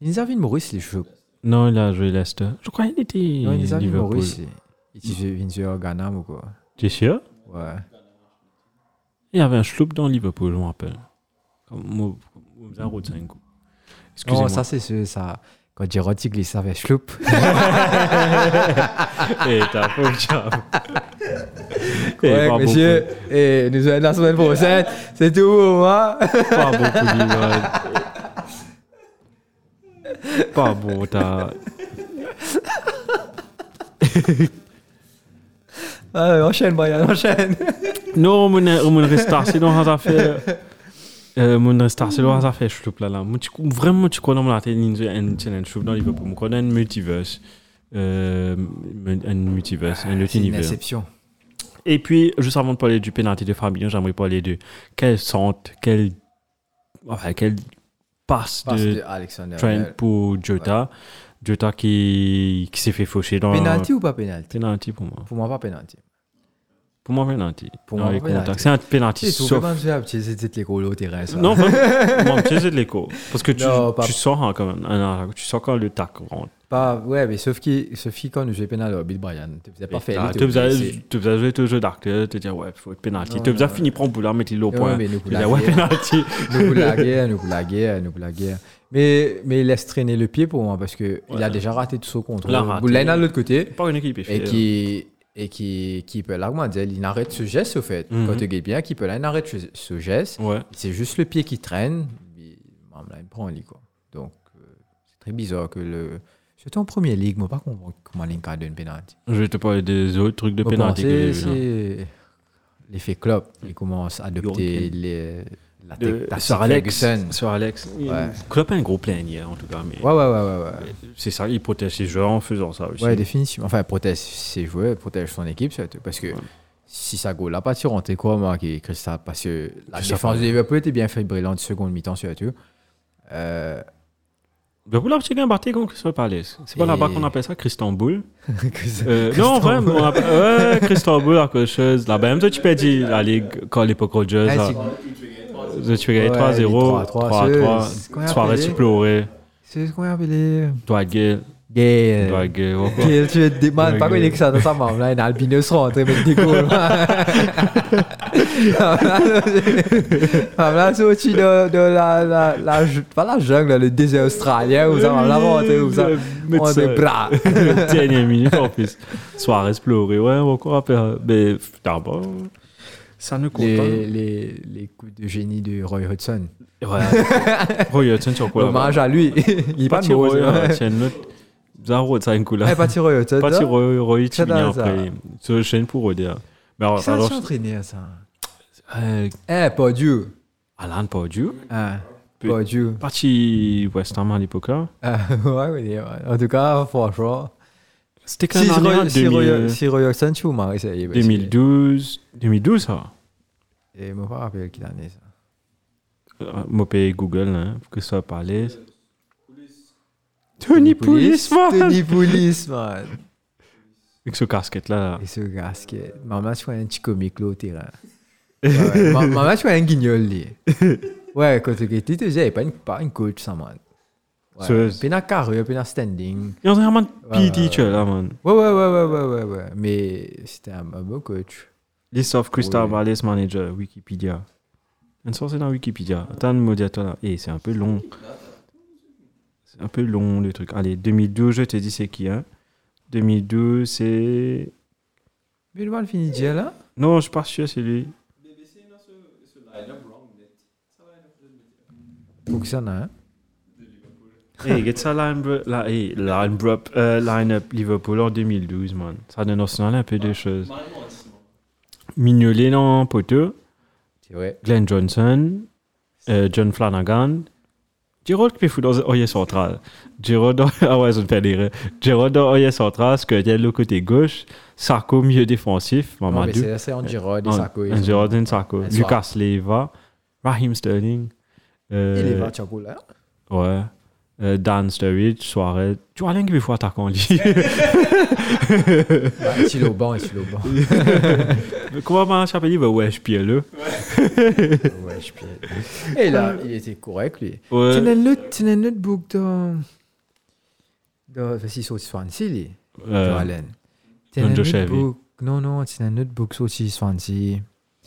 Il nous a vu de Maurice, les cheveux. Non, il a joué Leicester. Je croyais qu'il était Non, il nous a vu de Liverpool. Maurice. Il disait Vinzio Ganam ou quoi. Tu es sûr Ouais. Il y avait un Schloup dans Liverpool, je me rappelle. Comme Mo- Mo- Zaro Tsengo. Non, Excusez-moi. Oh, ça c'est ce- ça. Quand Girotti glisse avec Schloup. Eh, t'as pas le job. Eh, Ouais, pas monsieur. Et nous allons la semaine prochaine. C'est tout pour moi. beaucoup- Pas beaucoup d'image. Pas bon, t'as. Ah, enchaîne, Brian, enchaîne. Non, mon, euh, mon restarcé dans la affaire. Euh, mon restarcé dans la affaire, je trouve là là. Moi, tu, vraiment, tu connais mon atelier, il y a un challenge, je trouve dans Liverpool. Je connais un multiverse. Euh, un multiverse, un autre Ah, C'est une univers. exception. Et puis, juste avant de parler du pénalty de Fabien, j'aimerais parler de quelle sente, quelle, enfin, quelle passe, Passe de, de Alexander. Trent Bell. pour Jota. Jota qui, qui s'est fait faucher dans. Penalty ou pas penalty Pénalty pour moi. Pour moi, pas penalty. Pour moi, pénalty. Pour Dans moi, les penalty. contacts. C'est un pénalty Tu trouves sauf vraiment que c'est c'est- c'est les colos au terrain, ça. Non, vraiment, moi, tu sais de l'écho. Parce que tu, Non, pas- tu sors hein, quand même. Ah, non, tu sors quand le tac rentre. Pas, ouais, mais sauf que, sauf que quand j'ai pénal oh, au Bill Bryan, tu faisais pas fait. Ah, Tu faisais tu faisais jouer ton jeu d'acteur, tu disais ouais, faut être pénalty. Non, Tu faisais non, finir prendre pour la mettre le Ouais, point. mais Tu nous, pour disais la ouais, guerre. pénalty. Nous pour la guerre, nous pour la guerre, nous pour la guerre. Mais, mais il laisse traîner le pied pour moi parce qu'il il a déjà raté tout son contrôle. Il a raté. Vous l'avez de l'autre côté Pas euh. une équipe est et fière. qui. Et qui, qui peut l'argument dire, il arrête ce geste au fait. Mhm. Quand tu gagnes bien, qui peut l'arrêter arrête ce- ce geste. euh, Ouais. C'est juste le pied qui traîne. mais, bam, là, il prend un lit, quoi. Donc, euh, c'est très bizarre que le. Surtout en première ligue, moi, pas comprendre comment Linka donne penalty. Je vais te parler des autres trucs de Moi, pour moi, pénalty que j'ai c'est vu. hein. là. c'est l'effet Klopp. Il commence à adopter les, la hein. De- tactique Sur Alex. Ferguson. Sur Alex. Il- Ouais. Klopp a un gros plein hier, en tout cas. Mais Ouais, ouais, ouais, ouais. ouais. c'est ça, il protège ses joueurs en faisant ça aussi. Ouais, définitivement. Enfin, elle protège ses joueurs, elle protège son équipe, surtout. Parce que si ça goal là, pas tu rentres, quoi, moi, qui Christa Parce que la Christophe, défense ouais. de Liverpool était bien faite, brillante, seconde mi-temps, surtout. Euh, Mais pour là, tu gagnes un parti contre Crystal Palace. C'est pas là-bas Et- qu'on appelle ça, Christamboul. que- Euh, non, vraiment, on appelle- ouais, Christamboul, à quelque chose. Là-bas, même toi, tu peux dire, allez, quand l'époque Rodgers, Ah, là, c'est- tu peux gagner Ouais, 3-0, les 3-3, c'est- 3-3, c'est quoi soirée, appelé tu pleurais. C'est ce qu'on appelle les. Toi, Gale, euh, Des. toi, Gale, oh, quoi. Des- tu es des man, pas connu que ça dans sa maman. Là, un albinos rentré avec des gros. Là, c'est au-dessus de, de la, la, la, ju- pas la jungle, le désert australien, ou ça, là, rentré, ou ça. Mais On est ça- bras. dernière minute en plus. Soirée pleurer, ouais, on va encore appeler. Mais d'abord, ça ne compte pas. Les, les, les coups de génie de Roy Hudson. Ouais. Roy Hudson, tu as quoi là-bas Hommage à lui. Il est pas hein. Pas de Thierry rose. Roy Hudson, l'autre. 0,5 Eh, pas tiré, tu sais, Parti là. Roichi Tadam, ça. hein, après. Ce chaîne pour dire. Mais alors, Ça, alors c'est entraîné, ça. euh, Eh, pas Dieu. Alan Pardew, Hein, Pe- Pas Dieu. parti West Ham à l'époque. hein. Euh, ouais, oui, ouais. En tout cas, franchement. C'était quand Si même Roy- en euh, si 2000, Roy- si Roy Sancho m'a essayé. bah, c'est- 2012, 2012 ça. Et je me rappelle qui l'année, ça. Euh, M'a payé Google hein, pour que ça parlait. Tony Police, man. Tony Police, man. Avec ce casquette là. Et ce gars, ce qui est- Maman, tu vois un petit comique là au terrain. Ouais, ma- maman, tu vois un guignol là. Ouais, quand tu étais petit, j'avais pas une, pas une coach, ça, man. Ouais. Sérieux? Puis dans carré, puis dans standing. Il y a vraiment Ouais, ouais, P teacher là man. Ouais, ouais, ouais, ouais, ouais, ouais. ouais. Mais c'était un, un beau coach. List of Crystal Oui. Palace Manager, Wikipédia. Une source est dans Wikipédia. Attends, Modiato là. Eh, c'est un peu long. C'est un peu long le truc. Allez, 2012, je te dis c'est qui, hein 2012, c'est. Mais le mal finit déjà là. Non, je suis pas sûr, c'est lui. Faut que ça en a un. Eh, get ça line-up, line-up, euh, Liverpool en 2012, man. Ça donne au signal un peu des choses. Mignolet non, poteux. C'est vrai. Glenn Johnson, euh, John Flanagan, Gerard qui fout dans Oye central. Gerard dans ah ouais, ça me fait rire. Gerard dans Oye central, ce que y a le côté gauche, Sarko milieu défensif, Non, mais Mamadou. c'est c'est en Giroud et Un- Sako. un Gerard et Sarko. Un Lucas Leiva, Raheem Sterling, euh, Il est va, Chaco là. ouais, euh, Dan Sturridge, Suarez. Tu vois l'un qui veut faire attaquant en ligne. Ouais, Il est au banc, il est au banc. Comment va Chapelli va ouais, je pire le. Ouais, je pire. Et là, il était correct, lui. Ouais. Tu n'as l'autre, tu n'as l'autre book dans. Dans. Parce qu'il saute Swansea, lui. Euh, Joe Allen. Tu dans n'as Joe l'autre Shelby. book. Non, non, tu n'as l'autre book saute Swansea.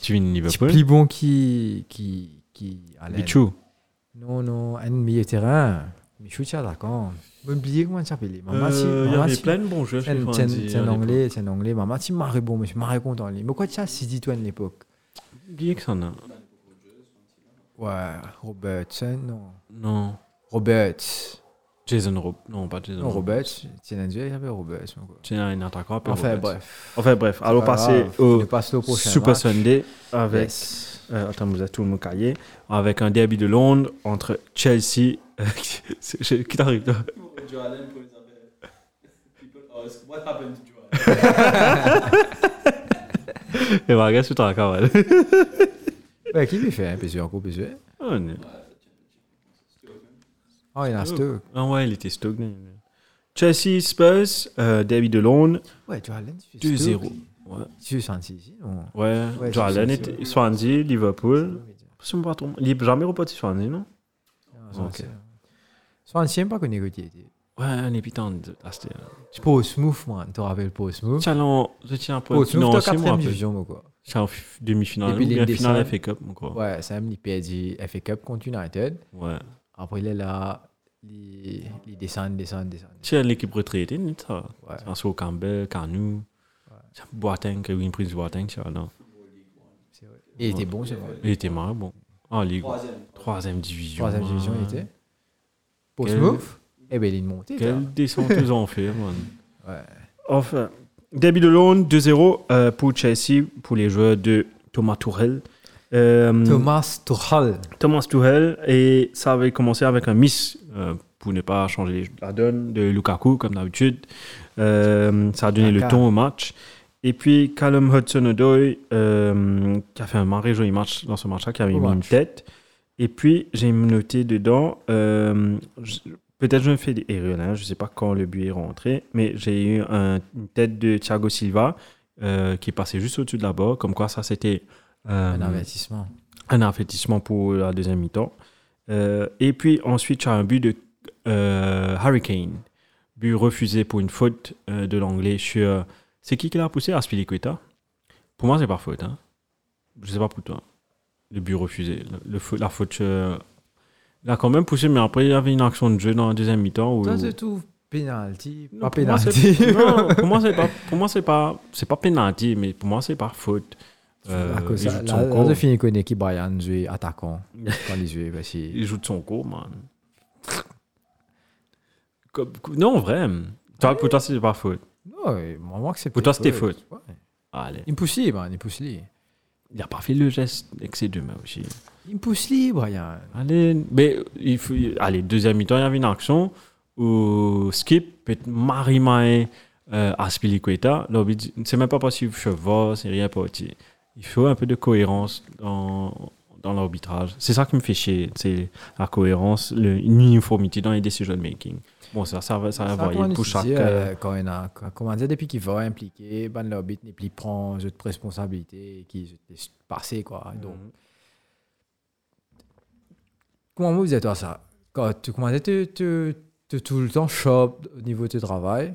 Tu viens de C'est Liverpool. plus bon qui. qui. qui. Allen. Bichou. Non, non, un milieu terrain. Michou, tiens, d'accord. Bon, oublié comment tu s'appelle. Maman, si. Euh, il y Maman, avait si. plein de bons jeux. je C'est crois, dit, c'est- c'est à un l'époque. anglais, c'est un anglais. Maman, tu m'as bon, mais je m'as content. lui. Mais quoi, tu as si dit toi à l'époque Oublié que ça en a. Ouais, Robertson, non. Non. Roberts. Jason Rob. Non, pas Jason Non, Rob. Roberts. C'est un duel, il y avait Roberts. mon gars. Tiens, un attaquant. puis Enfin, Roberts. bref. Enfin, bref. C'est Allons pas passer grave. au On passe au prochain. hein. Super match. Sunday avec. Yes. euh, attends, vous avez tout mon cahier. Avec un derby de Londres entre Chelsea. C'est- c'est- Qui t'arrive toi Joe Allen pour les appels. People ask, what happened to Joe Allen? Et bah, regarde, c'est un camarade. Ouais, qui lui fait hein, un PSV encore PSV Oh, non. Oh, il a un stock. Ah ouais, il était Stoke. non, non. Chelsea, Spurs, euh, derby de Londres, Ouais, tu as l'un 2-0. Ouais. Tu es senti ici, non Ouais, Ouais, Joe c'est- Allen c'est- était Swansea, Liverpool. Je me pas trop- Il n'est jamais reparti Swansea, non Ah, Ok. Soit un chien pas connu que tu étais. Ouais, un épitant de Asté. Pause move, man. Tu te rappelles Pause move Challenge, je tiens un point. Pause move, t'as Financier, moi, quatrième un peu. division, mon quoi. C'est en f- demi-finale. Et Ou puis, bien Ligue des finale Saints. FA Cup, mon quoi. Ouais, Sam, il perd du FA Cup contre United. Ouais. Après, il est là, il il descend, descend, descend. Tu sais, l'équipe retraitée, nous, ça. Ouais. Tu penses au Campbell, Canu, Boateng, Kevin Prince Boateng, tu vois, non. C'est vrai. Il était bon, c'est vrai. Il était marrant, bon. En Ligue. Troisième. Troisième division. hein. Troisième man. division, il était. Pause Quel- move Eh ben, il est monté. là. Quelle descente ils ont fait, man. Ouais. Enfin, début de Londres, 2-0 euh, pour Chelsea, pour les joueurs de Thomas Tourel. Euh, Thomas Tuchel. Thomas Tuchel et ça avait commencé avec un miss euh, pour ne pas changer la donne de Lukaku comme d'habitude. Euh, ça a donné le Kaka. ton au match. Et puis Callum Hudson-Odoi euh, qui a fait un marré joli match dans ce match-là, qui avait Beau mis une match. tête. Et puis j'ai noté dedans, euh, je- peut-être je me fais des erreurs, hein, je ne sais pas quand le but est rentré, mais j'ai eu un- une tête de Thiago Silva euh, qui est passée juste au-dessus de la barre, comme quoi ça c'était euh, Un investissement. un avertissement pour la deuxième mi-temps. Euh, et puis ensuite, tu as un but de euh, Harry Kane. But refusé pour une faute euh, de l'anglais sur. C'est qui qui l'a poussé Aspilicueta Pour moi, c'est pas faute. Hein. Je sais pas pour toi. Le but refusé. Le, le fa- la faute. euh, Il a quand même poussé, mais après, il y avait une action de jeu dans la deuxième mi-temps. où- Toi, tu trouves penalty, Non, pas pour moi, penalty. c'est- non, pour moi, c'est pas, pour moi, c'est pas, c'est pas penalty, mais pour moi, c'est pas faute. Euh, À cause il de joue ça, de là, son corps. là, je finis qu'on est qui Brian joue attaquant dans les yeux. Parce que Il joue de son cours, man. Comme- comme- non, en vrai. Toi, pour toi, c'est pas faute. Non, et moi, moi que c'est Pour toi, c'était Ouais. Allez. Impossible, hein, impossible. Il a pas fait le geste avec ses deux mains aussi. Impossible, Brian. Allez, mais il faut, allez, deuxième mi-temps, il y avait une action où Skip peut marimer euh, Aspilicueta. Là, il dit, C'est même pas possible, cheval, c'est rien parti. Il faut un peu de cohérence dans, dans l'arbitrage. C'est ça qui me fait chier, c'est la cohérence, le- une uniformité dans les decision making. Bon, ça, ça va, ça va Ça, varier toi, on pour se chaque. dit, euh, euh, quand il a, quand- comment dire, depuis qu'il va impliquer, ban l'orbite, et puis il prend un jeu de responsabilité et qui est passé, Hmm. quoi. Donc, comment vous êtes, toi, ça Quand tu commences tu, tu, tu, tout le temps shop au niveau de ton travail,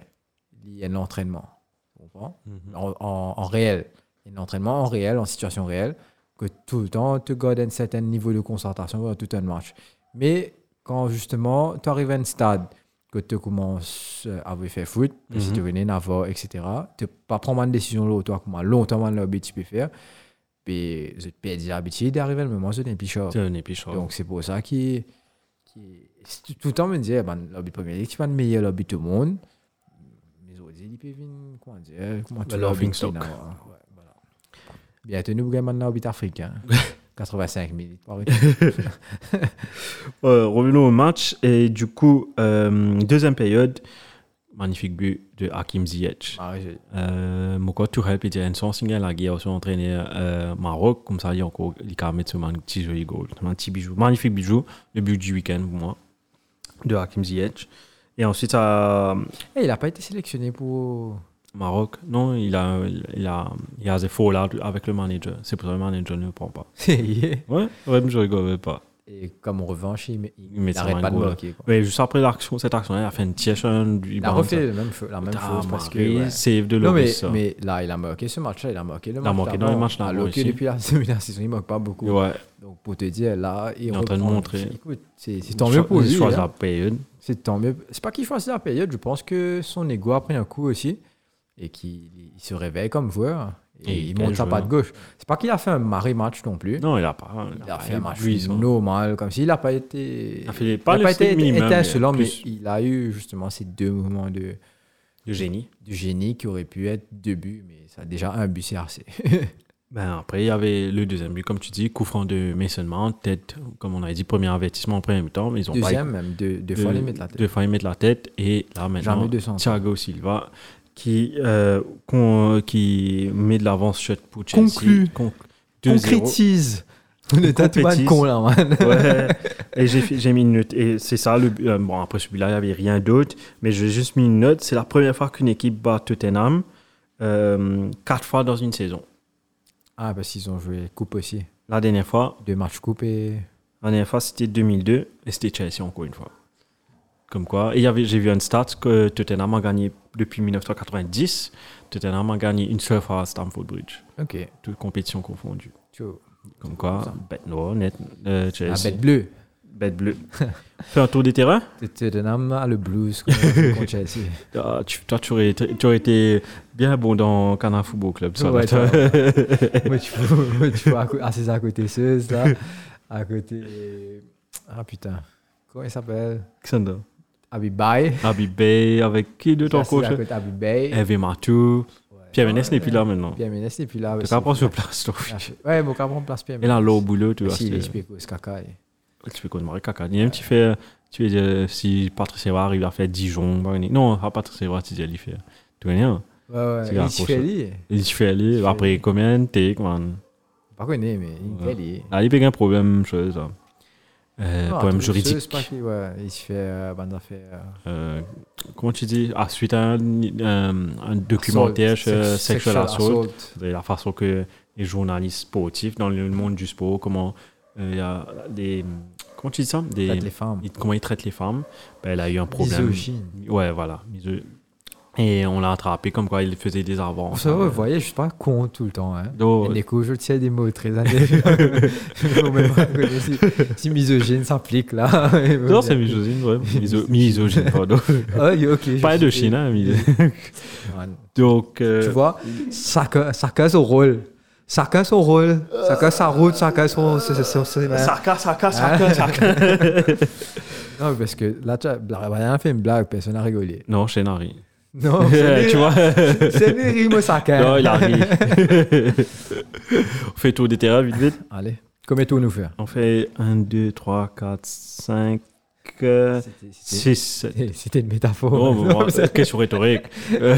il y a l'entraînement. Tu comprends Mhm. en, en- en réel. Il y a l'entraînement en réel, en situation réelle, que tout le temps, tu gardes un certain niveau de concentration dans tout un match. Mais quand justement, tu arrives à un stade que tu commences euh, à vouloir faire foot, que si Mhm. tu venais d'avoir, etc., tu peux pas prendre une décision là, toi, comment longtemps dans l'habit tu peux faire, ben, puis je te perds l'habitude d'arriver le moment, je n'ai plus chaud. C'est un épichard. Donc c'est pour ça qu'il qui tout le temps me dire ben lobby première ligue c'est pas le meilleur lobby tout le monde. Mais aujourd'hui il peut venir comment dire eh, comment Le laughing stock. hein. Ouais, voilà. Bientôt nous gagnons maintenant lobby africain. 85 minutes par Euh, revenons au match. Et du coup, euh, deuxième période, magnifique but de Hakim Ziyech. Ah. Euh, mon coach Tourelle puis Jalen Sonsinger la guerre aussi entraîné euh, Maroc comme ça il y a encore il a mis sur un petit joli goal un petit bijou magnifique bijou le but du week-end pour moi de Hakim Ziyech et ensuite à Et Eh, il a pas été sélectionné pour Maroc non il a il a il a des faux là avec le manager c'est pour ça que le manager ne le prend pas et ouais ouais mais je rigole pas comme revanche il, Il met il ça n'arrête en pas de gros, là. bloquer. quoi. mais juste Ben, après l'action cette action là il a euh, fait une tièche Il a refait la même, chose- la Ah, même chose parce que ouais. save de Non, mais, Loris ça. mais là, il a marqué ce match-là, il a marqué le match. a marqué dans le d'avant. match d'avant Alors que aussi. depuis la, depuis la saison, il ne marque pas beaucoup. ouais Donc, pour te dire, là, il est en train de reprend. montrer. Écoute, c'est c'est tant mieux pour Il lui. choisit hein. la période C'est tant mieux. C'est pas qu'il fasse la période, je pense que son ego a pris un coup aussi et qu'il il se réveille comme joueur et, Et il quel monte sa joueur. patte gauche. C'est pas qu'il a fait un maré match non plus. non il a pas Il a fait un match lui, ça. normal, comme s'il n'a pas été. Il a fait pas il a le pas été strict minimum, mais étincelant, mais plus. il a eu justement ces deux moments de, Le génie. de génie qui auraient pu être deux buts, mais ça a déjà un but CRC. Ben après, il y avait le deuxième but, comme tu dis, coup franc de Mason Mount, tête, comme on avait dit, premier avertissement en premier temps, mais ils ont Deuxième, même, deux, deux pas. fois les mettre la tête. Deux fois, ils mettent la tête. Et là, maintenant, Jamais 200. Thiago Silva, qui, euh, qu'on- qui met de l'avance shot pour Chelsea. Conclu. Con- 2-0. Concrétise On est à tout bas de Concrétise. con là, man. Ouais. Et j'ai fait- j'ai mis une note. Et c'est ça, le, euh, bon, après celui-là, il n'y avait rien d'autre, mais j'ai juste mis une note. C'est la première fois qu'une équipe bat Tottenham, euh, quatre fois dans une saison. Ah, parce qu'ils ont joué coupe aussi. La dernière fois, Deux matchs coupe et. La dernière fois, c'était 2002 et c'était Chelsea encore une fois. Comme quoi. Et il y avait- j'ai vu un stat que Tottenham a gagné depuis 1990. Tottenham a gagné une seule fois à Stamford Bridge. Ok. Toutes compétitions confondues. Ciao. Comme quoi, ça. bête noire, net, euh, La Chelsea. bête bleue. Bête bleue. Fais un tour des terrains. Tottenham a le blues comme on dit contre Chelsea. Ah, tu- toi, tu aurais, été- tu aurais été bien bon dans Canard Football Club. Ça, Ouais, là, toi, toi. Moi, tu vois, moi, tu vois, à co- assise à côté Ceuse, là. À côté. Ah putain. Comment il s'appelle Alexander. Abby Bay. Abi Bay, avec qui de ton Assise coach hein. à côté Abby Bay. Hervé Matou. Pierre Ménès n'est plus là maintenant. Pierre Ménès, et puis là. Tu aussi. pas prendre sur place, toi. Ouais, mon cabron place Pierre Et là, l'eau au boulot, tu vois. Si, il c'est- explique au Skaka. et- Tu fais quoi de Marie Caca Il y a un petit fait. Tu veux dire, si Patrice Evra arrive à faire Dijon, bah, il- non, pas Patrice Evra, tu dis, il fait. Tu vois rien. Ouais, ouais, C'est il grave se pour fait ça. lier. Il fait aller, fait- après, combien t'es, man Pas connu, mais il Ouais. fait lier. Là, Ah, il y a un problème, chose. hein. Euh, Non, problème attends, juridique. c'est pas qui, ouais, il se fait. euh, ben, ça fait, euh, Euh, comment tu dis Ah, suite à un, euh, un documentaire assault, euh, sex- sexual sexual assault, assault. de la façon que les journalistes sportifs dans le monde du sport, comment euh, il y a des. Comment tu dis ça des, Peut-être les femmes. il- Comment ils traitent les femmes ben, Elle a eu un problème. Misogyne. Ouais, voilà. miso- Et on l'a attrapé comme quoi il faisait des avants. Ça va, vous voyez, je suis pas con tout le temps. Hein. Donc, Et des coups, je tiens des mots très indépendants. si, si misogyne s'applique là. non, c'est misogyne, ouais. Miso- misogyne, pardon. Ah, oui, ok, je Pas suis- de Chine, hein, misogyne. Ouais. Donc, euh, Tu vois, chacun, chacun son rôle. Chacun son rôle. Chacun sa route, chacun son. son- son- son- Saka, Saka, Hein Saka, Saka. Non, parce que là, tu as, Brian a fait une blague, personne n'a rigolé. Non, Chenari. Non, tu vois. hein. C'est Neri Non, Moussaka. il arrive. on fait le tour des terrains vite, vite. Allez, combien de tours nous faire On fait 1, 2, 3, 4, 5, 6, C'était 7. Eh, c'était une métaphore. Non, mais moi, Non, c'est- question rhétorique. Euh,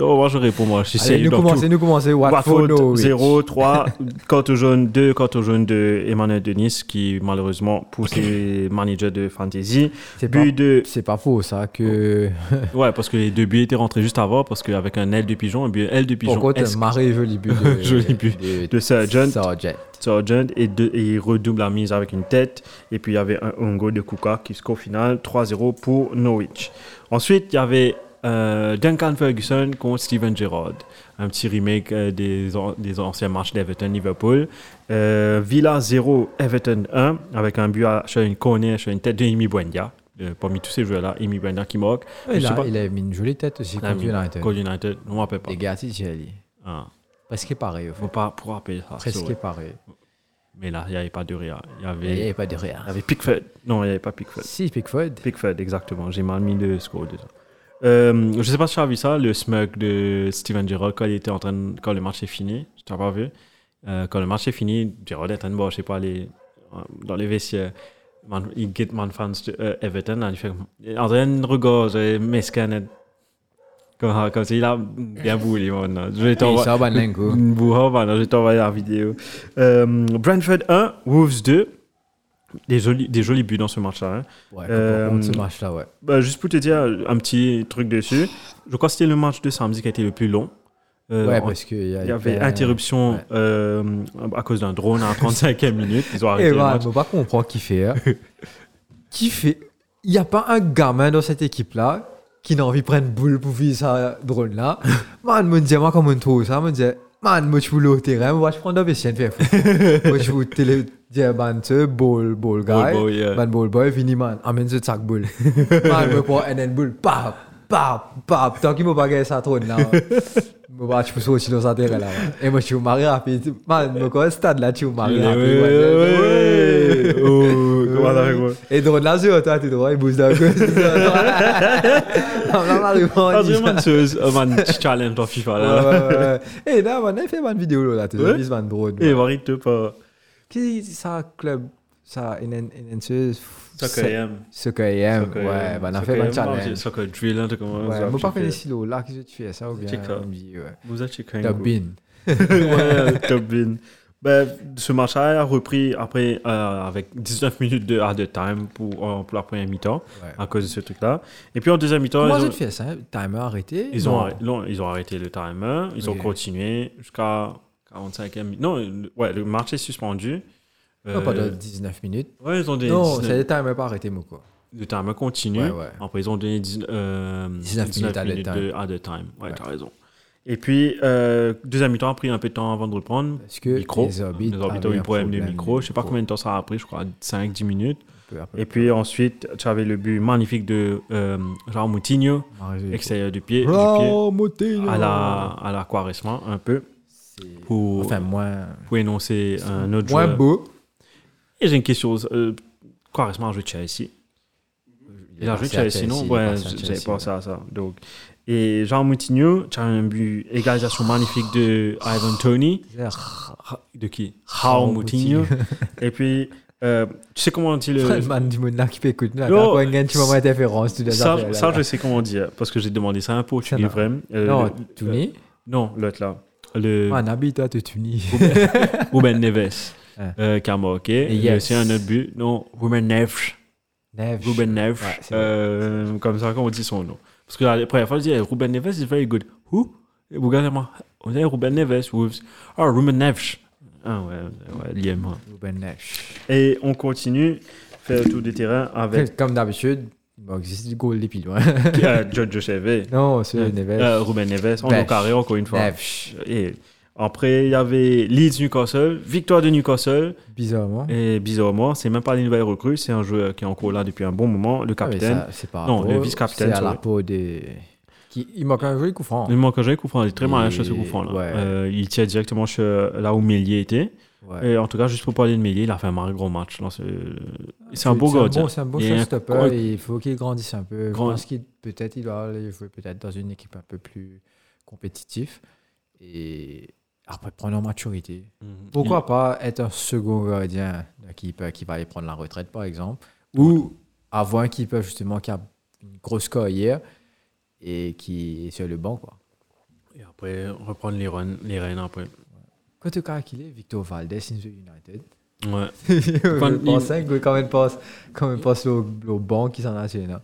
non, moi je réponds moi. Je sais, Allez, nous donc, commencer, tout. nous commencer. Watford, Watford Norwich. 0, 3, carte jaune 2, carte jaune de Emmanuel Denis qui malheureusement pour ses managers de fantasy. C'est pas, But de... c'est pas faux, ça, que... Ouais, parce que les deux buts étaient rentrés juste avant parce qu'avec un L de pigeon, un but L de pigeon. Par contre, est-ce- un marée joli but de... Joli but De, de Sargent. Sargent. Sargent et, deux- et il redouble la mise avec une tête. Et puis il y avait un Ongo de Kuka qui score au final 3-0 pour Norwich. Ensuite, il y avait euh, Duncan Ferguson contre Steven Gerrard. Un petit remake euh, des, an- des anciens matchs d'Everton-Liverpool. Euh, Villa 0, Everton 1, avec un but à, sur une corner, sur une tête de Imi Buendia. Euh, parmi tous ces joueurs-là, Imi Buendia qui marque. Je Il sais a, pas. il a mis une jolie tête aussi Ah, contre mais- United. contre United, on ne rappelle pas. Les gars, si j'ai dit. Ah, Presque pareil, au fond. faut pas pouvoir appeler ça. c'est Presque vrai. pareil. Mais là, il n'y avait pas de rire. Il y Mais Il n'y avait, avait pas de rien. il y avait Ah, Pickford. Non, il n'y avait pas Pickford. Si, Pickford. Pickford, exactement. J'ai mal mis le score dedans. Euh, je sais pas si tu as vu ça, le smoke de Steven Gerrard quand, il était en train de- quand le match est fini. Tu t'as pas vu Euh, Quand le match est fini, Gerrard est en train de boire, je sais pas, les, dans les vestiaires. Man- il get man fans de euh, Everton, là, il fait comme- il est en train de regarder, mescanet. Comme, comme ça, il a bien boulé, mon. Je vais Il t'envoyer. sort Banlengo. Bourra, voilà, je vais t'envoyer la vidéo. Euh, Brentford 1, Wolves 2. Des jolis, des jolis buts dans ce match-là. hein. Ouais, Euh, contre ce match-là, ouais. Bah, juste pour te dire un petit truc dessus, je crois que c'était le match de samedi qui a été le plus long. Euh, Ouais, on- parce qu'il y, a- il y avait euh, interruption ouais. euh, à cause d'un drone à la 35e minute. Ils ont arrêté Et le voilà, match. je ne pas ben, comprendre qui fait. hein. qui fait. Il n'y a pas un gamin dans cette équipe-là qui n'a envie de prendre une boule pour viser sa drone-là. Man, me disais, moi, comme un trou, ça, me disais, man, moi, je voulais au terrain, moi, je prends un vaisselle, faire fou. Moi, je voulais télé, dire, man, ce ball, ball guy. Ball Oh, boy, euh. yeah. Man, ball boy, fini, man, amène ce sac boule. man, me prends un end boule, pap, pap, pap, tant qu'il m'a pas gagné sa drone-là. Moi, bah, je peux sortir dans sa terrain, là. ouais. Et moi, je suis au mari rapide. Man, me crois, stade, là, je suis au mari Eh Ouais, rapide. ouais, ouais, ouais. ouais. Oh, comment on arrive, ouais. Et E, drone là, sur toi, t'es droit, il bouge d'un coup. On en arrive en Ah, disant- vraiment, ce- oh, man, petit challenge en FIFA Ouais, là. ouais, ouais. Eh, Et là, on a fait une vidéo là, tu Ouais. as vu man drone. Et Varit pas. Qui ça, club, ça, une ensueuse Sokoyem. Ce que aime, ouais, bah, on a fait un challenge. Soccer drill, un truc comme ça. Ouais, Vous moi, pas avez connais fait- si l'eau là, qui tu fais ça ou bien. Check ça. NBA, ouais. Vous êtes chez T'as Kringle. bin. ouais, top bin. Ben, ce match a repris après euh, avec 19 minutes de hard time pour, euh, pour la première mi-temps Ouais. à cause de ce truc-là. Et puis en deuxième mi-temps, Comment ils, tu ont, fais ça hein? Timer arrêté ils, ont Non. arrêté, non, ils ont arrêté le timer, ils ont Ok. continué jusqu'à 45e minute. Non, le- ouais, le match est suspendu. Non, pas de Euh, 19 minutes. Ouais, ils ont donné Non, 19 c'est le timer pas arrêté, Moko. le timer continue. Ouais, ouais. Après, ils ont donné 19, euh, 19 minutes à la time. de à the time. Ouais, Ouais. t'as raison. Et puis, euh, deuxième mi-temps a pris un peu de temps avant de reprendre. Parce que micro. les orbites Les orbites ont avaient eu ah, un un problème de problème micro. de Je sais pas micro. combien de temps ça a pris, je crois 5-10 minutes. Peu à peu. Et puis ensuite, tu avais le but magnifique de euh, Raul Moutinho, Marais- extérieur du pied, du pied Ah Oh, Moutinho. à la, à la Quaresma, un peu, C'est- pour, Enfin, moins, pour énoncer un autre moins joueur. beau. Et j'ai une question. euh, Quaresma a joué Chelsea. Il a joué passé à Chelsea, non Chelsea, il est Ouais, passé à j'avais Chelsea, pensé à ça. Donc. Et Jean Moutinho, tu as un but, égalisation magnifique de Ivan Tony. ouais. De qui Raul Raul Moutinho. Et puis, euh, tu sais comment on dit le. Le man du monde là qui peut écouter. Là, Non, quand il y a une petite maman interférence, tu dois Ça, appeler, là, ça, là. je sais comment on dit, hein, parce que j'ai demandé ça à un portugais Ça, non. vraiment. Euh, Non, le- le- Tuni. Non, l'autre là. Le Man, habille toi, tu Tuni. Ruben Neves, Hein. euh, qui a marqué. Et Il y a yes. aussi un autre but. Non, Ruben Neves. Neige. Ruben Neves. Ouais, c'est euh, comme ça, quand on dit son nom. Parce que la première fois, je dis eh, Ruben Neves is very good. Who Et vous regardez moi. On dit Ruben Neves, Wolves. Ah, Ruben Neves. Ah ouais, ouais, Liam. hein. Ruben Neige. Et on continue faire le tour du terrain avec Comme d'habitude, il va exister du goal depuis loin. euh, Giorgio Chevet. hein. Non, c'est Euh, Neves. Ruben Neves, on Neves. est au carré encore une fois. Neige. Et après, il y avait Leeds-Newcastle, victoire de Newcastle. Bizarrement. Et bizarrement, c'est même pas les nouvelles recrues, c'est un joueur qui est encore là depuis un bon moment, le Ah, mais capitaine. ça, C'est pas. Non, le vice-capitaine, C'est à la sorry. peau des. qui- Il manque un joli coup franc. Il manque un jeu coup franc, il est très mal à Et- ce coup franc. là. ouais. Euh, il tient directement sur là où Mélier était. Ouais. Et en tout cas, juste pour parler de Meili, il a fait un gros match. dans ce- C'est un beau C'est un gardien. bon, c'est un bon Il est un showstopper. gros- et Il faut qu'il grandisse un peu. Grand- Je pense qu'il peut-être il doit aller jouer peut-être dans une équipe un peu plus compétitive et après prendre en maturité. Mhm. Pourquoi pas être un second gardien d'un keeper qui va aller prendre la retraite, par exemple, ou avoir un keeper justement qui a une grosse carrière et qui est sur le banc. Quoi. Il- Et après, reprendre les, run, les rênes après. Quand tu cas qu'il est, Victor Valdez in the United. Mhm. Ouais. je il- pensais que quand même pense, quand Mm. même pense au, au banc qui s'en a tué. Un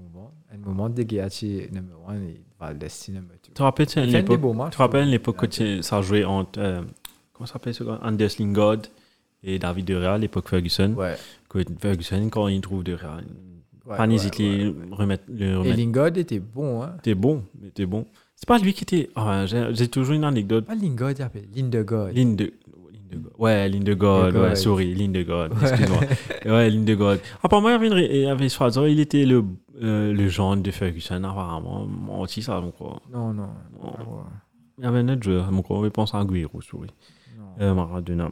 moment, un moment de Gheachi numéro 1 et Valdez c'est numéro 2. Tu te rappelles, c'est Il fait une des époque. beaux matchs. Tu te rappelles l'époque que tu- ça jouait entre. euh, comment ça s'appelle ce gars Anders Lingard et David De Real, l'époque Ferguson. Ouais. Que Ferguson, quand il trouve De Real, ouais, pas ouais, n'hésite ouais. les remettre. Le Et remettre. Lingard était bon. Hein. T'es bon, mais t'es bon. C'est pas lui qui était. Ah, J'ai j'ai toujours une anecdote. Pas Lingard, il appelle Lindegaard. Ligne de. Ouais, ligne de God, Lindegaard. ouais, sorry, ligne de God, excuse-moi. ouais, ligne de God. Apparemment, il y avait, une ré- il y avait Schwarzer, il était le, euh, le genre de Ferguson, apparemment. Moi aussi, ça, mon quoi. Non, non. Non. Ah ouais. Il y avait un autre joueur, mon quoi, on pense à Aguero, sorry. Non. Euh, Maradona.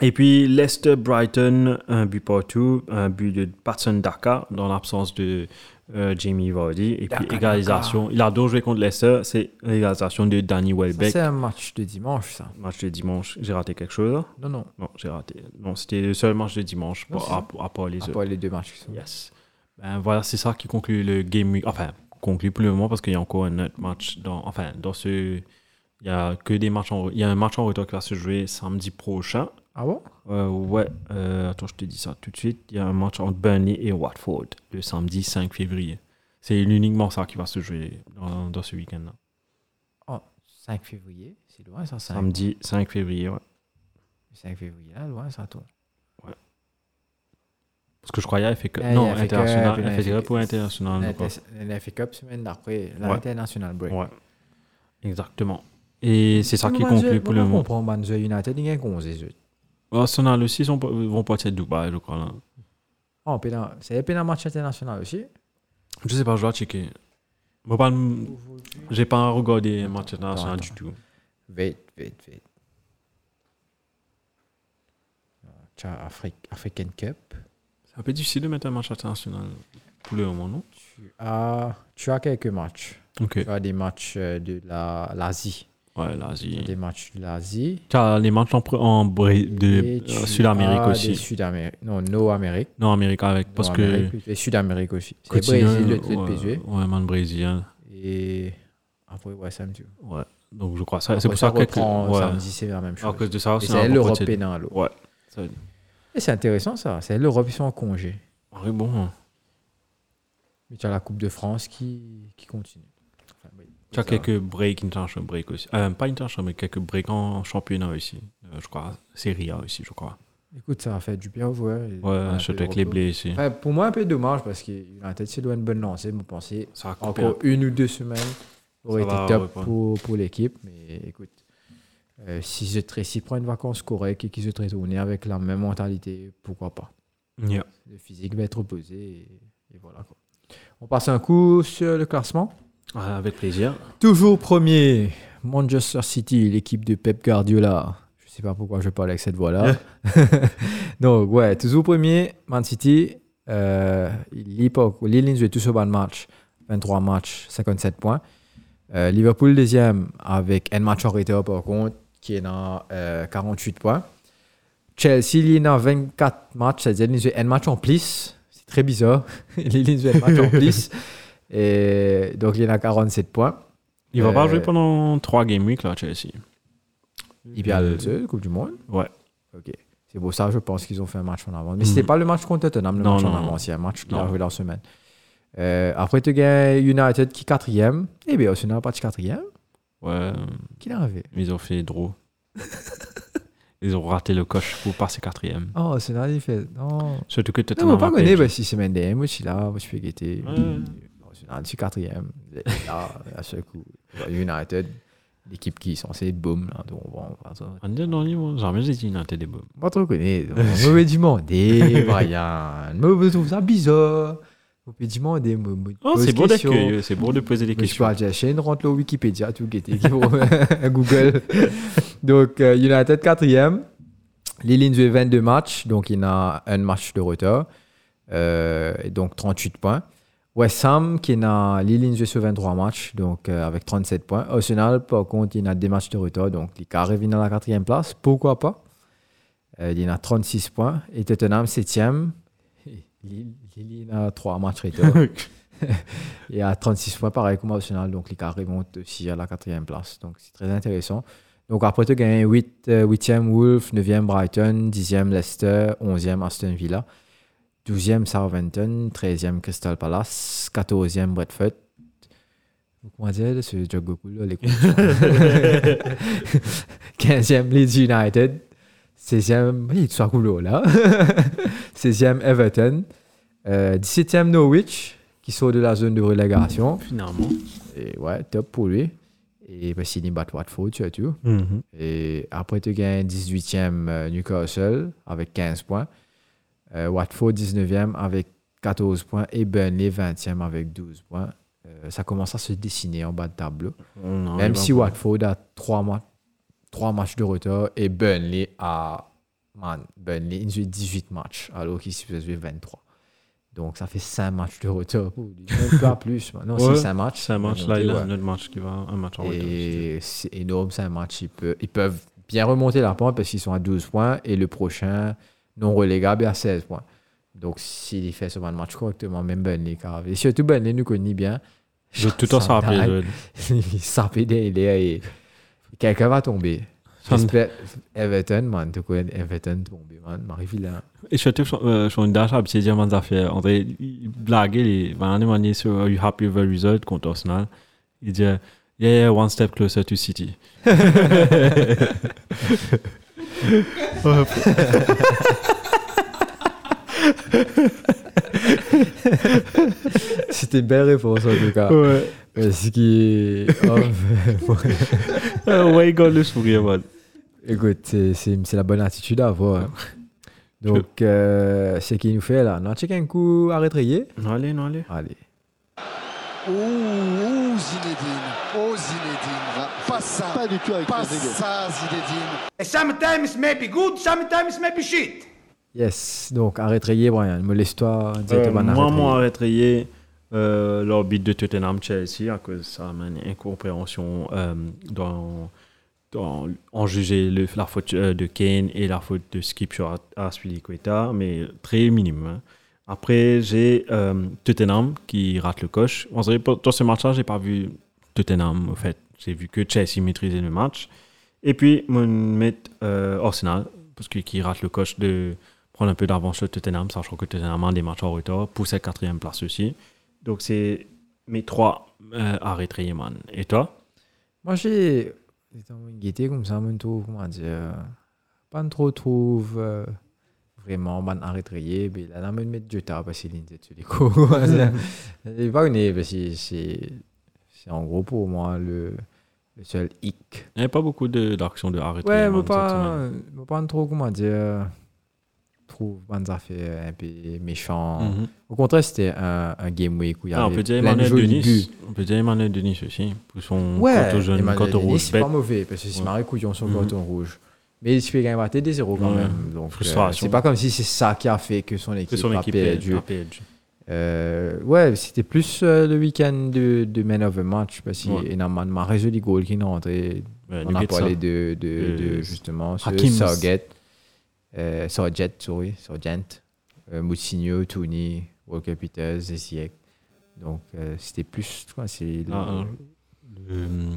Et puis Leicester Brighton, un but partout, un but de Patson Daka dans l'absence de euh, Jamie Vardy. Et puis Daka, égalisation. Il a donc joué contre Leicester, c'est l'égalisation de Danny Ça, Welbeck. C'est un match de dimanche, ça. Match de dimanche, j'ai raté quelque chose là Non, non. Non, j'ai raté. Non, c'était le seul match de dimanche, Non, pas- Ah, c'est à, à part les À autres. part les deux matchs. qui sont- Yes. Ben, voilà, c'est ça qui conclut le Game Week. Enfin, conclut pour le moment parce qu'il y a encore un autre match. Dans, enfin, dans ce. Il y a que des matchs en. Il y a un match en retour qui va se jouer samedi prochain. Ah bon Euh, ouais, euh, attends, je te dis ça tout de suite. Il y a un match entre Burnley et Watford le samedi 5 février. C'est uniquement ça qui va se jouer dans, dans ce week-end-là. Oh, 5 février, c'est loin ça, 5, Samedi 5 février, ouais. 5 février, là, loin ça, toi. Parce que je croyais qu'elle fait que. Ah, il non, a fait que- international. puis elle il a fait fait que que- pour international. je crois. La FA Cup semaine d'après, Ouais. l'international break. Ouais. Exactement. Et c'est ça qui conclut pour le moment. On moment. prend Manchester United, il y a 11 et zut. Arsenal aussi sont, pas- vont partir de Dubaï, je crois. Là. Oh, pénal- c'est un match international aussi. Je sais pas, je dois checker. Bon, pas- J'ai pas regardé match international attends, du tout. Vite, vite, vite. Tiens, Afrique, African Cup. C'est un peu difficile de mettre un match international pour le moment, non Tu as, Ah, tu as quelques matchs. Ok. Tu as des matchs euh, de la- l'Asie. Ouais, l'Asie. des matchs de l'Asie. T'as les matchs en, pr- en Bra- Et de tu euh, Sud-Amérique as aussi. des Sud-Amérique. Non, Nord-Amérique. Non, Oh, Amérique avec. Parce que. Et Sud-Amérique aussi. C'est Quotidien, Brésil, le le ouais, PSG. ouais, man brésilien. Et après, ouais, samedi. Ouais. Donc je crois ça. Ah, C'est Après, pour ça, que. reprend ouais. samedi, c'est la même À chose. cause de ça, Et c'est un c'est l'Europe reporté- pénal. oh. Ouais. Ça- Et c'est intéressant ça. C'est l'Europe, ils sont en congé. Ouais, bon. Mais tu as la Coupe de France qui, qui continue. Enfin, oui. Tu as Ça. quelques breaks, international break aussi. Euh, pas international, mais quelques breaks en championnat aussi. Euh, je crois. Serie A aussi, je crois. Écoute, ça a fait du bien aux joueurs. et Ouais, un peu surtout avec les repos. blessés. Enfin, pour moi, un peu dommage parce qu'il a peut-être loin une bonne lancée. Vous pensez Ça a coupé. encore une ou deux semaines aurait Ça va été top reprendre. pour, pour l'équipe. Mais écoute, euh, si je Tracy prend une vacance correcte et qu'ils se retourner avec la même mentalité, pourquoi pas Yeah. Le physique va être opposé et, et voilà. quoi. On passe un coup sur le classement. Ouais, avec plaisir. Toujours premier, Manchester City, l'équipe de Pep Guardiola. Je sais pas pourquoi je parle avec cette voix-là. Donc, ouais, toujours premier, Man City. Euh, L'époque, les lignes de tout ce bon match, 23 matchs, 57 points. Euh, Liverpool deuxième avec un match en retard par contre, qui est dans euh, 48 points. Chelsea, il est dans 24 matchs, c'est-à-dire il y a un match en plus. C'est très bizarre. Il y a un match en plus. Et donc, il est dans 47 points. Il va pas Euh, jouer pendant 3 game week, là, Chelsea. Il perd le seul, Coupe du Monde. Euh, Ouais. Ok. C'est pour ça, je pense qu'ils ont fait un match en avance. Mais Mm. c'était pas le match contre Tottenham, le Non, match non, en non. avance. C'est un match qu'il a Non. joué la semaine. Euh, après, tu gagnes United qui est quatrième. Eh bien, Arsenal pas de quatrième. Ouais. Qui est arrivé Ils ont fait drôle. Ils ont raté le coche pour passer quatrième. Oh, Arsenal, il fait. Non. Surtout que Non, Tottenham. mais pas a gagné, perdu. bah, si semaine DM, moi, je suis là, moi, je suis guetté. Ouais. Arsenal, je suis quatrième. Et Là, à ce coup, United, l'équipe qui est censée être boom, là, donc on va, on va- on va- On dit non, non, jamais j'ai dit United des bombes. pas trop connu. Mauvais demander, Brian. Mauvais, je trouve ça bizarre. Mauvais demander, mauvais. Oh, c'est beau d'accueil, c'est beau de poser des Mais je questions. parle de la chaîne, rentre le Wikipédia, tout guetter, qui vous- Google. Donc, euh, United quatrième, Les Lins ont eu 22 matchs, donc il a un match de retard, euh, et donc 38 points. West Ham, qui n'a les Lins ont sur 23 matchs, donc euh, avec 37 points. Arsenal, par contre, il a des matchs de retard, donc il est revenu à la quatrième place, pourquoi pas Euh, Il en a 36 points. Et Tottenham, 7e. Lille, Lille, il a 3 matchs retard. Et à 36 points, pareil comme Arsenal. Donc, les carrés montent aussi à la quatrième place. Donc, c'est très intéressant. Donc, après, tu as gagné 8, e Wolf, 9e Brighton, 10e Leicester, 11e Aston Villa, 12e Southampton, 13e Crystal Palace, 14e Bradford. Comment dire là, ce Jogo Cool, les comptes sont- 15e Leeds United, 16e, il est cool là. 16e Everton, euh, 17e Norwich, qui sort de la zone de relégation. Finalement. Et ouais, top pour lui. Et bah, s'il bat Watford, tu as tout. Et après, tu gagnes 18e euh, Newcastle avec 15 points. Euh, Watford 19e avec 14 points. Et Burnley 20e avec 12 points. Euh, ça commence à se dessiner en bas de tableau. On Même arrive si un peu- Watford a 3, matchs de retard et Burnley a. Man, Burnley, ils ont eu 18 matchs alors qu'ils se faisaient 23. Donc ça fait 5 matchs de retard. pour lui. Même pas plus. man. Non, Ouais, c'est 5 matchs. C'est un match, là, Remonté, il a ouais. un autre match qui va. Un match en retard. Et c'est énorme, c'est un match. Ils peuvent, ils peuvent bien remonter la pente parce qu'ils sont à 12 points et le prochain non relégable est à 16 points. Donc, s'il fait ce match correctement, même Burnley, car- et surtout Burnley nous connaît bien, Je vais tout en Ça rappeler. taille. je- il sapait des délais et quelqu'un va tomber. Ça me- J'espère Everton, man, tu connais Everton tomber, man, Marie-Villain. Et surtout, je suis d'accord avec ces diamants d'affaires. On dirait, blaguer, les, ben, on est manié sur Are you happy with the result contre Arsenal? Il dit, yeah, yeah, one step closer to City. C'était une belle réponse en tout cas. Euh, Ouais. Ce qui est- Oh, ouais, il gagne le sourire, man. Écoute, c'est- c'est c'est la bonne attitude à avoir. hein. Donc, euh, c'est qui nous fait là On a checké un coup à rétrayer Non, allez, non, allez. Allez. Oh, oh, Zinedine. Oh, Zinedine. Pas ça. Pas du tout avec Pas ça, Zinedine. Sometimes may be good, sometimes may be shit. Yes, donc à rétrayer, Brian, me laisse-toi directement à Euh, moi, rétrayer. moi, rétrayé euh, l'orbite de Tottenham Chelsea à cause de sa man- incompréhension euh, dans, dans- en juger le- la faute euh, de Kane et la faute de Skip sur Aspilicueta, mais très minime. hein. Après, j'ai euh, Tottenham qui rate le coche. On dirait pas- dans ce match-là, j'ai pas vu Tottenham, en fait. J'ai vu que Chelsea maîtrisait le match. Et puis, mon mettre euh, Arsenal, parce que qui rate le coche de prendre un peu d'avance sur Tottenham, sachant que Tottenham a des matchs en retard pour cette quatrième place aussi. Donc, c'est mes trois euh, à rétrayer, man. Et toi Moi, j'ai. J'étais en gaieté comme ça, me trouve, comment dire. Pas trop trouve euh, vraiment ben, bon à rétrayer. Mais là, là, me mettre du tard parce qu'il est dessus les coups. C'est pas une. parce que C'est c'est en gros pour moi le, le seul hic Euh, Il n'y a pas beaucoup de- d'actions de, à rétrayer, Ouais, man, mais cette semaine. pas, mais pas trop, comment dire, trouve bonnes affaires un peu méchant. Mhm. Au contraire, c'était un, un game week où il y Ah, on avait peut dire plein de Emmanuel jolis buts. Denis. On peut dire Emmanuel Denis aussi, pour son Ouais, carton jaune, Emmanuel carton Denis, rouge. c'est bête. pas mauvais, parce que c'est Ouais. marré couillon sur le Mhm. carton rouge. Mais il se fait gagner des 0 quand Ouais. même. Donc, euh, Frustration. c'est pas comme si c'est ça qui a fait que son C'est équipe, son équipe a euh, perdu. a perdu. Euh, ouais, c'était plus euh, le week-end de, de Man of the Match, parce qu'il Ouais. y a un réseau des goals qui est rentré Ouais, on a Nugget, ça. parlé de, de, de, Euh, justement ce Hakim. Sorget, euh, Sorget, sorry, Sorgent, euh, Moutinho, Tooney, Walker Peters, Ziyech. Donc euh, c'était plus, quoi, c'est le- Ah, euh,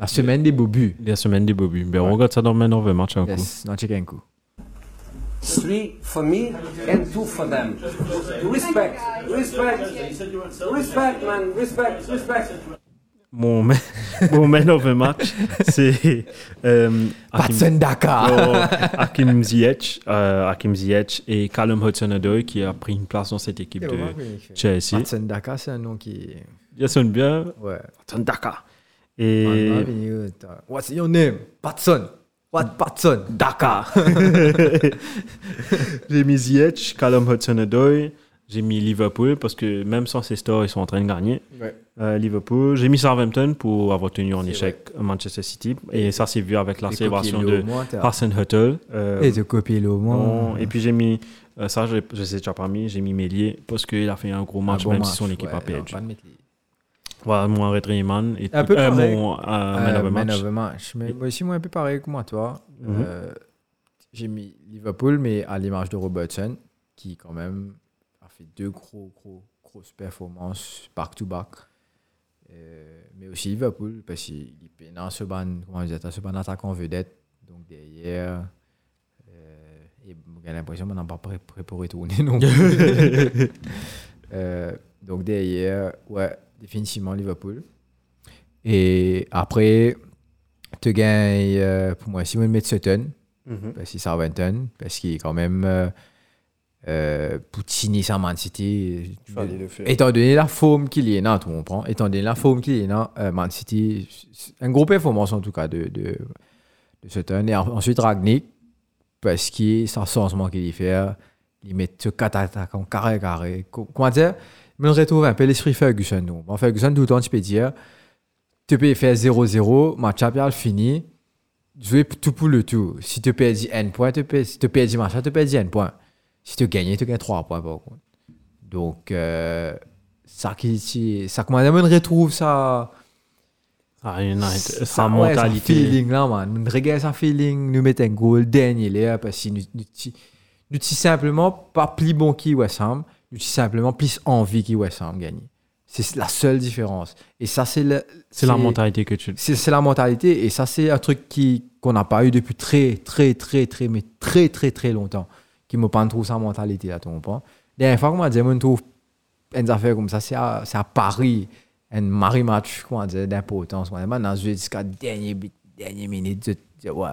la semaine des beaux buts. La semaine des Bobby. Ben, on regarde ça dans Man of the Match un coup. Yes, non, check un coup. Three for me and two for them. Respect, respect, respect, man, respect, respect. Mon, ma- mon Man of the Match, c'est euh, Hakim- Patson Dakar Oh, Ah. Hakim Ziyech, euh, Hakim Ziyech et Callum Hudson-Odoi qui a pris une place dans cette équipe de Chelsea. Patson Dakar, c'est un nom qui. Il sonne bien. Ouais. Hudson Daka. Et... Et euh, What's your name? Patson. What Patson? Daka. J'ai mis Ziyech, Callum Hudson-Odoi, J'ai mis Liverpool parce que même sans ces stores, ils sont en train de gagner. Ouais. Euh, Liverpool. J'ai mis Southampton pour avoir tenu en C'est échec Manchester City. Et ça, c'est vu avec la Des célébration copier le de au moins, t'as- Hassan Huttle. Et de copier le Non, au moins. Et puis j'ai mis, euh, ça je ne sais déjà pas mis, j'ai mis Mélier parce qu'il a fait un gros Un match Ah, bon même match, si son équipe ouais, a non, perdu. pas de mettre les- Voilà, mon arrêt de Rayman et Un tout- peu euh, pareil. mon euh, man Euh, of the man match. of the match. Mais Et- moi aussi, moi, un peu pareil que moi, toi. Mhm. Euh, J'ai mis Liverpool, mais à l'image de Robertson, qui quand même a fait deux gros, gros, grosses performances back-to-back. Euh, mais aussi Liverpool, parce qu'il est peinant ce ban, comment dire, ce ban attaquant vedette. Donc derrière, euh, et j'ai l'impression qu'on n'a pas pré- pré- pour retourner non plus. Euh, donc derrière, ouais, définitivement Liverpool. Et après, tu gagnes, euh, pour moi, si vous mettez Sutton, Mhm. parce qu'il Southampton, parce qu'il est quand même euh, euh, Poutini sans Man City. euh, Fallait le faire. Étant donné la forme qu'il y est, non, tout le monde prend. Étant donné la forme qu'il y est, non, euh, Man City, c'est un gros performance en tout cas de, de, de Sutton. Et en- ensuite, Ragnick, parce qu'il ça changement qu'il y fait, il met ce 4 attaquants carré carré. Co- Comment dire Je me retrouve un peu l'esprit Ferguson. nous. En Ferguson, tout le temps, tu peux dire tu peux faire 0-0, match à bien fini, jouer p- tout pour le tout. Si tu perds 1 point, tu perds- si tu perds 10 matchs, tu perds 1 point. Si tu gagnes, tu gagnes 3 points par contre. Donc, euh, ça qui. si- Ça comment dire, on retrouve ça. Ah, United, ça- sa ouais, mentalité. Sa feeling là, man. On regarde sa feeling, nous mettons un goal dernier là, parce que nous, nous, ti- nous ti simplement pas plus bon qui West Ham, nous ti simplement plus envie qui West Ham gagner. C'est la seule différence. Et ça, c'est le. c'est la mentalité que tu. C'est c'est la mentalité et ça c'est un truc qui qu'on n'a pas eu depuis très très très très mais très très très longtemps qui me prend trop sa mentalité là tu comprends. Dernière fois que moi je me trouve une affaire comme ça c'est à c'est à Paris un mari match comment dire d'importance moi maintenant je vais jusqu'à dernier bit- dernière minute je- je- ouais.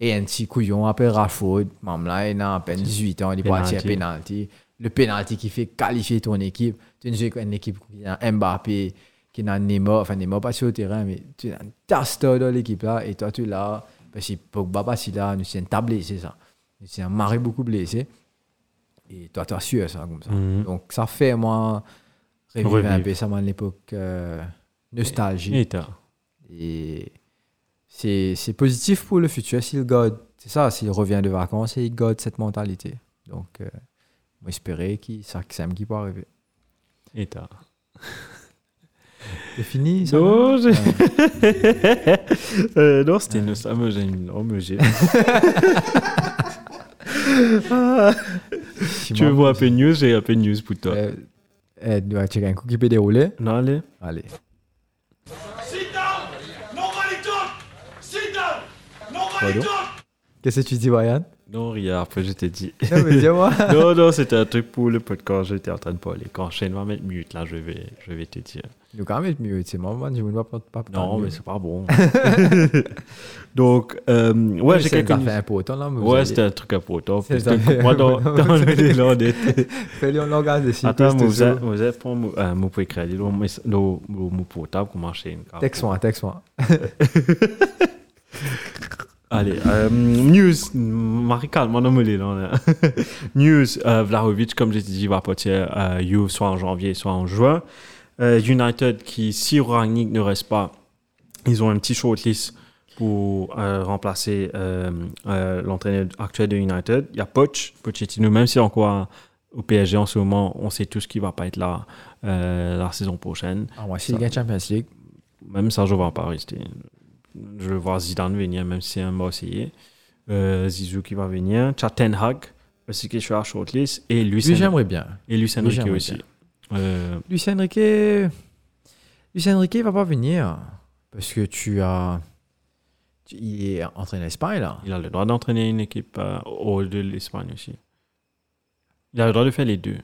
et un petit couillon après Rashford même là il a à peine 18 ans il est parti à Penalty. penalty le penalty qui fait qualifier ton équipe tu ne joues qu'une équipe qui a Mbappé qui n'a Neymar, enfin Neymar pas sur le terrain, mais tu as un tasteur dans l'équipe là, et toi tu es là, parce que Pogba pas si là, nous sommes tablés, c'est ça. Nous sommes marré beaucoup blessé, et toi tu as su ça comme ça. Mhm. Donc ça fait moi revivre, un Revivre. peu ça, moi, l'époque euh, nostalgie. Et t'as- Et c'est c'est positif pour le futur s'il garde, c'est ça, s'il revient de vacances et il garde cette mentalité. Donc, euh, moi espérer qu'il ça, que ça me qui peut arriver. et t'as- C'est fini ça Non, non j'ai- Euh, non, c'était une ça me gêne. Oh, me gêne. Ah, tu veux voir un peu de news J'ai un peu de news pour toi. Euh, euh, doit checker un coup qui peut dérouler. Non, allez. Allez. Sit down! Nobody talk! Sit down! Pardon Nobody talk! Qu'est-ce que tu dis, Brian Non, regarde, après je t'ai dit. Non, Ah, mais dis-moi. non, non, c'était un truc pour le podcast. J'étais en train de parler. Quand Shane va mettre mute, là, je vais, je vais te dire. Nous, quand même, mieux, c'est moi, man, je ne vois pas. pas Non, mais c'est c'est pas bon. Donc, euh, ouais, j'ai quelques. Ça fait important, là. mais vous Ouais, allez- c'était un truc important. C'est Parce ça. que moi, dans, dans le délai, on était. Fais-le en langage de six Attends, pouces, tout ça. Moussa, Moussa, prends mon euh, mon pour écrire le mot portable, comment enchaîner. Texte-moi, texte-moi. Allez, euh, news, Marical, mon nom est là. là. news, euh, Vlahovic, comme j'ai dit, va partir à Juve soit en janvier, soit en juin. Euh, United, qui, si Rangnick ne reste pas, ils ont un petit shortlist pour euh, remplacer euh, euh, l'entraîneur actuel de United. Il y a Poch, Pochettino, même si encore au PSG en ce moment, on sait tous qu'il ne va pas être là euh, la saison prochaine. Ah, moi, s'il gagne Champions League, Même ça, je ne vais pas rester. Je vais voir Zidane venir, même si c'est un Marseillais. Euh, Zizou qui va venir. Chatten Hag, aussi qui est sur la shortlist. Et Luis lui, Hen- j'aimerais bien. et Luis Enrique j'aimerais aussi. bien. Euh, Lucien Riquet. Lucien Riquet va pas venir. Parce que tu as. tu- Il est entraîné en Espagne, là. il a le droit d'entraîner une équipe euh, au de l'Espagne aussi. Il a le droit de faire les deux.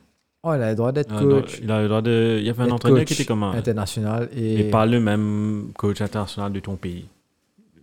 Oh, il a le droit d'être Il a le droit- coach. Ah, il a le droit de. Il y avait un d'être entraîneur coach qui était comme un. International Et et. pas le même coach international de ton pays.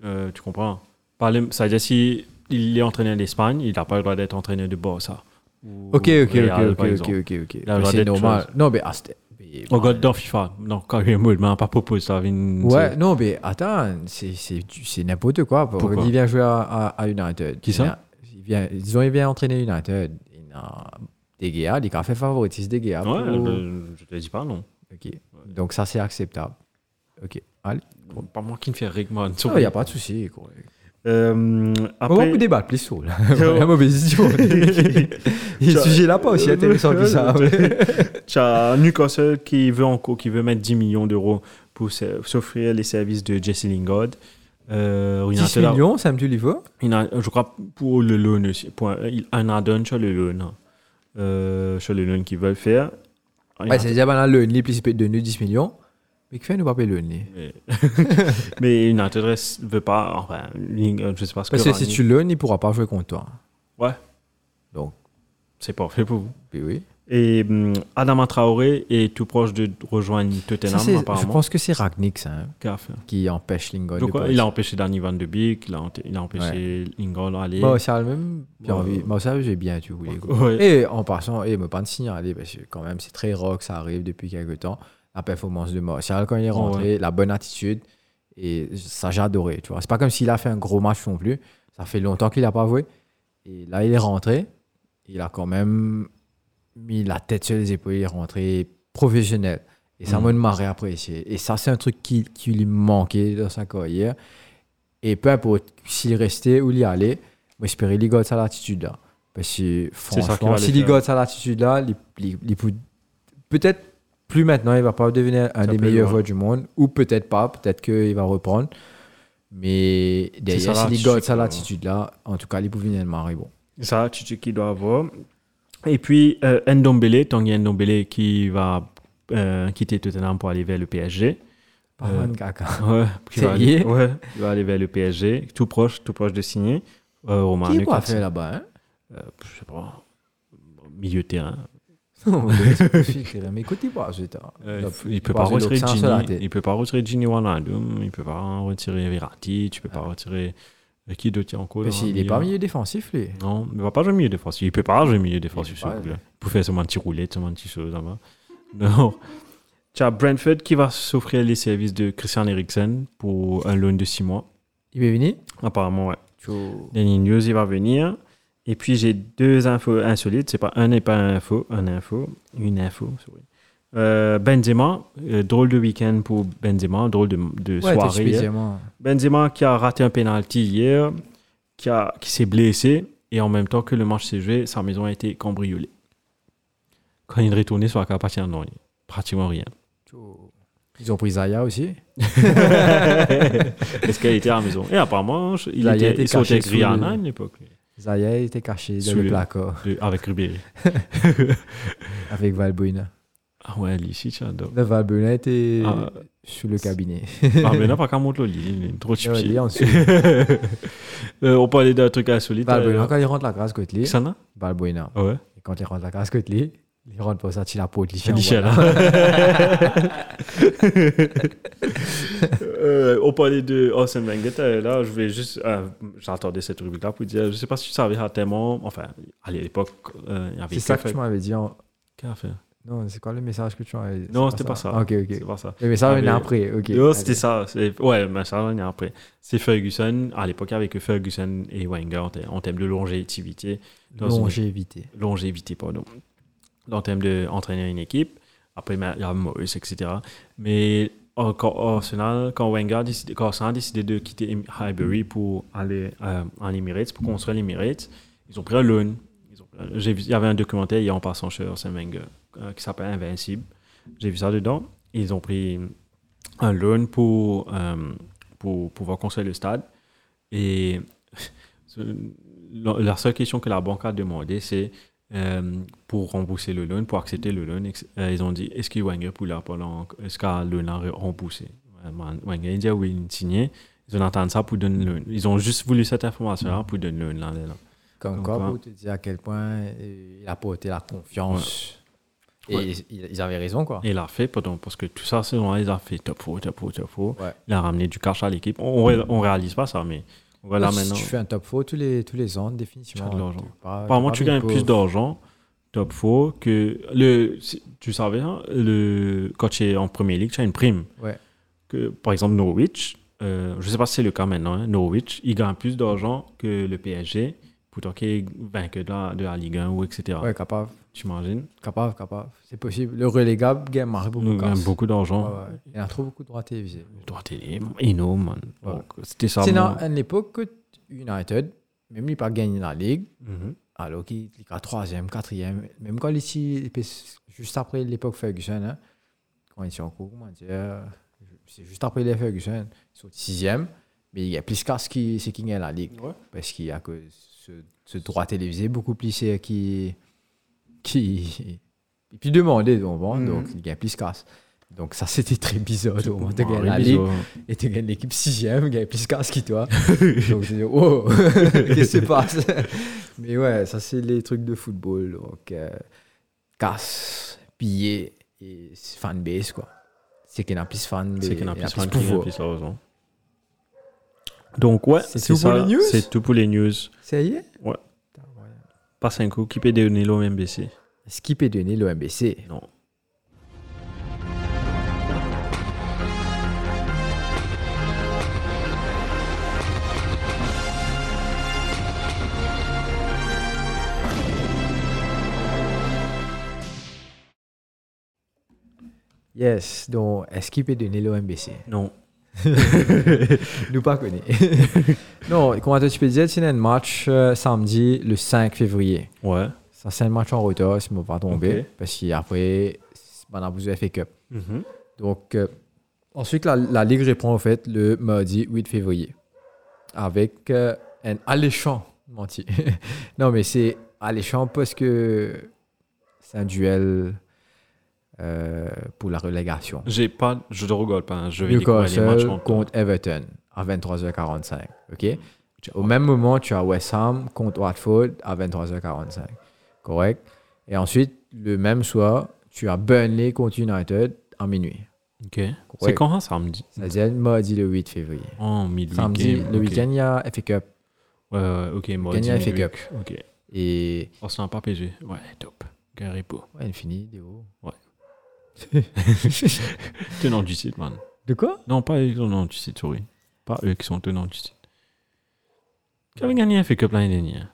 Euh, tu comprends Pas le- Ça veut dire si il est entraîneur d'Espagne, il n'a pas le droit d'être entraîneur de Barça. Ou Ok, ok, Real, ok, par ok, ok, exemple. ok, ok. Il a le Mais droit C'est d'être normal. chose. Non, mais. ah, c'était- mais- On regarde Oh, dans FIFA. Non, quand il y a un mouvement, pas proposé ça. Vin, Ouais, c'est- non, mais attends, c'est- c'est du- c'est n'importe quoi. Pour- Pourquoi il vient jouer à, à, à United. Qui Il ça a- il vient, Disons, il vient entraîner United. Il a des gays, les cafés favorisent des gays. Ouais, pour- ben, je te dis pas non. Ok. Donc ça, c'est acceptable. Ok. Allez. Pas moi qui me fait Rickman. Il n'y a pas de souci. quoi. Euh, On va après, vous débattre, les sauts. là. La mauvaise idée. Le Ça- sujet là pas aussi hein, intéressant que ça. tu as Newcastle qui veut, en, qui veut mettre 10 millions d'euros pour se- s'offrir les services de Jesse Lingard. Euh, 10 United a- millions, ça me dit l'IVO. Il a- je crois pour le loan aussi. Pour un, il- un add-on sur le loan. hein. Euh, sur le loan qu'ils veulent faire. Ouais, c'est déjà banal, le nid, puis c'est de nous 10 millions. Mais qui fait nous pas payer le nid mais, mais United reste- veut pas. Enfin, Lingard, je sais pas ce Parce que que si Rani- tu le, il pourra pas jouer contre toi. Ouais. Donc. C'est parfait pour vous. Puis oui. Et hum, Adama Traoré est tout proche de rejoindre Ça, Tottenham, c'est- je apparemment. pense que c'est Ragnik, ça, hein, Qu'a fait. qui empêche Lingard. Donc, de ouais, il a empêché Danny Van de Beek, il a, ent- il a empêché Lingard d'aller. Moi, ça, le même. Puis Ouais. envie- Moi, ça, j'ai bien, tu voulais. quoi. Ouais. Et en passant, et me pas de signaler, parce que quand même, c'est très rock, ça arrive depuis quelques temps. La performance de Martial quand il est rentré, la bonne attitude, et ça, j'ai adoré. Tu vois, c'est pas comme s'il a fait un gros match non plus. Ça fait longtemps qu'il a pas joué. Et là, il est rentré. Il a quand même mis la tête sur les épaules. Il est rentré professionnel. Et ça Mhm. m'a marré apprécié. Et ça, c'est un truc qui, qui lui manquait dans sa carrière. Et peu importe s'il restait ou il y allait, j'espérais qu'il garde sa latitude-là. Parce que ça qu'il franchement, va le s'il y faire. garde sa latitude-là, il- il- il peut- peut-être plus maintenant, il va pas devenir un Ça des peut, meilleurs ouais. joueurs du monde. Ou peut-être pas, peut-être qu'il va reprendre. Mais derrière, sa s'il y garde latitude, sa quoi. latitude-là, en tout cas, il peut venir marrer bon. Ça, tu sais qu'il doit avoir. Et puis, euh, Ndombele, Tanguy Ndombele qui va euh, quitter Tottenham pour aller vers le PSG. Pas Euh, mal, caca. Ouais, qui va C'est aller, lié. ouais, il va aller vers le PSG, tout proche, tout proche de signer. Euh, Romain Qui est Newcastle. fait là-bas hein Euh, je sais pas. Milieu de terrain. Non, mais c'est possible, mais écoutez pas, c'est tard. Euh, Donc, il peut parce pas que retirer donc, c'est un seul raté. Gini, il peut pas retirer Gini Wijnaldum, il peut pas retirer Verratti, tu peux pas retirer euh, qui d'autre en cause. Ah. Mais s'il n'est pas milieu défensif, lui. Non, il va pas jouer milieu défensif. Il peut pas jouer milieu défensif. Il s'il peut vous pas. plaît. Pour faire seulement un petit roulette, seulement un petit chose là-bas. Non. Tu as Brentford qui va s'offrir les services de Christian Eriksen pour un loan de 6 mois. Il est venu Apparemment, ouais. Tu- Danny News, il va venir. Et puis, j'ai deux infos insolites. C'est pas un et pas un info. Un info. Une info, sorry. Euh, Benzema, euh, drôle de week-end pour Benzema, drôle de, de Ouais, t'es soirée. hier. spécialement. Benzema qui a raté un penalty hier, qui, a- qui s'est blessé, et en même temps que le match s'est joué, sa maison a été cambriolée. Quand il est retourné sur la capacité, non, il- pratiquement rien. Tu- Ils ont pris Zaya aussi. Parce qu'elle était à la maison. Et apparemment, je- il Là, il a était, été il sautait caché avec sous le- Rihanna à une époque, lui, Zaya était caché dans Sous le le- placard de- avec Ribéry. avec Valbuena. Ah ouais, lui, si, tu adores. Le Valbuena était Ah. sous le cabinet. Ah, mais non, pas qu'à monter le lit, il est trop Il est stupide. en dessous. Euh, on parlait d'un truc insolite. Valbuena, euh, quand il rentre la grâce côté, lui, Xana Valbuena. Ah Ouais. Et quand il rentre la grâce côté, lui, il rentre pour sortir la peau de Tiens, l'Ichien. voilà. Euh, on parlait de Arsène Wenger, euh, là, je voulais juste, euh, j'attendais cette rubrique-là pour dire, je sais pas si tu savais à tellement, enfin, à l'époque, euh, il y avait C'est ça que Café- tu m'avais dit. en- Café. Non, c'est quoi le message que tu m'avais dit Non, c'était pas ça. Ah, Ok, C'est ok. pas ça. Le message venait Ah, mais- après. ok. Non, c'était Allez. ça. c'est- Ouais, mais ça, on y est après. C'est Ferguson, à l'époque, avec Ferguson et Wenger, en thème- en termes de longévité, dans une- Longévité. longévité, pardon, en termes d'entraîner une équipe. Après, il y a Moïse, etc. Mais en- quand Arsenal, quand Wenger a décidé, quand Arsenal a décidé de quitter Em- Highbury pour aller euh, en Emirates, pour construire l'Emirates, ils ont pris un loan. Ils ont pris un- j'ai vu- Il y avait un documentaire hier en passant chez Arsène Wenger euh, qui s'appelle Invincible. J'ai vu ça dedans. Ils ont pris un loan pour, euh, pour pouvoir construire le stade. Et la la seule question que la banque a demandé, c'est euh, pour rembourser le loan, pour accepter le loan, ex- euh, ils ont dit est-ce que Wenger pour la est-ce qu'un loan a re- remboursé Vraiment, Wenger il dit oui, il signé. Ils ont entendu ça pour donner le loan. Ils ont juste voulu cette information-là pour donner le loan. Là, là, là. Comme Comme quoi, quoi. pour te dire à quel point euh, il a porté la confiance. Et Ouais. ils, ils avaient raison, quoi. Et il a fait, pardon, parce que tout ça, c'est vraiment, ils ont fait top four, top four, top four. Ouais. Il a ramené du cash à l'équipe. On, on, on réalise pas ça, mais voilà si maintenant. tu fais un top 4 tous les, tous les ans, définitivement. Tu as de l'argent. t'es pas- Apparemment, t'es tu pas gagnes pauvre. plus d'argent, top 4, que. Le, si- tu savais, hein, le, quand tu es en première ligue, tu as une prime. Ouais. Que, par exemple, Norwich, euh, je ne sais pas si c'est le cas maintenant, hein, Norwich, il gagne plus d'argent que le PSG, pourtant qu'il est vainqueur de la, de la Ligue 1 ou etc. Ouais, capable. j'imagine. Capable, capable. C'est possible. Le relégable gagne marre beaucoup. Nous gagnons casse. beaucoup Ouais, d'argent. ouais. Il y en a trop beaucoup de droits télévisés. Toi, t'es libre. énorme, man. Ouais. Donc, C'était ça. C'est mon- dans à l'époque que United, même il pas gagné la ligue, Mhm. alors qu'il est à troisième, quatrième, même quand il est juste après l'époque Ferguson, hein, quand ils sont en cours, comment dire, c'est juste après les Ferguson, ils sont sixième, mais il y a plus qu'à ce qui, c'est qui gagne la ligue, Ouais. parce qu'il y a que ce, ce droit télévisé beaucoup plus c'est qui qui et puis demander donc, Mhm. bon, donc il gagne plus qu'à ce. donc ça c'était très bizarre au moment de Ah, gagner oui, la ligue bisous. et tu gagnes l'équipe sixième, gagne plus casse qui toi. Donc je dis, wow, qu'est-ce qui se passe Mais ouais, ça c'est les trucs de football. Donc euh, casse, piller et fanbase quoi. C'est qu'il y en a plus fan, C'est mais qu'il y en a il y en plus a fan plus qui gagne pouvoir. plus d'argent. Donc, ouais, C'est c'est tout pour ça. les news C'est tout pour les news. Ça y est Ouais. Putain, ouais. Passe un coup, qui peut donner l'OMBC Skip est donné l'OMBC. Non. Yes, donc Skip est donné l'OMBC. Non. Nous pas connais. non, comment tu peux dire, c'est un match euh, samedi le 5 février. Ouais. Ça, c'est un match en retard, si on ne pas tomber. Ok. Parce qu'après, on a besoin de FA Cup. Donc, euh, ensuite, la, la Ligue répond, en fait, le mardi 8 février. Avec euh, un alléchant, menti. non, mais c'est alléchant parce que c'est un duel euh, pour la relégation. J'ai pas. Je te regarde pas. hein. Je vais découvrir les matchs Newcastle en contre Everton à 23h45. OK? Au même moment, tu as West Ham contre Watford à 23h45. Correct? Et ensuite, le même soir, tu as Burnley contre United à minuit. Ok. C'est quand hein, samedi C'est-à-dire mardi le 8 février. En mid Samedi, le week-end, il y a FA Cup. Ouais, ouais, ok. Il Mardi. y a FA mid-week. Cup. Ok. Et. Arsenal pas PG. Ouais, top. Gary Pau. Ouais, il finit, Léo. Tenant du site, man. De quoi? Non, pas eux qui sont tenants du site, sorry. Pas eux qui sont tenants du site. Qui avait gagné un FA Cup l'année dernière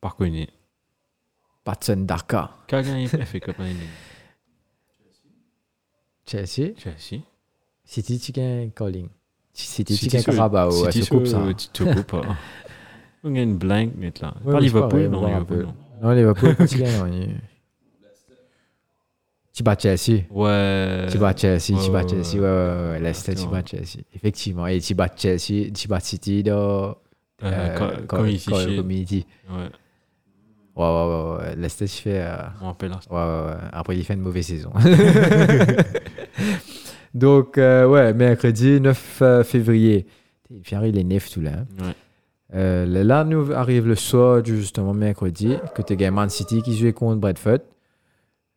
Par connu. Patson Darka. Qui a gagné un FA Cup l'année dernière Chelsea. Chelsea. City, Chicken Calling. City, City Chicken sur- Carabao. City ah, Ouais, se sur- coupe ça. Tu te coupes. hein. On gagne une blank, net là. pas Ouais, mais c'est pas Liverpool, vrai, non, voir un Liverpool, peu. non. Non, Liverpool, quand il gagne, on y est. Tu bats Chelsea. Ouais. euh, Tu Eh, bats Chelsea, ouais, tu bats ouais, Chelsea. oh, ouais. Ouais, ouais, ouais. Leicester, tu Exactement. bats Chelsea. Effectivement. e Et tu bats Chelsea, tu bats City dans. Euh, Eh, co- Co- Community Co- Shield. Community. Ouais, Ouais, ouais, ouais. ouais. Leicester, tu fais. euh, on rappelle. Ouais, ouais, ouais. Après, il fait une mauvaise saison. Donc, euh, ouais, mercredi 9 euh, février. Il fait arriver les nefs tout là. hein. Ouais. Euh, le- là, nous arrive le soir, du- justement, mercredi, que tu as Man City qui jouait contre Bradford.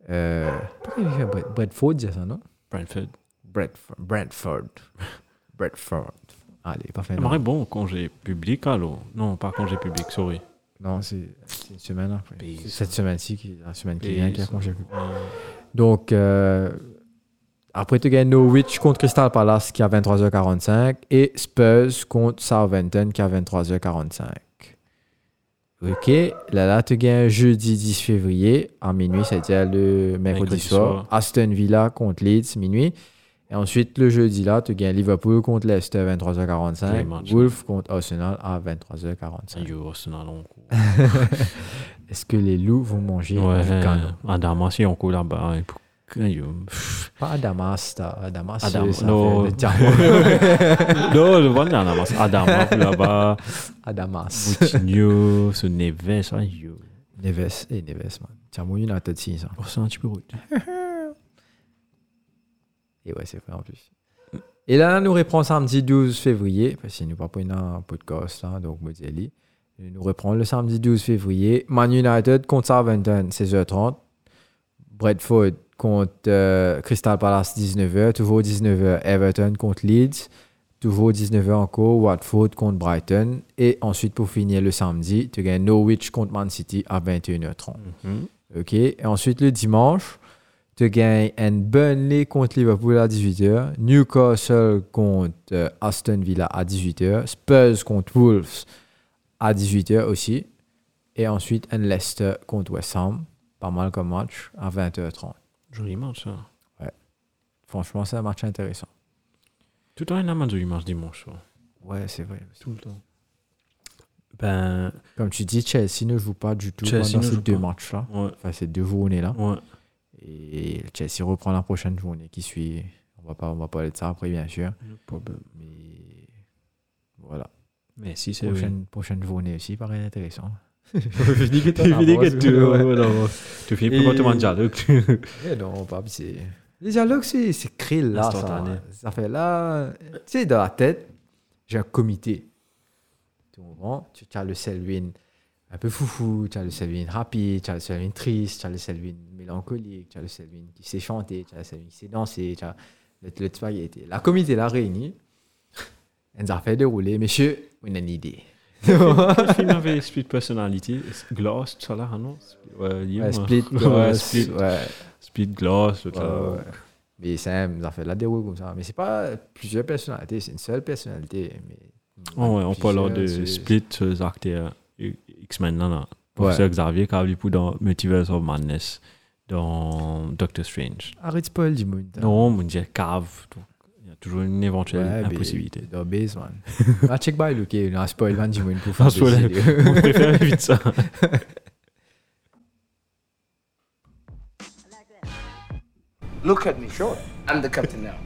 Euh, pourquoi il fait Brad- Bradford, c'est ça, non Brentford. Bradford. Bradford. Bradford. Allez, parfait. Non, J'aimerais bon congé public, alors. Non, pas congé public, sorry. Non, c'est c'est une semaine après. Pays, C'est cette semaine-ci, qui- la semaine qui Pays, vient, qui a ça. congé. Euh, Donc, euh, après, tu gagnes Norwich contre Crystal Palace qui est à 23h45 et Spurs contre Southampton qui est à 23h45. Ok, là, là tu gagnes jeudi 10 février à minuit, c'est-à-dire le mercredi, Mercredi soir. soir. Aston Villa contre Leeds, minuit. Et ensuite, le jeudi, là, tu gagnes Liverpool contre Leicester Joli à 23h45, match. Wolves contre Arsenal à 23h45. Yo, Arsenal, on court. Ah, Est-ce que les loups vont manger du Ouais, canon à Damas, il y a encore là-bas. hein, pour- Yo. Pas à Damas, t'as- à Damas, À c'est- Damas, ça non. fait le diable. Non, je vois là, Damas. À Damas, là-bas. à Damas. Coutinho, ce Neves, ah, yo. Neves, et Neves, man. Tiens, moi, il a tête signe, ça. Arsenal, tu peux route. Et ouais, c'est vrai en plus. Et là, nous reprend samedi 12 février, parce qu'il nous pas pris un podcast, là, donc Mozzelli. Il nous reprend le samedi 12 février. Man United contre Southampton, 16h30. Bradford contre euh, Crystal Palace, 19h. Toujours 19h. Everton contre Leeds. Toujours 19h encore. Watford contre Brighton. Et ensuite, pour finir le samedi, tu gagnes Norwich contre Man City à 21h30. Mhm. OK. Et ensuite, le dimanche, tu gagnes un Burnley contre Liverpool à 18h, Newcastle contre euh, Aston Villa à 18h, Spurs contre Wolves à 18h aussi, et ensuite un Leicester contre West Ham pas mal comme match à 20h30. Joli match, ça. Franchement, c'est un match intéressant. Tout le temps, il y a un joli match dimanche. ouais. Ouais, c'est vrai. Tout le temps. Ben, Comme tu dis, Chelsea ne joue pas du tout Chelsea pendant ne ces joue deux pas. matchs-là. ouais. Enfin, ces deux journées-là. Ouais. Et Chelsea reprend la prochaine journée qui suit. On va pas, on va parler de ça après, bien sûr. Mais voilà. Mais si, c'est vrai. Prochaine, prochaine journée aussi, paraît intéressant. Tu finis que tu- Ouais. ouais, voilà, ouais. Tu finis Et- pour toi, dialogue. Eh non, pas c'est. Les dialogues, c'est, c'est créé là. Ça, hein. Instantané. ça fait là. Tu sais, dans la tête, j'ai un comité. Tu comprends Tu tu as le Selwyn un peu foufou, tu as le Selwyn rapide, tu as le Selwyn triste, tu as le Selwyn mélancolique, tu as le Selwyn qui sait chanter, tu as le Selwyn qui sait danser, tu as le, le spaghetti. La comité l'a réunie. Elle nous a fait dérouler. Messieurs, on a une idée. Le film avait Split Personality, Glass, tout ça là, ah non Split- Ouais, Ouais, Liam, ouais. split, Ouais, euh, Split, Oh, ouais. Split Glass, tout ça. Ouais, ouais. Mais ça, nous a fait la déroule comme ça. Mais c'est pas plusieurs personnalités, c'est une seule personnalité. Mais Oh, ouais, on parle alors de Plusieurs, c'est- Split, euh, acteurs euh, X-Men là, là. Ouais. Professeur Xavier Cavalier pour dans Multiverse of Madness, dans Doctor Strange. Arrête Paul, dis-moi. une tarte. Non, mon dieu, cave. donc, Il y a toujours une éventuelle Ouais, mais- impossibilité. Dans Base, man. Ah, check by, Luke. Il a spoil, man, dis-moi une pour Ah, faire spoil. décider. on préfère éviter ça. Look at me, sure. I'm the captain now.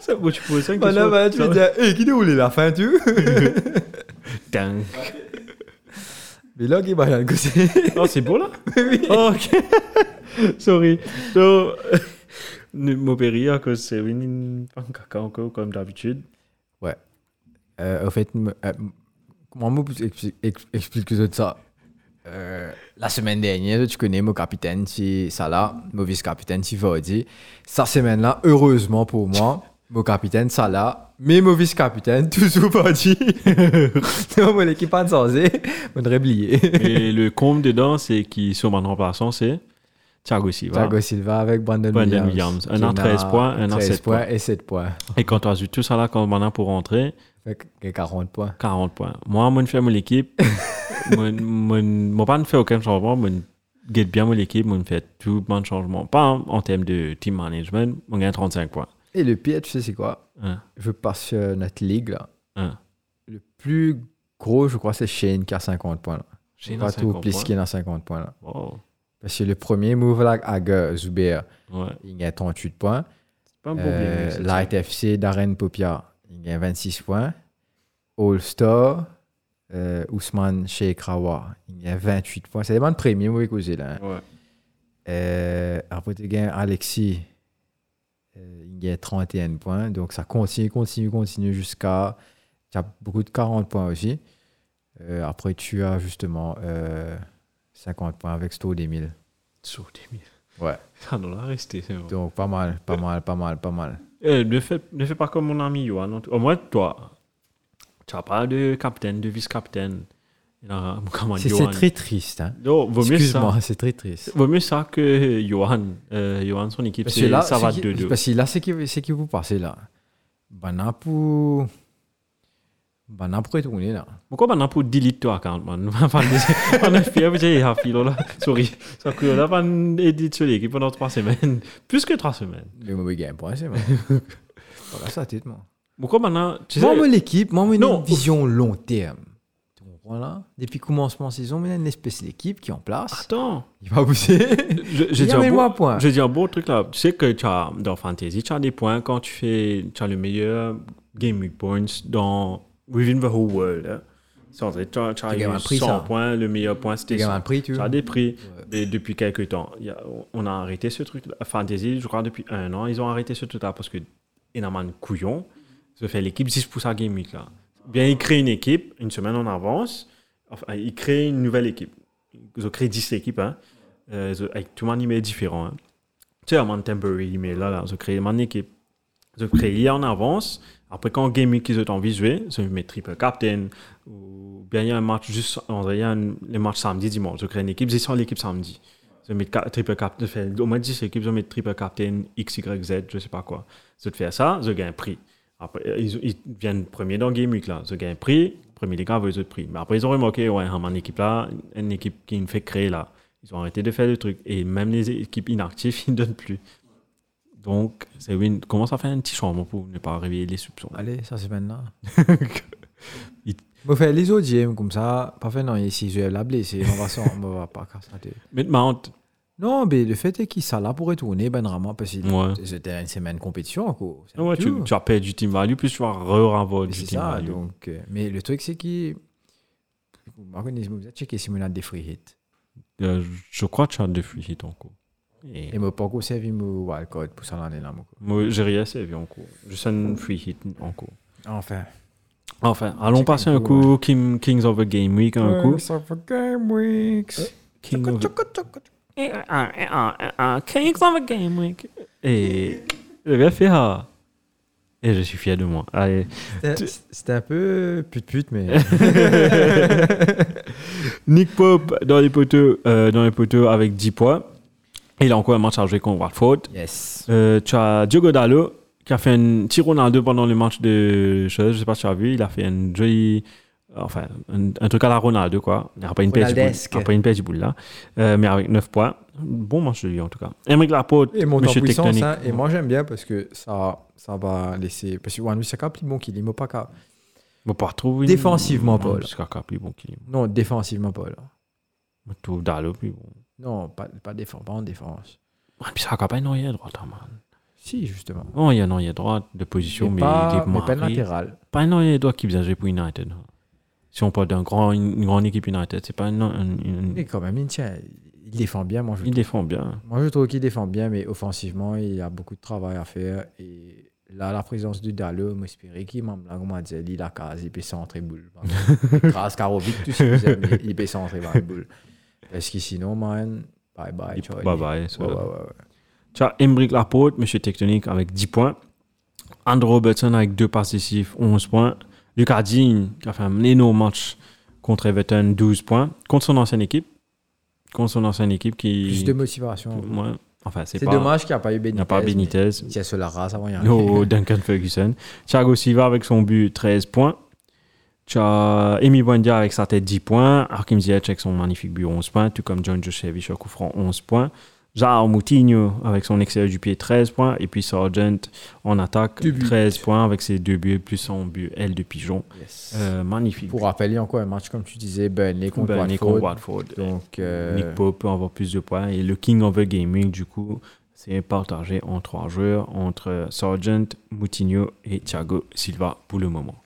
ça moi, tu poses ça une Voilà, man, tu veux dire, hé, qui déroule la fin, tu Dang. Mais là, qui va là, le côté. Oh, c'est beau là Oh, Ok. Sorry. So, Mopéria, que c'est une un caca encore comme d'habitude. Euh, Au fait, me- euh, comment vous explique- ex- explique-vous ça Euh, la semaine dernière, tu connais mon capitaine, si Salah, mauvais capitaine, si Vardy. Cette semaine-là, heureusement pour moi, mon capitaine Salah, mes mauvais capitaines, toujours Vardy. non, mon équipe a changé, on devrait oublier. Et le comble dedans, c'est qui, sur mon remplaçant, c'est Thiago Silva. Thiago Silva avec Brandon, Brandon Williams. Williams. Un an, qui en a 13 points, un an, 13 7 points points. et 7 points. Et quand tu as vu tout ça là, quand maintenant pour rentrer, Fait que 40 points. 40 points. Moi, mon fait mon équipe, mon, mon, mon pas ne fait aucun changement, mon guide bien mon équipe, mon fait tout bon changement. Pas en, en termes de team management, on gagne 35 points. Et le pire, tu sais, c'est quoi Hein. Je passe sur notre ligue, là. Hein. Le plus gros, je crois, c'est Shane qui a 50 points. Là. Shane pas a tout 50 plus points. qui est dans 50 points. Là. Wow. Parce que le premier move, là, Aga Zuber, Ouais. il gagne 38 points. Pas un Euh, problème. c'est ça. Light FC, Darren Popia, il gagne 26 points. All-Star, euh, Ousmane Shekrawa, il gagne 28 points. C'est vraiment le premier mauvais causé, là. hein. Ouais. Euh, après, tu gagnes Alexis, euh, il gagne 31 points. Donc, ça continue, continue, continue jusqu'à. Tu as beaucoup de 40 points aussi. Euh, après, tu as justement euh, 50 poins avec Sto 2000. Sur des mille. Ouais. Ah non, là, restez, c'est bon. Donc, pas mal, pas mal, pas mal, pas mal. Eh, ne, fais, ne fais pas comme mon ami Johan. non. Au moins, toi, tu n'as pas de capitaine, de vice-capitaine. Il a- Comment C'est dire, c'est Johan très triste. Hein. Non, vaut mieux ça. Excuse-moi, c'est très triste. Vaut mieux ça que Johan. Euh, Johan, son équipe, Parce c'est que là, ça va c'est qui- 2-2. parce que là, c'est qui, c'est qui vous passez là Bana pour. Bana pour retourner là. Pourquoi maintenant pour delete ton account, man? Enfin, On a fait, vous avez fait, là. Sorry. Ça que là, on a édité sur l'équipe pendant 3 semaines. Plus que 3 semaines. Le mauvais gain, point, c'est moi. Voilà, ça, tête, moi. Pourquoi maintenant, tu sais. Moi, moi, l'équipe, moi, moi, Non. une vision long terme. Tu comprends là Depuis commencement de saison, on a une espèce d'équipe qui est en place. Attends. Il va pousser. Je- je dis un Amène-moi beau- un point. Je dis un beau truc là. Tu sais que tu as, dans Fantasy, tu as des points quand tu fais tu as le meilleur Game Week Points dans Within the Whole World. hein. Sans être- Tu as, tu as Tu eu gagnes un prix, 100 ça. points, le meilleur point Tu c'était gagnes 100. un prix, tu Tu vois. as des prix. Et depuis quelques temps, il y a- on a arrêté ce truc. -là. Fantasy, je crois, depuis un an, ils ont arrêté ce truc là parce que énormément de couillons se fait l'équipe 10 pour sa Game Week là. Bien, ils créent une équipe une semaine en avance. Enfin, ils créent une nouvelle équipe. Ils ont créé 10 équipes. hein. Euh, ils ont- avec tout le monde email différent. hein. Tu sais, un temporary email là, là, ils ont créé mon équipe. Ils ont créé hier en avance. Après, quand Game Week, ils ont envie de jouer, ils ont mis triple captain. Ou bien, il y a un match juste, on dirait, il y a un- le match samedi, dimanche. Ils ont créé une équipe, ils sont l'équipe samedi. Ils ont mis ca- triple captain, au moins 10 équipes, ils ont mis triple captain, X, Y, Z, je sais pas quoi. Ils ont fait ça, ils ont gagné un prix. Après, euh, ils, ils viennent premier dans Game Week, là. Ils ont gagné un prix, premier ligue avant, ils ont le prix. Mais après, ils ont remarqué, ouais, on a une équipe là, une équipe qui me fait créer là. Ils ont arrêté de faire le truc. Et même les équipes inactives, ils ne donnent plus. Donc, c'est win. Commence à faire un petit changement pour ne pas réveiller les soupçons. Allez, ça c'est maintenant. Vous faites les autres games comme ça. Parfait, non, ici je vais la blesser. On va s'en, on va pas casser la tête. Mais Mount, Non, mais le fait est qu'il ça là pour retourner, ben vraiment, parce que Ouais. Ah c'était une semaine de compétition. Quoi. C'est ouais, tu, dur. tu vas perdre du team value, puis tu vas re-avoir Mais du C'est team ça, value. donc. euh, mais le truc, c'est qu'il. Vous avez checké si on a des free hits. Euh, je crois que tu as deux free hits en cours. Et Et moi, pas qu'on servi mon wildcard pour ça l'année là. mon coup. moi, j'ai rien servi en cours. Juste un free hit en cours. Enfin. Enfin, allons Check passer un un coup, coup Kim- Kings of a Game Week, un coup. Ça fait Game Weeks. King of Kings of a Game Week. Et le gars fait ah. Et je suis fier de moi. Allez. C'était- C'était Euh, un peu pute pute, mais. Nick Pope dans les poteaux, euh, dans les poteaux avec 10 points. Et il a encore un match à jouer contre Watford. yes. Euh, tu as Diogo Dallo qui a fait un petit Ronaldo pendant le match de choses. Je sais pas si tu as vu, il a fait un joli. Enfin, un, un truc à la Ronaldo, quoi. Il n'y aura pas une paire de boules- Ronaldesque. il aura pas une paire de boules là. Euh, mais avec 9 points. Bon match de lui, en tout cas. Emmerich Laporte, Et monte en monsieur puissance, Tectonique. hein, et moi j'aime bien parce que ça, ça va laisser. Parce que Wanu Saka, plus bon qu'il est, mais pas qu'à- Bon, pas retrouver une- Défensivement, Paul. Parce qu'il y a plus bon qu'il est. Non, défensivement pas là. On trouve Dallo, puis bon. Non, pas, pas défense, pas en défense. Ouais, puis ça a quand même un droit, man. Si, justement. Non, il y a un oreiller droit de position, mais, il pas, est mais pas marqué. latéral. pas un oreiller droit qui vient jouer pour United. hein. Si on parle d'une grand, une grande équipe United, c'est pas un- un- une, Mais quand même, il tient. Il défend bien, moi je Il défend bien. Moi, je trouve qu'il défend bien, mais offensivement, il y a beaucoup de travail à faire. Et là, la présence de Dalo, m'espérer qu'il m'a là, comment dire, il a quasi il peut entrer boule. Grâce à Rovic, tout ce que vous aimez, il peut s'entrer par boule. Parce que sinon, man, bye bye. Charlie. Bye bye. ça. Ouais, ouais, ouais, ouais. Tu as Embrick Laporte, Monsieur Tectonique, avec 10 points. Andrew Robertson avec 2 passes décisives, 11 points. Lucas Digne, qui a fait un énorme match contre Everton, 12 points. Contre son ancienne équipe. Contre son ancienne équipe qui. Plus de motivation. Ouais. Enfin, c'est C'est pas. dommage qu'il n'y a pas eu Il Benitez. n'y a pas Benitez. mais Il y a Solaras avant, il y a No Duncan Ferguson. Thiago Silva avec son but, 13 points. Tu as Emi Buendia avec sa tête, 10 points. Hakim Ziyech avec son magnifique but, 11 points. Tout comme John Joshevich au coup franc, 11 points. Jao Moutinho avec son excellent du pied, 13 points. Et puis Sargent en attaque, Deux buts. 13 points avec ses deux buts, plus son but, aile de pigeon. Yes. Euh, magnifique. Pour rappeler encore un match, comme tu disais, Burnley contre Ben, Nico Watford. Watford. Donc, euh, Nick Pope peut avoir plus de points. Et le King of the Gaming, du coup, c'est partagé en trois joueurs entre Sargent, Moutinho et Thiago Silva pour le moment.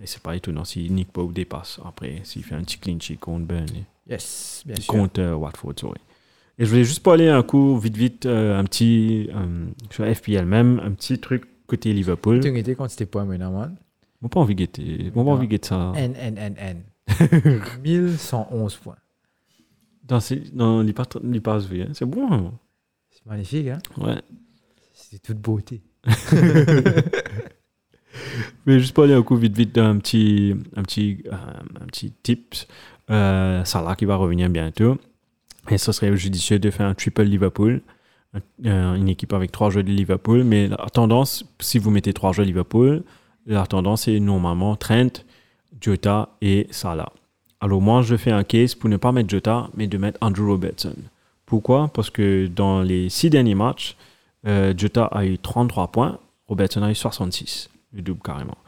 Et c'est pas étonnant si Nick Pope dépasse après, s'il fait un petit clean sheet contre Burnley, yes, bien sûr. contre euh, Watford, sorry. Et je voulais juste parler un coup, vite, vite, euh, un petit, euh, sur FPL même, un petit truc côté Liverpool. Tu étais quand c'était point, mais non, man. Bon, pas envie de guetter- bon, pas envie de guetter ça. N, N, N, N. 1111 points. Dans, ces- dans les parts- les parts V, hein. c'est bon. hein. C'est magnifique, hein Ouais. C'est toute beauté. Mais juste pour aller au coup vite vite d'un petit un petit euh, un petit tips euh, Salah qui va revenir bientôt et ce serait judicieux de faire un triple Liverpool Un- euh, une équipe avec trois jeux de Liverpool mais la tendance si vous mettez trois jeux Liverpool la tendance est normalement Trent Jota et Salah alors moi je fais un case pour ne pas mettre Jota mais de mettre Andrew Robertson pourquoi parce que dans les six derniers matchs euh, Jota a eu 33 points, Robertson a eu 66, le double carrément.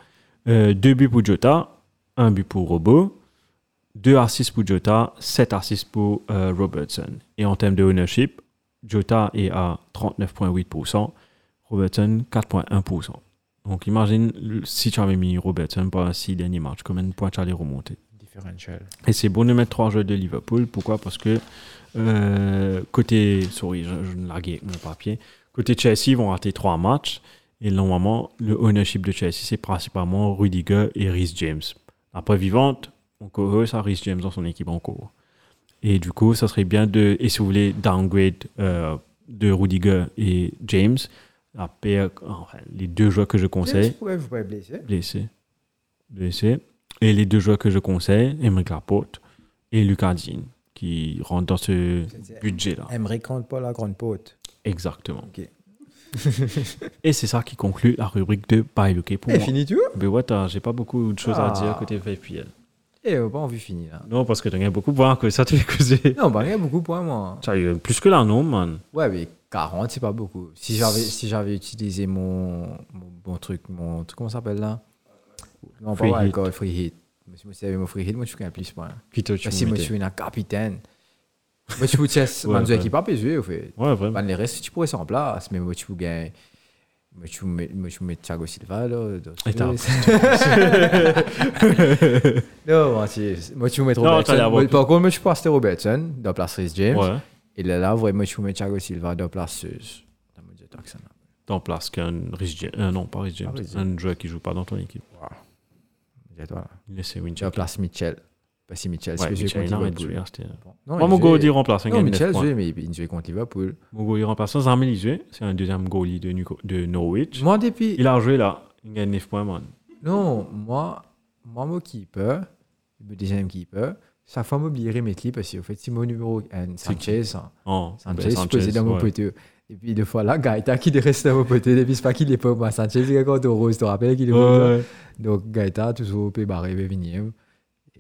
Euh, deux buts pour Jota, un but pour Robo, deux assists pour Jota, 7 assists pour euh, Robertson. Et en termes de ownership, Jota est à 39,8%, Robertson 4,1%. Donc imagine le- si tu avais mis Robertson pour les six derniers matchs, combien de points tu allais remonter Differential. et c'est bon de mettre trois jeux de Liverpool. Pourquoi Parce que euh, côté. Sorry, je, je me larguais mon papier. Côté Chelsea, ils vont rater trois matchs. Et normalement, le ownership de Chelsea, c'est principalement Rudiger et Rhys James. Après vivante, on co ça Rhys James dans son équipe en cours. Et du coup, ça serait bien de. Et si vous voulez downgrade euh, de Rudiger et James, la paire- enfin, les deux joueurs que je conseille pourquoi vous pouvez blesser blessé. Blessé. Et les deux joueurs que je conseille, Emmerich Laporte et Lucas Digne, qui rentrent dans ce C'est-à-dire- budget-là. Emery compte pas la grande pote. Exactement. Ok. Et c'est ça qui conclut la rubrique de By Luke pour Et moi. fini, tu vois Mais what, hein, j'ai pas beaucoup de choses à dire Eh, Ah. côté VPL. Et euh, bon, on vu fini, là. Non, parce que t'as gagné beaucoup de points, que ça tu causé. Non, bah, rien beaucoup pour moi. Ça, il y a plus que là, non, man. Ouais, mais 40, c'est pas beaucoup. Si j'avais, si j'avais utilisé mon, mon, mon truc, mon truc, comment ça s'appelle là Non, Free pas hit. encore, free hit. Mais si moi, j'avais mon free hit, moi, je suis un plus, moi. Plutôt, tu Mais Bah, si me moi, je mettais. suis un capitaine. Moi, tu peux chess, Ouais, man, ouais. qui pas pesé, au fait. Ouais, vraiment. Man, les restes, tu pourrais s'en place, mais moi, tu peux gagner. Moi, tu mets, moi, tu mets Thiago Silva, là. dans ce- Et t'as- non, moi, tu, moi, tu mets Non, t'as Robertson. l'air Moi, beaucoup. Par contre, moi, je suis acheter Robertson, dans place Rhys James. Ouais. Et là, là, vraiment, je mets Thiago Silva, dans place Zeus. Dans mon dieu, tant que ça, non. T'en places qu'un Rich James. euh, non, pas Rich James. Rhys un joueur qui joue pas dans ton équipe. Et toi, là. Tu Laissez Winchell. remplaces Mitchell. Pas si Mitchell, Ouais, c'est joué Mitchell, contre il arrête de Liverpool. jouer. hein, c'était- Non, Moi, il mon jouait- goal, il remplace. hein, Non, Mitchell il jouait, mais il il jouait contre Liverpool. Mogo, il remplace sans armée, il jouait. C'est un deuxième goalie de, Nuco- de Norwich. Moi, depuis. Il a joué là. Il gagne 9 points, man. Non, moi, moi, mon keeper, le deuxième keeper, chaque fois, m'oublierai mes clips parce que, en fait, c'est mon numéro 1, Sanchez. hein. Oh, Sanchez, ben, je posais dans mon ouais. poteau. Et puis, deux fois, là, Gaëtan qui reste dans mon poteau. Et puis, c'est pas qu'il est pas moi. Sanchez, il est contre Rose, tu te rappelles qu'il est Ouais, contre ouais. Donc, Gaëtan, toujours au P barré, 21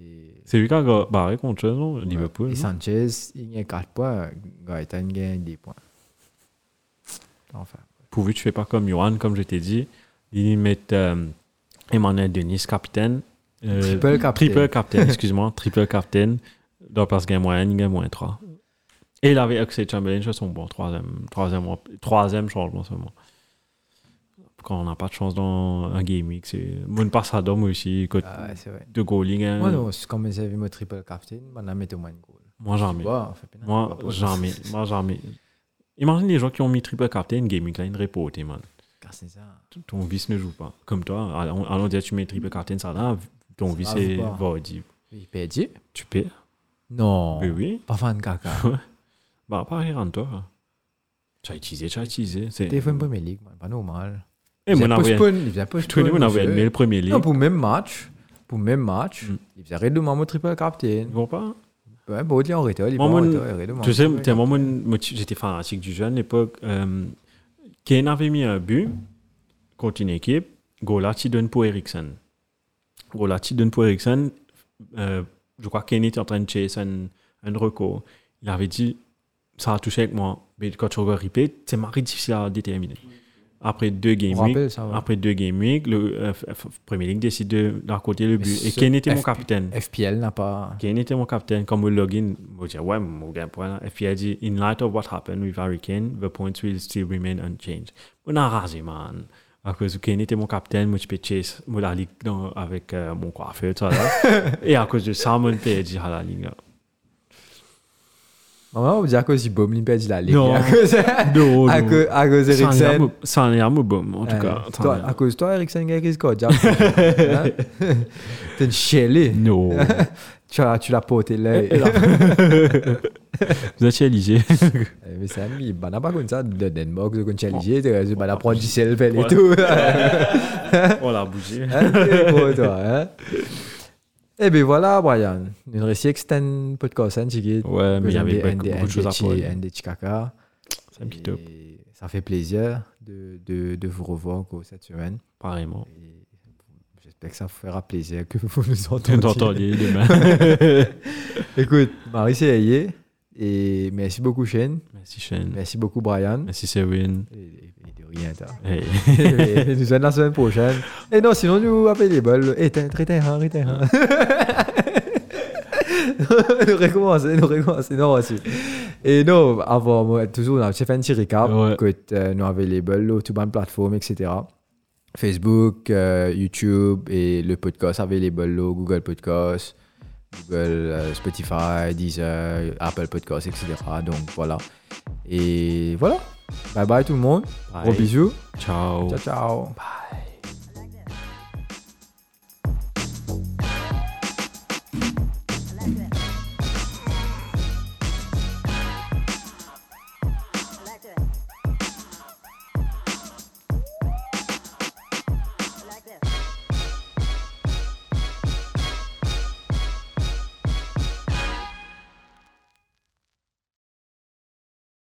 Et. C'est lui qui a barré contre eux, non Liverpool. Et non Sanchez, il gagne 4 points. Gaëtan gagne 10 points. Enfin. pourvu que tu fais pas comme Johan, comme je t'ai dit, ils mettent euh, Emmanuel Denis, capitaine. euh, Triple capitaine. Triple capitaine, excuse-moi. triple capitaine. Dans place gain moyenne, il gagne moins 3. Et il avait Oxlade Chamberlain, je son bon troisième, troisième, rep- troisième changement seulement. Quand on n'a pas de chance dans un game week, c'est Moon Passadom aussi, côté Ah ouais, c'est vrai. de goaling. hein. Moi, non, c'est comme j'avais mon triple captain, on a mis au moins de goal. Moi, j'en mets. Bah, on fait pénal, Moi, pas pour- j'en mets. Moi, j'en mets. Imagine les gens qui ont mis triple capitaine, game week, là, ils reportent, man. Car c'est ça. ton vice ne joue pas. Comme toi, allons, allons dire tu mets triple carton ça là, ton Ça vice va, est joue pas. Vardy. Il perdit Tu paies Non. Oui, oui. Pas fan caca. Bah, pas rire en toi. Tu as utilisé, tu as utilisé. C'est... Téléphone Premier League, man, pas normal. Eh, Il mon faisait envoyé, postpone, il faisait tu connais postpone mon au envoyé jeu. mais le premier Non, ligne. pour même match, pour même match, Mm. il faisait redemander mon triple captain. Ils vont pas. Ouais, bon, il est en retard, il est pas Moi, en mon- retard, il redemande. Tu sais, t'es un moment, euh, moi, tu- j'étais fanatique du jeu à l'époque. Euh, Kane avait mis un but contre une équipe. Golati donne pour Ericsson. Golati donne pour Ericsson. Euh, je crois que Kane était en train de chase un, un recours. Il avait dit Ça a touché avec moi. Mais quand tu regardes replay, c'est marré difficile à déterminer. Après deux game Je me week, rappelle ça, ouais. après deux game week, le euh, f- f- Premier League décide de leur côté le but. Et ce Kane était mon FP capitaine. FPL n'a pas. Kane était mon capitaine. Comme au login, je dis, ouais, mon gars, point là. Et puis il a dit, in light of what happened with Harry Kane, the points will still remain unchanged. On a rasé, man. À cause que Kane était mon capitaine, moi, je peux chase moi, la ligue dans- avec euh, mon coiffeur, tout ça. là. Et à cause de ça, mon perdu à la ligue. là. Maman, on me dit à cause du baume, il perdit la ligue. Non. À cause- à Non, non. cause- à cause Ça en est un d'Eriksen. mou- Ça en est un mot bon, en tout Ouais. cas. Ça en Toi- est ah, un- à cause de toi, Ericsson gagne qu'est-ce qu'on dit Hein? T'es une chialée. Non. Tu as- tu l'as porté l'œil. Vous êtes réalisé. Eh, Mais c'est un ami, bah, n'a pas connu ça de Denmark, de connu Chaligier, de raison, bah, d'apprendre du selvel et Ouais. tout. On l'a bougé. Hein, t'es gros, toi, hein? Eh bien voilà, Brian. Une récit extend podcast, hein, Chigit. Ouais, mais il y avait Un beaucoup des- un beaucoup de des choses à chi- parler. Un des Chikaka. C'est un petit top. Et Ça fait plaisir de, de, de vous revoir quoi, cette semaine. Pareillement. Et J'espère que ça vous fera plaisir que vous nous Tu entendiez. t'entendais demain. Écoute, Marie c'est Ayé. Et merci beaucoup, Shane. Merci, Shane. Merci beaucoup, Brian. Merci, Sewin. Et, et- et de rien, t'as. Hey. Et nous sommes la semaine prochaine. Et non, sinon, nous appelez les bols. Éteindre, éteindre, éteindre. hein. nous recommencer, nous recommencer, non, aussi. Et non, avant, moi, toujours, on a fait un petit récap. Ouais. Écoute, euh, nous avons les bols, là, toutes les plateformes, etc. Facebook, euh, YouTube et le podcast available là, Google Podcast, Google euh, Spotify, Deezer, Apple Podcast, etc. Donc voilà. Et voilà. Bye bye tout le monde. Gros Bye. bisous. Ciao. Ciao ciao. Bye.